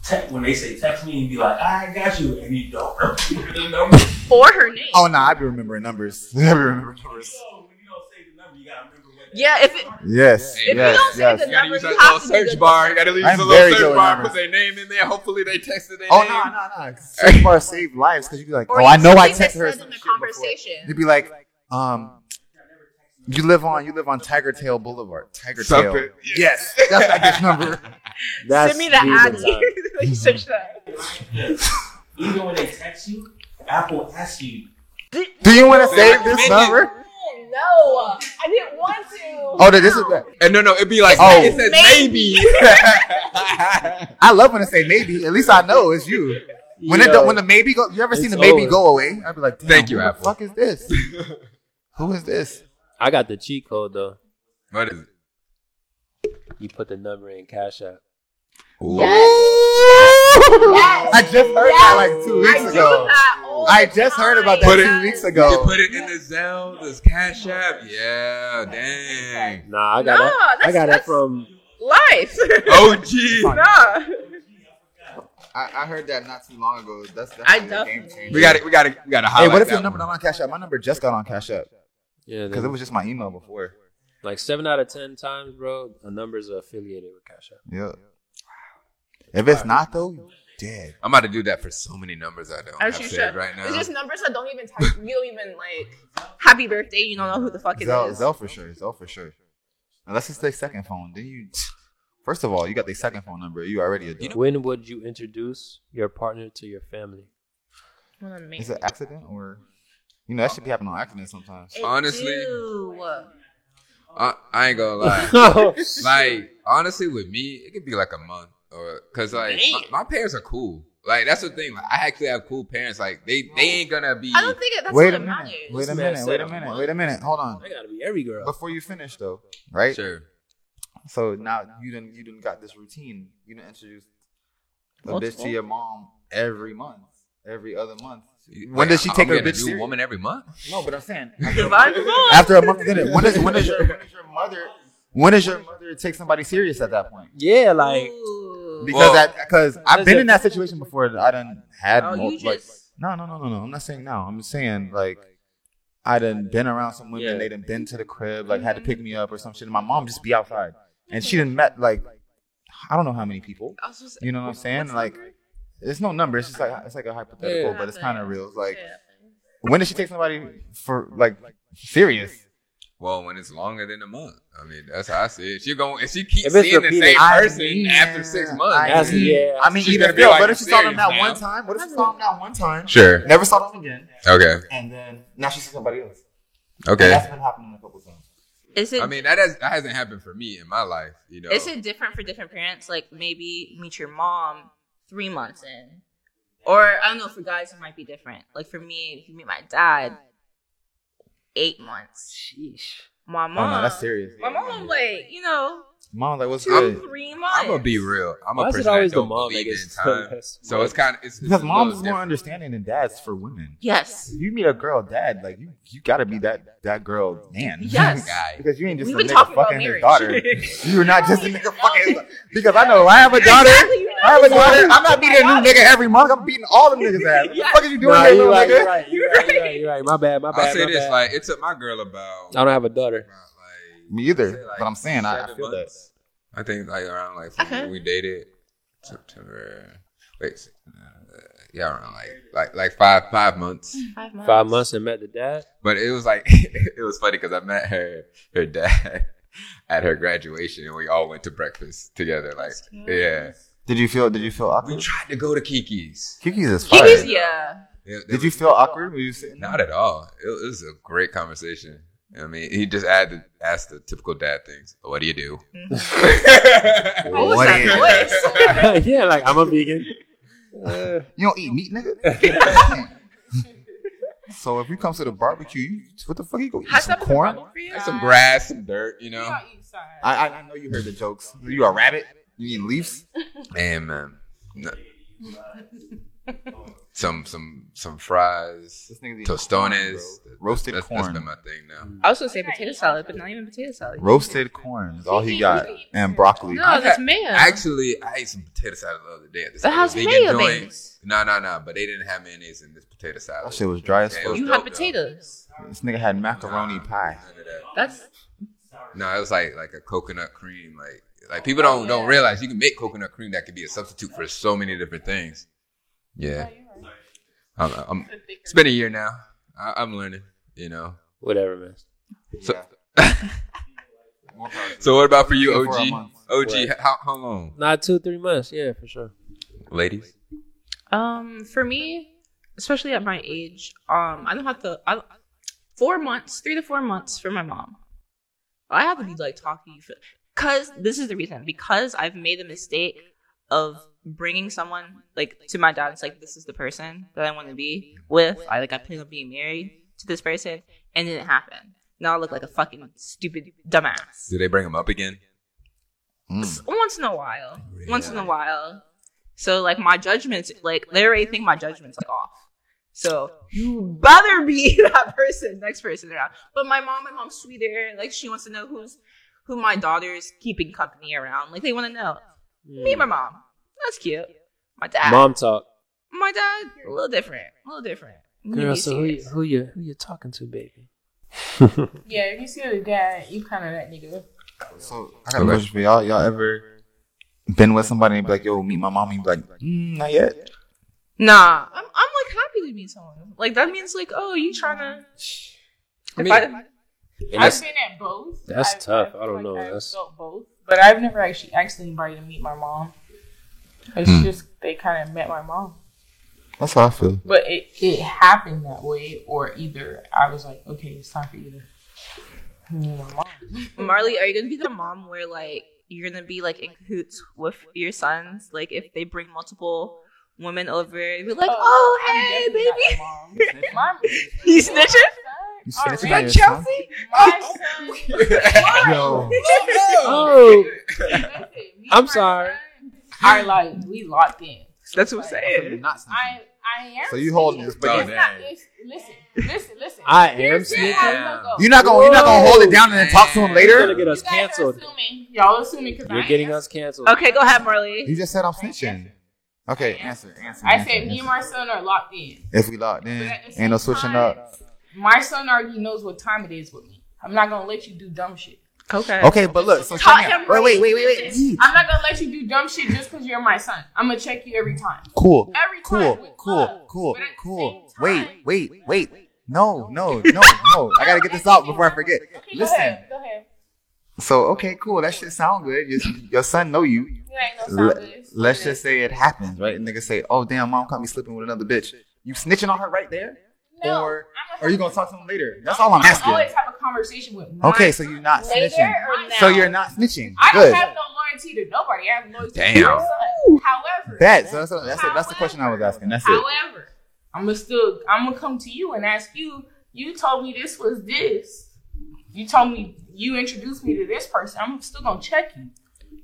Speaker 6: Te- when they say text me and be like, I got you, and you don't remember the number.
Speaker 5: Or her name.
Speaker 2: Oh nah, I be remembering numbers. I be remembering numbers.
Speaker 6: So when you don't say the number, you gotta remember what. that
Speaker 5: Yeah, if it,
Speaker 2: Yes,
Speaker 4: If you
Speaker 5: if
Speaker 2: yes, yes.
Speaker 5: you don't say
Speaker 4: You
Speaker 5: the
Speaker 4: gotta
Speaker 5: number,
Speaker 4: use
Speaker 5: you
Speaker 4: that
Speaker 5: have
Speaker 4: little
Speaker 5: to do
Speaker 4: search
Speaker 5: the-
Speaker 4: bar. You gotta use
Speaker 2: I'm
Speaker 4: a
Speaker 2: very
Speaker 4: little
Speaker 2: good
Speaker 4: search
Speaker 2: with
Speaker 4: bar.
Speaker 2: numbers.
Speaker 4: Put their name in there. Hopefully they texted their
Speaker 2: Oh
Speaker 4: name.
Speaker 2: no, no, no. Search bar saved lives because you be like,
Speaker 5: Or
Speaker 2: oh, I
Speaker 5: you
Speaker 2: know I
Speaker 5: something that
Speaker 2: texted her.
Speaker 5: said
Speaker 2: some
Speaker 5: in the
Speaker 2: shit before.
Speaker 5: conversation.
Speaker 2: You'd be like, um, you live on you live on Tiger Tail Boulevard. Tiger Tail.
Speaker 4: Something.
Speaker 2: Yes, that's that bitch number.
Speaker 1: That's
Speaker 5: Send me the
Speaker 1: Jesus.
Speaker 5: ID. you search that.
Speaker 6: Even when they text you, Apple asks you,
Speaker 2: Do you want to
Speaker 4: Say
Speaker 2: save this
Speaker 4: it.
Speaker 2: number?
Speaker 5: No, I didn't want to.
Speaker 2: Oh, no, this is that.
Speaker 4: And no, no, it'd be like,
Speaker 2: Oh.
Speaker 4: it says maybe.
Speaker 2: I love when I say maybe. At least I know it's you. When it
Speaker 1: Yo.
Speaker 2: don't, when the maybe go, you ever seen
Speaker 1: It's
Speaker 2: the maybe
Speaker 1: over.
Speaker 2: go away? I'd be like, damn,
Speaker 4: Thank you,
Speaker 2: who the
Speaker 4: Apple.
Speaker 2: fuck is this? Who is this?
Speaker 1: I got the cheat code though.
Speaker 4: what is it?
Speaker 1: You put the number in Cash App.
Speaker 2: I just heard that like two
Speaker 5: I
Speaker 2: weeks
Speaker 5: do
Speaker 2: ago.
Speaker 5: that all
Speaker 2: I
Speaker 5: the
Speaker 2: just heard about that
Speaker 5: time.
Speaker 4: Put
Speaker 2: two
Speaker 4: it-
Speaker 2: weeks
Speaker 4: You
Speaker 2: ago.
Speaker 4: put it in the Zelle, this Cash App. Yeah, dang.
Speaker 1: Nah, I got
Speaker 5: Nah,
Speaker 1: that. I got
Speaker 5: that's-
Speaker 1: that
Speaker 5: that's-
Speaker 1: from.
Speaker 5: Life.
Speaker 4: OG.
Speaker 5: nah.
Speaker 2: I, I heard that not too long ago. That's
Speaker 5: I definitely.
Speaker 4: We got it. We got it. We got to
Speaker 2: Hey,
Speaker 4: highlight
Speaker 2: what if your
Speaker 4: that
Speaker 2: number
Speaker 4: one.
Speaker 2: not on Cash App? My number just got on Cash App
Speaker 1: Yeah,
Speaker 2: because it was just my email before.
Speaker 1: like seven out of ten times, bro. The numbers are affiliated with Cash App.
Speaker 2: Yeah. If it's not though, you dead.
Speaker 4: I'm about to do that for so many numbers I don't have
Speaker 5: As you
Speaker 4: saved
Speaker 5: should.
Speaker 4: right now.
Speaker 5: It's just numbers that don't even touch. You don't even like. Happy birthday. You don't know who the fuck it is.
Speaker 2: Zell, Zell for sure. Zell for sure. Unless it's their second phone, then you. First of all, you got their second phone number. You already a dog.
Speaker 1: When would you introduce your partner to your family?
Speaker 5: What a man.
Speaker 2: Is it accident or? You know that should be happening on accident sometimes.
Speaker 5: It
Speaker 4: Honestly-
Speaker 5: do.
Speaker 4: I, I ain't gonna lie. like honestly, with me, it could be like a month or because like my, my parents are cool. Like that's the thing. Like, I actually have cool parents. Like they they ain't gonna be.
Speaker 5: I don't think it, that's
Speaker 2: Wait
Speaker 5: what
Speaker 2: a
Speaker 5: it
Speaker 2: minute.
Speaker 5: matters.
Speaker 2: Wait
Speaker 1: This
Speaker 2: a
Speaker 1: man
Speaker 2: minute.
Speaker 1: said
Speaker 2: Wait a
Speaker 1: a
Speaker 2: minute.
Speaker 1: month.
Speaker 2: Wait a minute. Hold on.
Speaker 1: I gotta be every girl.
Speaker 2: Before you finish though, right?
Speaker 4: sure.
Speaker 2: So now you didn't you didn't got this routine. You didn't introduce a bitch to your mom every month, every other month. When
Speaker 4: Wait,
Speaker 2: does she
Speaker 4: I'm
Speaker 2: take her
Speaker 4: getting
Speaker 2: bitch
Speaker 4: a new
Speaker 2: serious?
Speaker 4: woman every month?
Speaker 2: No, but I'm saying
Speaker 5: Divine rule.
Speaker 2: after a month, then it- when does when does your when does your mother when does your mother take somebody serious at that point?
Speaker 1: Yeah, like
Speaker 5: Ooh.
Speaker 2: Because
Speaker 4: Well-
Speaker 2: that because I've
Speaker 1: Does
Speaker 2: been
Speaker 1: it-
Speaker 2: in that situation before. that I done had
Speaker 5: Oh,
Speaker 2: mul-
Speaker 5: you
Speaker 2: like
Speaker 5: just.
Speaker 2: no no no no no. I'm not saying now. I'm saying like I done been around some women.
Speaker 1: Yeah.
Speaker 2: They done been to the crib, like had to pick me up or some shit. And my mom just be outside, and she done met like I don't know how many people.
Speaker 5: I was just-
Speaker 2: You know what I'm saying?
Speaker 5: what's
Speaker 2: Like,
Speaker 5: the word?
Speaker 2: it's no number. It's just like it's like a hypothetical,
Speaker 1: Yeah.
Speaker 2: but it's kind of real. It's Like,
Speaker 5: Yeah.
Speaker 2: when did she take somebody for like serious?
Speaker 4: Well, when it's longer than a month, I mean that's how I see it. She going if she keeps
Speaker 1: If it's
Speaker 4: seeing the
Speaker 1: repeated,
Speaker 4: same
Speaker 2: I
Speaker 4: person
Speaker 2: mean,
Speaker 4: after six months.
Speaker 1: That's, yeah.
Speaker 2: I mean,
Speaker 4: She's
Speaker 2: even
Speaker 4: gonna be
Speaker 2: still,
Speaker 4: like,
Speaker 2: what if she saw them
Speaker 4: serious
Speaker 2: that
Speaker 4: now?
Speaker 2: one time? What if she saw them that one time?
Speaker 4: Sure.
Speaker 2: Never saw them again,
Speaker 4: Okay.
Speaker 2: and then now she sees somebody else. And
Speaker 4: Okay.
Speaker 2: that's been happening a couple times.
Speaker 5: Is it
Speaker 4: I mean that has that hasn't happened for me in my life. You know.
Speaker 5: Is it different for different parents? Like maybe meet your mom three months in, or I don't know. For guys, it might be different. Like for me, if you meet my dad eight months. Sheesh. My mom.
Speaker 2: Oh no, that's serious.
Speaker 5: My mom, like you know,
Speaker 2: Mom, like, what's
Speaker 5: two,
Speaker 2: good?
Speaker 5: three months.
Speaker 4: I'm gonna be real. I'm a
Speaker 1: Why is it
Speaker 4: person
Speaker 1: always
Speaker 4: that
Speaker 1: the
Speaker 4: don't
Speaker 1: mom that
Speaker 4: believe in
Speaker 1: gets
Speaker 4: time. So it's kind of it's, it's
Speaker 2: Because
Speaker 4: a
Speaker 2: moms
Speaker 4: little
Speaker 2: is more
Speaker 4: different.
Speaker 2: understanding than dads for women.
Speaker 5: Yes.
Speaker 2: If you meet a girl, dad, like you, you gotta be that that girl, man.
Speaker 5: Yes.
Speaker 4: Guy.
Speaker 2: because you ain't just
Speaker 5: We've
Speaker 2: a
Speaker 5: been
Speaker 2: nigga
Speaker 5: talking about
Speaker 2: fucking his
Speaker 5: marriage.
Speaker 2: daughter. You're not just a nigga fucking. His daughter. Because I know I have a daughter.
Speaker 5: Exactly, you
Speaker 2: I have a
Speaker 5: know.
Speaker 2: daughter. I'm not beating a new nigga every month. I'm beating all the niggas ass. What the fuck are you doing,
Speaker 1: Nah,
Speaker 2: there,
Speaker 1: you're
Speaker 2: little
Speaker 1: right,
Speaker 2: nigga?
Speaker 1: you're right, you're right, you're right, you're right. My bad, my bad.
Speaker 4: I'll say
Speaker 1: my
Speaker 4: this:
Speaker 1: bad.
Speaker 4: like it took my girl about,
Speaker 1: I don't have a daughter.
Speaker 4: about, like
Speaker 2: Me
Speaker 4: I'd say,
Speaker 2: either.
Speaker 4: like,
Speaker 2: But I'm saying I, I
Speaker 4: seven
Speaker 2: feel that.
Speaker 4: months. I think like around like from
Speaker 5: Okay.
Speaker 4: when we dated September. Wait, uh, yeah, around like like like five five months.
Speaker 5: Five months.
Speaker 1: Five months and met the dad.
Speaker 4: But it was like it was funny because I met her her dad at her graduation and we all went to breakfast together. Like yeah,
Speaker 2: Did you feel? Did you feel
Speaker 4: we
Speaker 2: awkward?
Speaker 4: tried to go to Kiki's.
Speaker 2: Kiki's is fire.
Speaker 5: Kiki's, yeah.
Speaker 4: It- it
Speaker 2: Did you
Speaker 4: was-
Speaker 2: feel awkward? Were you sitting?
Speaker 4: Not at all. It it was a great conversation. I mean, he just added asked the typical dad things. What do you do?
Speaker 5: Mhm.
Speaker 4: what
Speaker 2: Mm-hmm.
Speaker 5: What was that noise?
Speaker 1: yeah, like I'm a vegan. Uh,
Speaker 2: You don't eat meat, nigga. so if you come to the barbecue, you, what the fuck you go eat
Speaker 5: Has
Speaker 2: some
Speaker 5: that been a
Speaker 2: corn?
Speaker 5: problem for you?
Speaker 4: That's some grass, some dirt, you know.
Speaker 2: I, I I know you heard the jokes. You a rabbit? You eating leaves?
Speaker 4: And man, no. some some some fries,
Speaker 2: This nigga's eating
Speaker 4: tostones,
Speaker 2: corn, bro. roasted
Speaker 4: That's-
Speaker 2: corn.
Speaker 4: That's been my thing now.
Speaker 5: I was gonna say potato salad, but not even potato salad.
Speaker 2: Roasted corn is all he got, and broccoli.
Speaker 5: No, that's mayo.
Speaker 4: Actually, I ate some potato salad the other day at this
Speaker 5: That has
Speaker 4: vegan
Speaker 5: mayo
Speaker 4: joint.
Speaker 5: base.
Speaker 4: No, no, no. But they didn't have mayonnaise in this potato salad.
Speaker 2: That shit was dry as
Speaker 4: Yeah, it
Speaker 2: fuck.
Speaker 4: was
Speaker 5: You
Speaker 4: dope,
Speaker 5: have
Speaker 4: though.
Speaker 5: potatoes.
Speaker 2: This nigga had macaroni
Speaker 4: Nah,
Speaker 2: pie.
Speaker 4: none of that.
Speaker 5: That's
Speaker 4: No, it was like like a coconut cream. Like like people don't don't realize you can make coconut cream that could be a substitute for so many different things. Yeah, I'm, I'm- It's been a year now. I, I'm learning. You know.
Speaker 1: whatever, man.
Speaker 4: So,
Speaker 2: Yeah.
Speaker 4: so what about for you,
Speaker 2: Looking for a
Speaker 4: OG?
Speaker 2: month.
Speaker 4: OG,
Speaker 1: What?
Speaker 4: how how long,
Speaker 1: Not two, three months. Yeah, for sure.
Speaker 4: ladies?
Speaker 5: Um, for me, especially at my age, um, I don't have to. I, four months, three to four months for my mom. I have to be like talking to you for, cause this is the reason. Because I've made the mistake of bringing someone like to my dad. It's like this is the person that I want to be with. I like I plan on being married to this person, and it didn't happen. Now I look like a fucking stupid dumbass.
Speaker 4: Do they bring them up again?
Speaker 2: Mm.
Speaker 5: Once in a while. Once in a while. So like my judgments, like they already think my judgments like off. So you better be that person, next person around. But my mom, my mom's sweeter. Like she wants to know who's who my daughter's keeping company around. Like they want to know me, and my mom. That's cute. My dad,
Speaker 1: Mom talk.
Speaker 5: my dad, a little different, a little different. You need to
Speaker 1: Girl,
Speaker 5: be
Speaker 1: so who you,
Speaker 5: serious.
Speaker 1: who you who you talking to, baby?
Speaker 3: Yeah, if you see the dad, you kind of that nigga.
Speaker 2: So I got a question for y'all. Y'all ever been with somebody and be like, "Yo, meet my mommy"? Be like, mm, "Not yet."
Speaker 5: Nah, I'm I'm like happy to meet someone. Like that means like oh you trying to.
Speaker 1: I
Speaker 5: if I-
Speaker 1: mean, And
Speaker 3: I've
Speaker 1: that's,
Speaker 3: been at both.
Speaker 1: that's
Speaker 3: I've-
Speaker 1: tough.
Speaker 3: I've
Speaker 1: I don't
Speaker 3: like
Speaker 1: know.
Speaker 3: I've
Speaker 1: That's-
Speaker 3: felt both, but I've never actually asked anybody to meet my mom. It's
Speaker 4: Hmm.
Speaker 3: just they kind of met my mom,
Speaker 2: That's how I feel.
Speaker 3: but it it happened that way, or either I was like, okay, it's time for you to meet my mom.
Speaker 5: Marley, are you gonna be the mom where like you're gonna be like in cahoots with your sons? Like if they bring multiple women over, you'd be like, oh,
Speaker 3: Uh, I'm
Speaker 5: hey,
Speaker 3: definitely not
Speaker 5: baby.
Speaker 3: the mom. My-
Speaker 5: You snitching?
Speaker 2: You
Speaker 3: All
Speaker 2: snitching
Speaker 3: right.
Speaker 2: on your son?
Speaker 5: Chelsea?
Speaker 3: My son.
Speaker 2: Yo,
Speaker 1: oh,
Speaker 3: Listen, me and
Speaker 1: I'm
Speaker 3: my
Speaker 1: sorry.
Speaker 3: son Are like we locked in.
Speaker 5: That's what I'm saying.
Speaker 2: not
Speaker 3: I I am.
Speaker 2: So you holding this,
Speaker 4: Oh,
Speaker 2: but
Speaker 3: It's
Speaker 2: you-
Speaker 4: dang.
Speaker 3: not, it's, listen, listen, listen.
Speaker 1: I am
Speaker 3: Here's
Speaker 1: snitching.
Speaker 3: how
Speaker 4: snitching?
Speaker 3: it goes.
Speaker 2: you're not gonna you're not gonna hold it down and then talk to him
Speaker 1: You're gonna
Speaker 2: later.
Speaker 1: get us
Speaker 3: You guys are
Speaker 1: canceled.
Speaker 3: assuming. Y'all assuming because
Speaker 1: You're getting us canceled.
Speaker 5: Okay, go ahead,
Speaker 2: You
Speaker 5: Marley.
Speaker 2: just said I'm snitching. Okay, answer, answer.
Speaker 3: I
Speaker 2: answer,
Speaker 3: said me and
Speaker 2: answer.
Speaker 3: my son are locked in.
Speaker 2: If we locked
Speaker 3: But
Speaker 2: in,
Speaker 3: at the
Speaker 2: ain't no
Speaker 3: same
Speaker 2: switching
Speaker 3: time,
Speaker 2: up.
Speaker 3: My son already knows what time it is with me. I'm not gonna let you do dumb shit.
Speaker 5: Okay.
Speaker 2: Okay, but look. So
Speaker 3: Taught
Speaker 2: check me out.
Speaker 3: him
Speaker 2: Wait, wait, wait,
Speaker 3: right.
Speaker 2: wait, wait.
Speaker 3: I'm not gonna let you do dumb shit just because you're my son. I'm gonna check you every time.
Speaker 2: Cool.
Speaker 3: Every
Speaker 2: Cool.
Speaker 3: time. with
Speaker 2: Cool.
Speaker 3: love.
Speaker 2: Cool.
Speaker 3: But at the
Speaker 2: Cool.
Speaker 3: same
Speaker 2: Wait,
Speaker 3: time-
Speaker 2: wait, wait. No, no, no, no. I gotta get this out before I forget.
Speaker 3: Okay, go
Speaker 2: Listen.
Speaker 3: ahead. Go ahead.
Speaker 2: So okay, cool. That shit sound good. Your, your son know you.
Speaker 3: You ain't no sound
Speaker 2: Let,
Speaker 3: good.
Speaker 2: let's just say it happens, right? Nigga say, "Oh damn, mom caught me slipping with another bitch." You snitching on her right there,
Speaker 3: No,
Speaker 2: or
Speaker 3: I'm
Speaker 2: are you gonna talk to him later? That's all I'm asking.
Speaker 3: always have a conversation with my
Speaker 2: Okay, so you're not
Speaker 3: Later
Speaker 2: snitching.
Speaker 3: or now?
Speaker 2: So you're not snitching.
Speaker 3: I don't
Speaker 2: Good.
Speaker 3: have no loyalty to nobody. I have loyalty to
Speaker 4: Damn.
Speaker 3: my son. However,
Speaker 2: Bet. So that's a, that's, a, that's the question I was asking. That's it.
Speaker 3: however, I'm gonna still I'm gonna come to you and ask you. You told me this was this. You told me you introduced me to this person. I'm still gonna check you.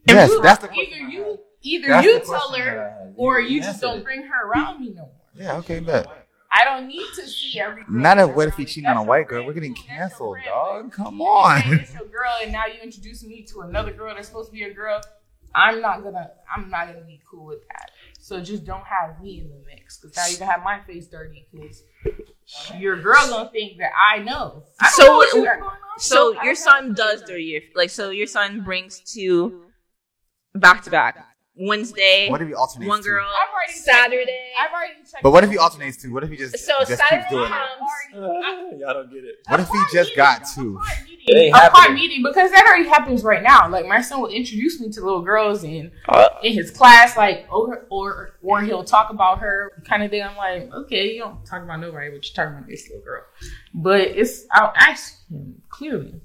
Speaker 2: Yes,
Speaker 3: You-
Speaker 2: that's the
Speaker 3: either
Speaker 2: question. I had.
Speaker 3: you either
Speaker 2: That's
Speaker 3: you
Speaker 2: the
Speaker 3: tell
Speaker 2: question
Speaker 3: her
Speaker 2: I had.
Speaker 3: or you
Speaker 2: answered
Speaker 3: just don't
Speaker 2: it.
Speaker 3: bring her around me no more.
Speaker 2: Yeah. Okay. Bet.
Speaker 3: I don't need to see every. girl
Speaker 2: Not a
Speaker 3: that's
Speaker 2: what if
Speaker 3: around
Speaker 2: he
Speaker 3: me.
Speaker 2: cheating on a
Speaker 3: That's
Speaker 2: white
Speaker 3: your
Speaker 2: girl. We're getting
Speaker 3: friend too. That's your
Speaker 2: canceled,
Speaker 3: friend,
Speaker 2: dog. Come
Speaker 3: but you say
Speaker 2: on.
Speaker 3: It's your girl, and now you introduce me to another girl that's supposed to be a girl. I'm not gonna. I'm not gonna be cool with that. So just don't have me in the mix, because now you gonna have my face dirty, because your girl gonna think that I know. I don't
Speaker 5: So-
Speaker 3: know what you got going on.
Speaker 5: So
Speaker 3: I
Speaker 5: your
Speaker 3: don't
Speaker 5: son
Speaker 3: have-
Speaker 5: does dirty your like so your son brings two back to back Wednesday
Speaker 2: What if he alternates?
Speaker 5: one
Speaker 2: too?
Speaker 5: girl
Speaker 3: I've already checked-
Speaker 5: Saturday.
Speaker 3: I've already checked.
Speaker 2: But what if he alternates too? What if he just
Speaker 5: So
Speaker 2: just
Speaker 5: Saturday
Speaker 2: keeps doing it?
Speaker 5: night-
Speaker 1: y'all don't get it.
Speaker 2: What if he just got two?
Speaker 1: It ain't
Speaker 3: a part
Speaker 1: happening.
Speaker 3: meeting because that already happens right now. Like my son will introduce me to little girls in
Speaker 1: Uh,
Speaker 3: in his class, like or or or he'll talk about her kind of thing. I'm like, okay, you don't talk about nobody, but you're talking about this little girl. But it's I'll ask him clearly.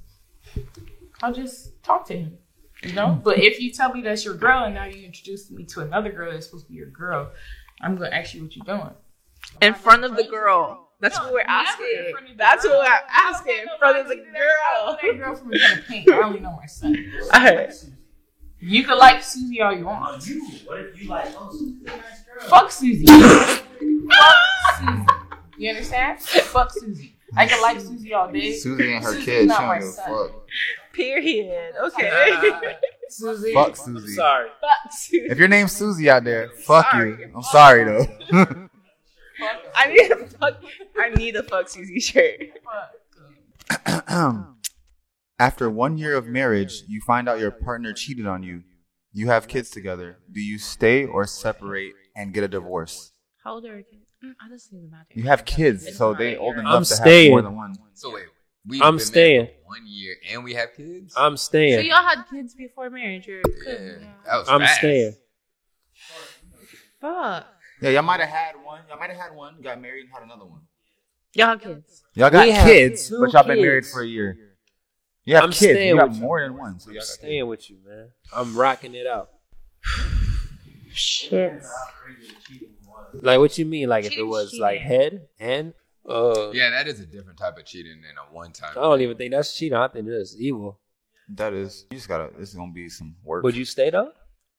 Speaker 3: I'll just talk to him. You know, but if you tell me that's your girl and now you introduce me to another girl that's supposed to be your girl, I'm gonna ask you what you're doing.
Speaker 5: in front of the girl. That's
Speaker 3: No,
Speaker 5: what we're
Speaker 3: never in
Speaker 5: asking.
Speaker 3: front of the
Speaker 5: That's
Speaker 3: girl.
Speaker 5: what we're asking in front of the
Speaker 3: I
Speaker 5: girl.
Speaker 3: don't know that girl from a can of paint. I only know my son.
Speaker 5: Alright.
Speaker 3: You can like Susie all you
Speaker 6: Oh,
Speaker 3: want.
Speaker 6: you. What if you like? Oh, she's a nice girl.
Speaker 3: Fuck Susie. Fuck Susie. You understand? Fuck Susie. I can like Susie all day.
Speaker 2: Susie and her
Speaker 3: Susie's
Speaker 2: kids.
Speaker 3: not
Speaker 2: She
Speaker 3: my
Speaker 2: don't give a
Speaker 3: son.
Speaker 2: fuck.
Speaker 5: Period. Okay.
Speaker 3: Uh, Susie.
Speaker 2: Fuck
Speaker 1: I'm
Speaker 2: Susie.
Speaker 1: sorry.
Speaker 5: Fuck Susie.
Speaker 2: If your name's Susie out there, fuck you.
Speaker 5: Sorry.
Speaker 2: I'm sorry though.
Speaker 3: Fuck.
Speaker 5: I need a fuck. I need a fuck Susie shirt.
Speaker 3: Fuck.
Speaker 2: After one year of marriage, you find out your partner cheated on you. You have kids together. Do you stay or separate and get a divorce?
Speaker 5: How old are your kids? Mm, I just need matter.
Speaker 2: You have kids, so they old enough to
Speaker 1: staying.
Speaker 2: have more than one.
Speaker 4: So wait, we
Speaker 1: I'm staying.
Speaker 4: one year and we have kids.
Speaker 1: I'm
Speaker 5: So
Speaker 1: staying.
Speaker 5: y'all had kids before marriage. Or
Speaker 4: yeah, that was
Speaker 1: I'm
Speaker 4: fast.
Speaker 1: staying.
Speaker 5: Fuck.
Speaker 2: Yeah, y'all might have had one. Y'all might have had one, got married, and had another one.
Speaker 5: Y'all had kids.
Speaker 2: Y'all got
Speaker 1: We have
Speaker 2: kids,
Speaker 1: two
Speaker 2: but y'all been married
Speaker 1: kids.
Speaker 2: for a year. You have
Speaker 1: I'm
Speaker 2: kids.
Speaker 1: staying
Speaker 2: You got
Speaker 1: with you.
Speaker 2: more than one. So y'all
Speaker 1: I'm
Speaker 2: got
Speaker 1: staying with you, man. I'm rocking it out.
Speaker 5: Shit.
Speaker 1: Like what you mean? Like if it
Speaker 5: Cheating,
Speaker 1: was
Speaker 5: cheating.
Speaker 1: like head and uh,
Speaker 4: Yeah, that is a different type of cheating than a one time.
Speaker 1: I don't even think that's cheating. I think that's evil.
Speaker 2: That is, you just gotta. This is gonna be some work.
Speaker 1: Would you stay though?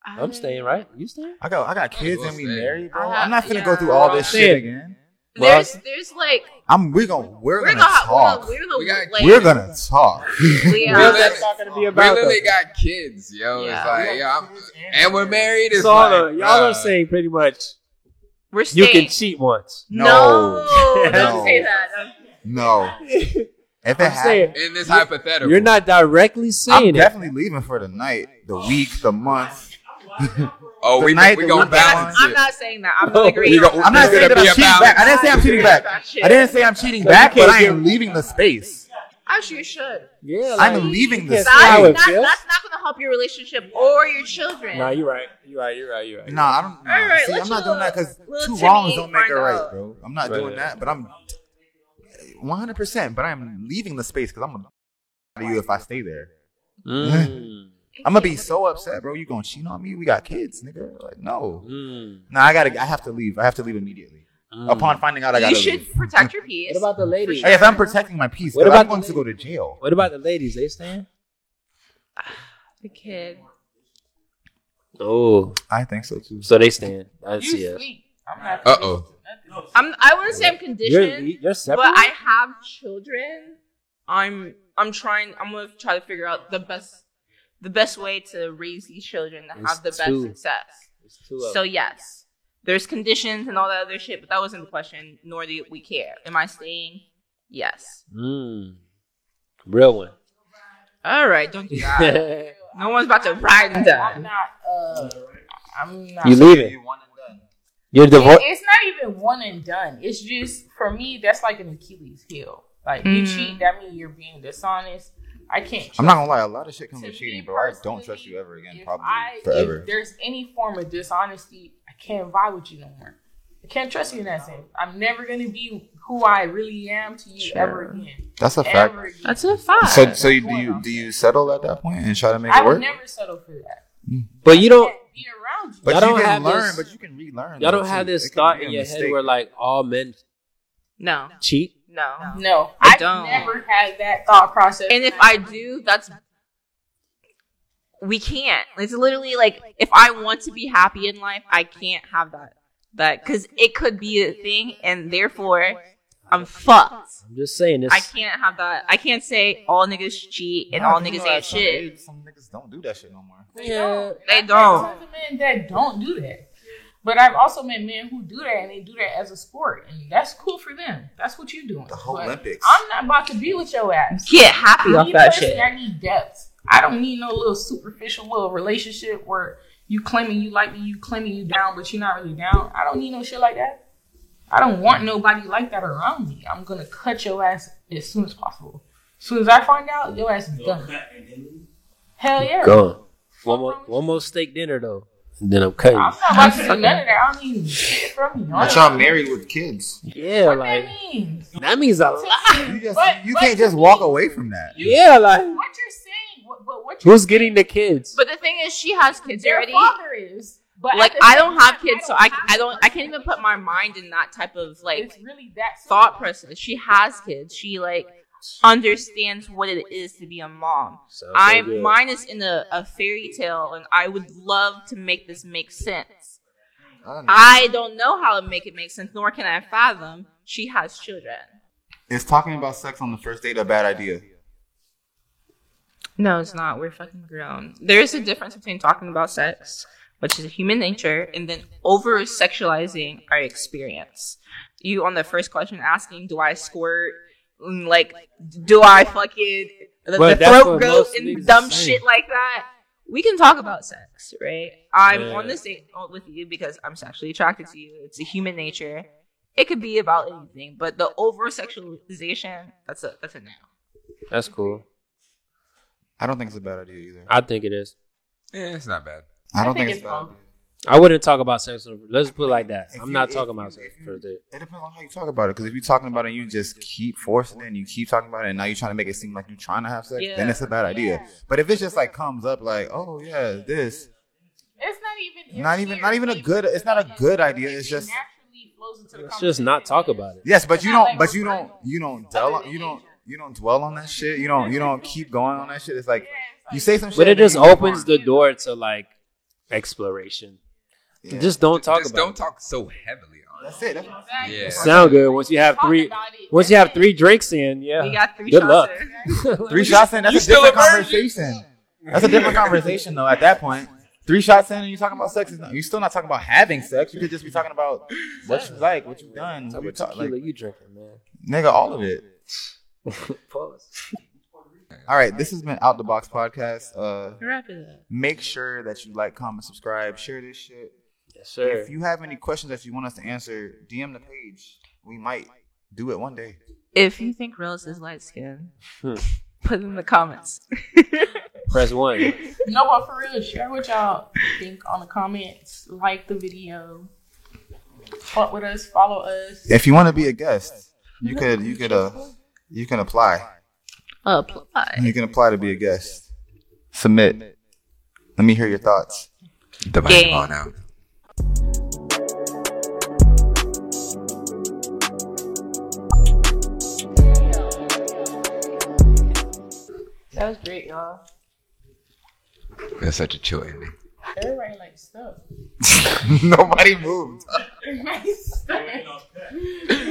Speaker 1: I'm staying, right? You staying?
Speaker 2: I got, I got kids
Speaker 4: will
Speaker 2: and we
Speaker 4: stay.
Speaker 2: married, bro.
Speaker 5: I have-
Speaker 2: I'm not finna go
Speaker 5: yeah.
Speaker 2: through all this
Speaker 1: I'm
Speaker 2: shit
Speaker 1: saying.
Speaker 2: again.
Speaker 5: There's, there's like
Speaker 2: I'm. We gonna, we're,
Speaker 5: we're
Speaker 2: gonna, talk.
Speaker 5: not we're
Speaker 4: We got-
Speaker 5: the like
Speaker 2: We're gonna talk.
Speaker 5: we
Speaker 4: Yeah,
Speaker 5: are.
Speaker 4: that's
Speaker 1: not gonna be
Speaker 4: We
Speaker 1: about.
Speaker 4: literally got kids, yo.
Speaker 5: Yeah.
Speaker 4: It's like, yo, I'm, and we're married. It's
Speaker 1: So
Speaker 4: like,
Speaker 1: hold on. Y'all are
Speaker 4: bruh.
Speaker 1: saying pretty much
Speaker 5: We're
Speaker 1: you
Speaker 5: staying.
Speaker 1: can cheat once.
Speaker 5: No,
Speaker 2: No.
Speaker 5: don't say that.
Speaker 2: No. If it
Speaker 1: I'm saying
Speaker 2: happened,
Speaker 4: in this hypothetical.
Speaker 1: you're not directly
Speaker 2: I'm
Speaker 1: saying it.
Speaker 2: definitely leaving for the night, the week, the month.
Speaker 4: Oh,
Speaker 2: The
Speaker 4: we
Speaker 2: night
Speaker 4: we
Speaker 2: that
Speaker 4: gonna
Speaker 2: we
Speaker 5: I'm not,
Speaker 4: balance
Speaker 5: I'm
Speaker 4: it.
Speaker 5: not saying that. I'm
Speaker 1: No,
Speaker 5: not agreeing.
Speaker 1: we
Speaker 5: on that.
Speaker 2: I'm not
Speaker 4: There's
Speaker 2: saying that
Speaker 4: gonna
Speaker 2: I'm
Speaker 4: be a
Speaker 2: cheating
Speaker 4: balance.
Speaker 2: back. I didn't say I'm cheating back.
Speaker 5: Shit.
Speaker 2: I didn't say I'm cheating back, but I am leaving the space.
Speaker 5: Actually, you should.
Speaker 1: Yeah,
Speaker 2: I'm leaving
Speaker 1: you
Speaker 2: this
Speaker 1: can't
Speaker 5: That's,
Speaker 1: say how it
Speaker 5: that's,
Speaker 1: feels.
Speaker 5: that's not going to help your relationship or your children.
Speaker 1: Nah, you're right. You're right. You're right. You're right.
Speaker 2: Nah, I don't. Nah.
Speaker 5: All right,
Speaker 2: See,
Speaker 5: let
Speaker 2: I'm not
Speaker 5: your
Speaker 2: doing that because
Speaker 5: little
Speaker 2: two
Speaker 5: Timmy
Speaker 2: wrongs don't make
Speaker 5: find
Speaker 2: a right,
Speaker 5: out.
Speaker 2: bro. I'm not
Speaker 1: Right.
Speaker 2: doing that, but I'm 100. percent But I'm leaving the space because I'm gonna out of you if I stay there.
Speaker 1: Mm.
Speaker 2: I'm gonna be so upset, bro. You gonna cheat on me? We got kids, nigga. Like, no.
Speaker 1: Mm.
Speaker 2: Nah, I gotta. I have to leave. I have to leave immediately.
Speaker 3: Um,
Speaker 1: Mm.
Speaker 2: Upon finding out, I gotta
Speaker 5: you should
Speaker 2: leave.
Speaker 5: protect your peace.
Speaker 1: What about the ladies?
Speaker 2: Hey, if I'm protecting my peace,
Speaker 1: What
Speaker 2: what about
Speaker 1: about
Speaker 2: I'm going
Speaker 1: the
Speaker 2: to go to jail?
Speaker 1: What about the ladies? They staying?
Speaker 5: the kid?
Speaker 1: Oh,
Speaker 2: I think so too.
Speaker 1: so they staying. I
Speaker 3: You
Speaker 1: see it.
Speaker 3: sleep. I'm not.
Speaker 4: Uh oh.
Speaker 5: I'm, I wouldn't say I'm
Speaker 1: You're,
Speaker 5: conditioned,
Speaker 1: you're
Speaker 5: but
Speaker 1: separate.
Speaker 5: I have children. I'm I'm trying. I'm gonna try to figure out the best the best way to raise these children to
Speaker 1: It's
Speaker 5: have the best
Speaker 1: two.
Speaker 5: success.
Speaker 1: It's two of
Speaker 5: So
Speaker 1: them.
Speaker 5: yes, there's conditions and all that other shit, but that wasn't the question. Nor do we care. Am I staying? Yes.
Speaker 1: Mm. Real one.
Speaker 5: All right. Don't do that. no one's about to ride and
Speaker 3: I'm
Speaker 5: die.
Speaker 3: not. Uh, I'm not.
Speaker 1: you leaving.
Speaker 2: You one and done.
Speaker 1: You're
Speaker 3: It-
Speaker 1: divorced.
Speaker 3: it's not even one and done. It's just for me. That's like an Achilles heel. Like you
Speaker 5: Mm.
Speaker 3: cheat, that means you're being dishonest. I can't.
Speaker 2: I'm not gonna lie, a lot of shit comes
Speaker 3: To
Speaker 2: with
Speaker 3: me
Speaker 2: cheating, bro. I don't trust
Speaker 3: personally,
Speaker 2: you ever again,
Speaker 3: if
Speaker 2: probably
Speaker 3: I-
Speaker 2: forever.
Speaker 3: If there's any form of dishonesty, I can't vibe with you no more. I can't trust you in that sense. I'm never gonna be who I really am to you ever
Speaker 5: Sure.
Speaker 3: again.
Speaker 2: That's a fact.
Speaker 3: Ever again.
Speaker 5: That's a fact.
Speaker 2: So, so you, do you do you settle at that point and try to make
Speaker 3: I
Speaker 2: it
Speaker 3: would
Speaker 2: work?
Speaker 3: never settle for that.
Speaker 1: But you don't.
Speaker 3: Can't be around you.
Speaker 2: But
Speaker 1: Y'all
Speaker 2: you
Speaker 1: don't
Speaker 2: can
Speaker 1: have
Speaker 2: learn,
Speaker 1: this-
Speaker 2: but you can relearn.
Speaker 1: Y'all
Speaker 2: though,
Speaker 1: don't have
Speaker 2: too.
Speaker 1: this
Speaker 2: It can
Speaker 1: thought
Speaker 2: be a
Speaker 1: in your head
Speaker 2: mistake.
Speaker 1: where like all men
Speaker 5: no,
Speaker 1: cheat.
Speaker 5: no.
Speaker 3: No,
Speaker 5: I
Speaker 3: I
Speaker 5: don't.
Speaker 3: never had that thought process.
Speaker 5: And if I do, that's we can't. It's literally like if I want to be happy in life, I can't have that. That because it could be a thing, and therefore I'm fucked.
Speaker 1: I'm just saying this.
Speaker 5: I can't have that. I can't say all niggas cheat and
Speaker 1: "Oh,
Speaker 2: Nah,
Speaker 5: all
Speaker 2: you
Speaker 5: niggas
Speaker 2: know, at
Speaker 5: ain't
Speaker 2: some
Speaker 5: shit.
Speaker 2: age, Some niggas don't do that shit no more.
Speaker 3: They don't.
Speaker 5: they
Speaker 3: I've met
Speaker 5: don't.
Speaker 3: tons of men that don't do that. But I've also met men who do that and they do that as a sport, and that's cool for them. That's what you're doing.
Speaker 2: The whole
Speaker 3: But
Speaker 2: Olympics.
Speaker 3: I'm not about to be with your ass.
Speaker 5: Get happy
Speaker 3: Me
Speaker 5: off that
Speaker 3: personally,
Speaker 5: shit.
Speaker 3: I need depth. I don't need no little superficial little relationship where you claiming you like me, you claiming you down, but you're not really down. I don't need no shit like that. I don't want nobody like that around me. I'm gonna cut your ass as soon as possible. As soon as I find out, your ass is
Speaker 6: Go
Speaker 3: done.
Speaker 6: cut and then leave.
Speaker 3: Hell yeah.
Speaker 1: Gone. One more, one more steak dinner though. And then I'm cutting.
Speaker 3: I'm
Speaker 1: you.
Speaker 3: not about to do none of that. I don't need shit from you. I
Speaker 2: But
Speaker 3: don't-
Speaker 2: y'all married with kids.
Speaker 1: Yeah,
Speaker 3: What
Speaker 1: like
Speaker 3: that means?
Speaker 1: that means a lot.
Speaker 2: You just
Speaker 3: But-
Speaker 2: you
Speaker 3: but-
Speaker 2: can't just walk away from that.
Speaker 1: Yeah, like
Speaker 3: What you're saying, what, what, what you're
Speaker 1: who's getting the kids?
Speaker 5: But the thing is, she has kids
Speaker 3: their
Speaker 5: already.
Speaker 3: father is. But
Speaker 5: Like
Speaker 3: at the
Speaker 5: I
Speaker 3: same
Speaker 5: don't have
Speaker 3: time,
Speaker 5: kids, so I
Speaker 3: have
Speaker 5: I don't I can't even
Speaker 3: kids.
Speaker 5: put my mind in that type of like
Speaker 3: It's really that simple.
Speaker 5: thought process. She has kids. She like understands what it is to be a mom.
Speaker 1: Sounds so
Speaker 5: I
Speaker 1: good.
Speaker 5: mine is in a, a fairy tale, and I would love to make this make sense. I don't know how to make it make sense, nor can I fathom. She has children.
Speaker 2: Is talking about sex on the first date a bad idea?
Speaker 5: No, it's not. We're fucking grown. There is a difference between talking about sex, which is human nature, and then over sexualizing our experience. You on the first question asking, do I squirt? Mm, Like, do I fucking the,
Speaker 1: Well,
Speaker 5: the
Speaker 1: that's
Speaker 5: throat
Speaker 1: what
Speaker 5: goat
Speaker 1: most niggas
Speaker 5: and dumb
Speaker 1: say.
Speaker 5: shit like that? We can talk about sex, right? I'm
Speaker 1: Yeah.
Speaker 5: on this date with you because I'm sexually attracted to you. It's a human nature. It could be about anything, but the over sexualization, that's a that's a no.
Speaker 1: That's cool.
Speaker 2: I don't think it's a bad idea either.
Speaker 1: I think it is.
Speaker 4: Yeah, it's not bad.
Speaker 2: I don't
Speaker 3: think
Speaker 2: think it's a
Speaker 3: it's
Speaker 2: bad.
Speaker 3: both.
Speaker 2: idea.
Speaker 1: I wouldn't talk about sex. on- Let's put it like that.
Speaker 2: If
Speaker 1: I'm
Speaker 2: you-
Speaker 1: not
Speaker 2: if
Speaker 1: talking
Speaker 2: you-
Speaker 1: about sex
Speaker 2: if you-
Speaker 1: for a date.
Speaker 2: It depends on how you talk about it. Because if you're talking about it, and you just keep forcing it, and you keep talking about it, and now you're trying to make it seem like you're trying to have sex. Then
Speaker 5: Yeah.
Speaker 2: it's a bad idea. But if it just like comes up, like, oh yeah, this,
Speaker 3: It's not even.
Speaker 2: Not even- not even a good- it's not a good idea, it's just-
Speaker 3: naturally flows into the
Speaker 1: Let's just not talk about it.
Speaker 2: yes, but you don't, but you don't, you don't dwell, on- you don't, you don't dwell on that shit. You don't, you don't keep going on that shit. It's like you say some shit,
Speaker 1: But it
Speaker 2: and then
Speaker 1: just
Speaker 2: you move
Speaker 1: opens
Speaker 2: on.
Speaker 1: the door to like exploration.
Speaker 2: Yeah.
Speaker 1: Just don't talk
Speaker 4: Just
Speaker 1: about.
Speaker 4: don't
Speaker 1: it.
Speaker 4: talk so heavily on it.
Speaker 2: That's it. That's
Speaker 3: Exactly.
Speaker 4: Yeah.
Speaker 1: It sound good once you have three. Once you have three drinks in, yeah.
Speaker 5: We got three
Speaker 1: Good
Speaker 5: shots
Speaker 1: luck.
Speaker 5: in.
Speaker 2: Three shots in, that's
Speaker 4: You
Speaker 2: a
Speaker 4: still
Speaker 2: different
Speaker 4: a virgin?
Speaker 2: conversation. That's a different conversation though. At that point, three shots in, and you're talking about sex. Is not, you're still not talking about having sex. You could just be talking about what you like, what you've done,
Speaker 1: How
Speaker 2: what you
Speaker 1: much
Speaker 2: talk,
Speaker 1: tequila
Speaker 2: like,
Speaker 1: you drinking, man?
Speaker 2: nigga, all of it.
Speaker 1: Pause.
Speaker 2: All right, this has been Out the Box podcast. Uh,
Speaker 5: Wrap it up.
Speaker 2: make sure that you like, comment, subscribe, share this shit.
Speaker 1: Yes, sir.
Speaker 2: If you have any questions that you want us to answer, DM the page. We might do it one day.
Speaker 5: If you think Rose is light skinned,
Speaker 1: Hmm.
Speaker 5: put it in the comments.
Speaker 1: Press one.
Speaker 3: No, but for real, share what y'all think on the comments. Like the video. Fuck with us. Follow us.
Speaker 2: If you want to be a guest, you could you could uh you can apply.
Speaker 5: Uh, Apply.
Speaker 2: You can apply to be a guest. Submit. Let me hear your thoughts.
Speaker 4: The mic
Speaker 5: Game.
Speaker 4: on out.
Speaker 3: That was great, y'all.
Speaker 4: That's such a chill ending.
Speaker 3: Everybody likes stuff.
Speaker 2: Nobody moved.
Speaker 3: Everybody likes stuff.
Speaker 6: Wait, no, cut.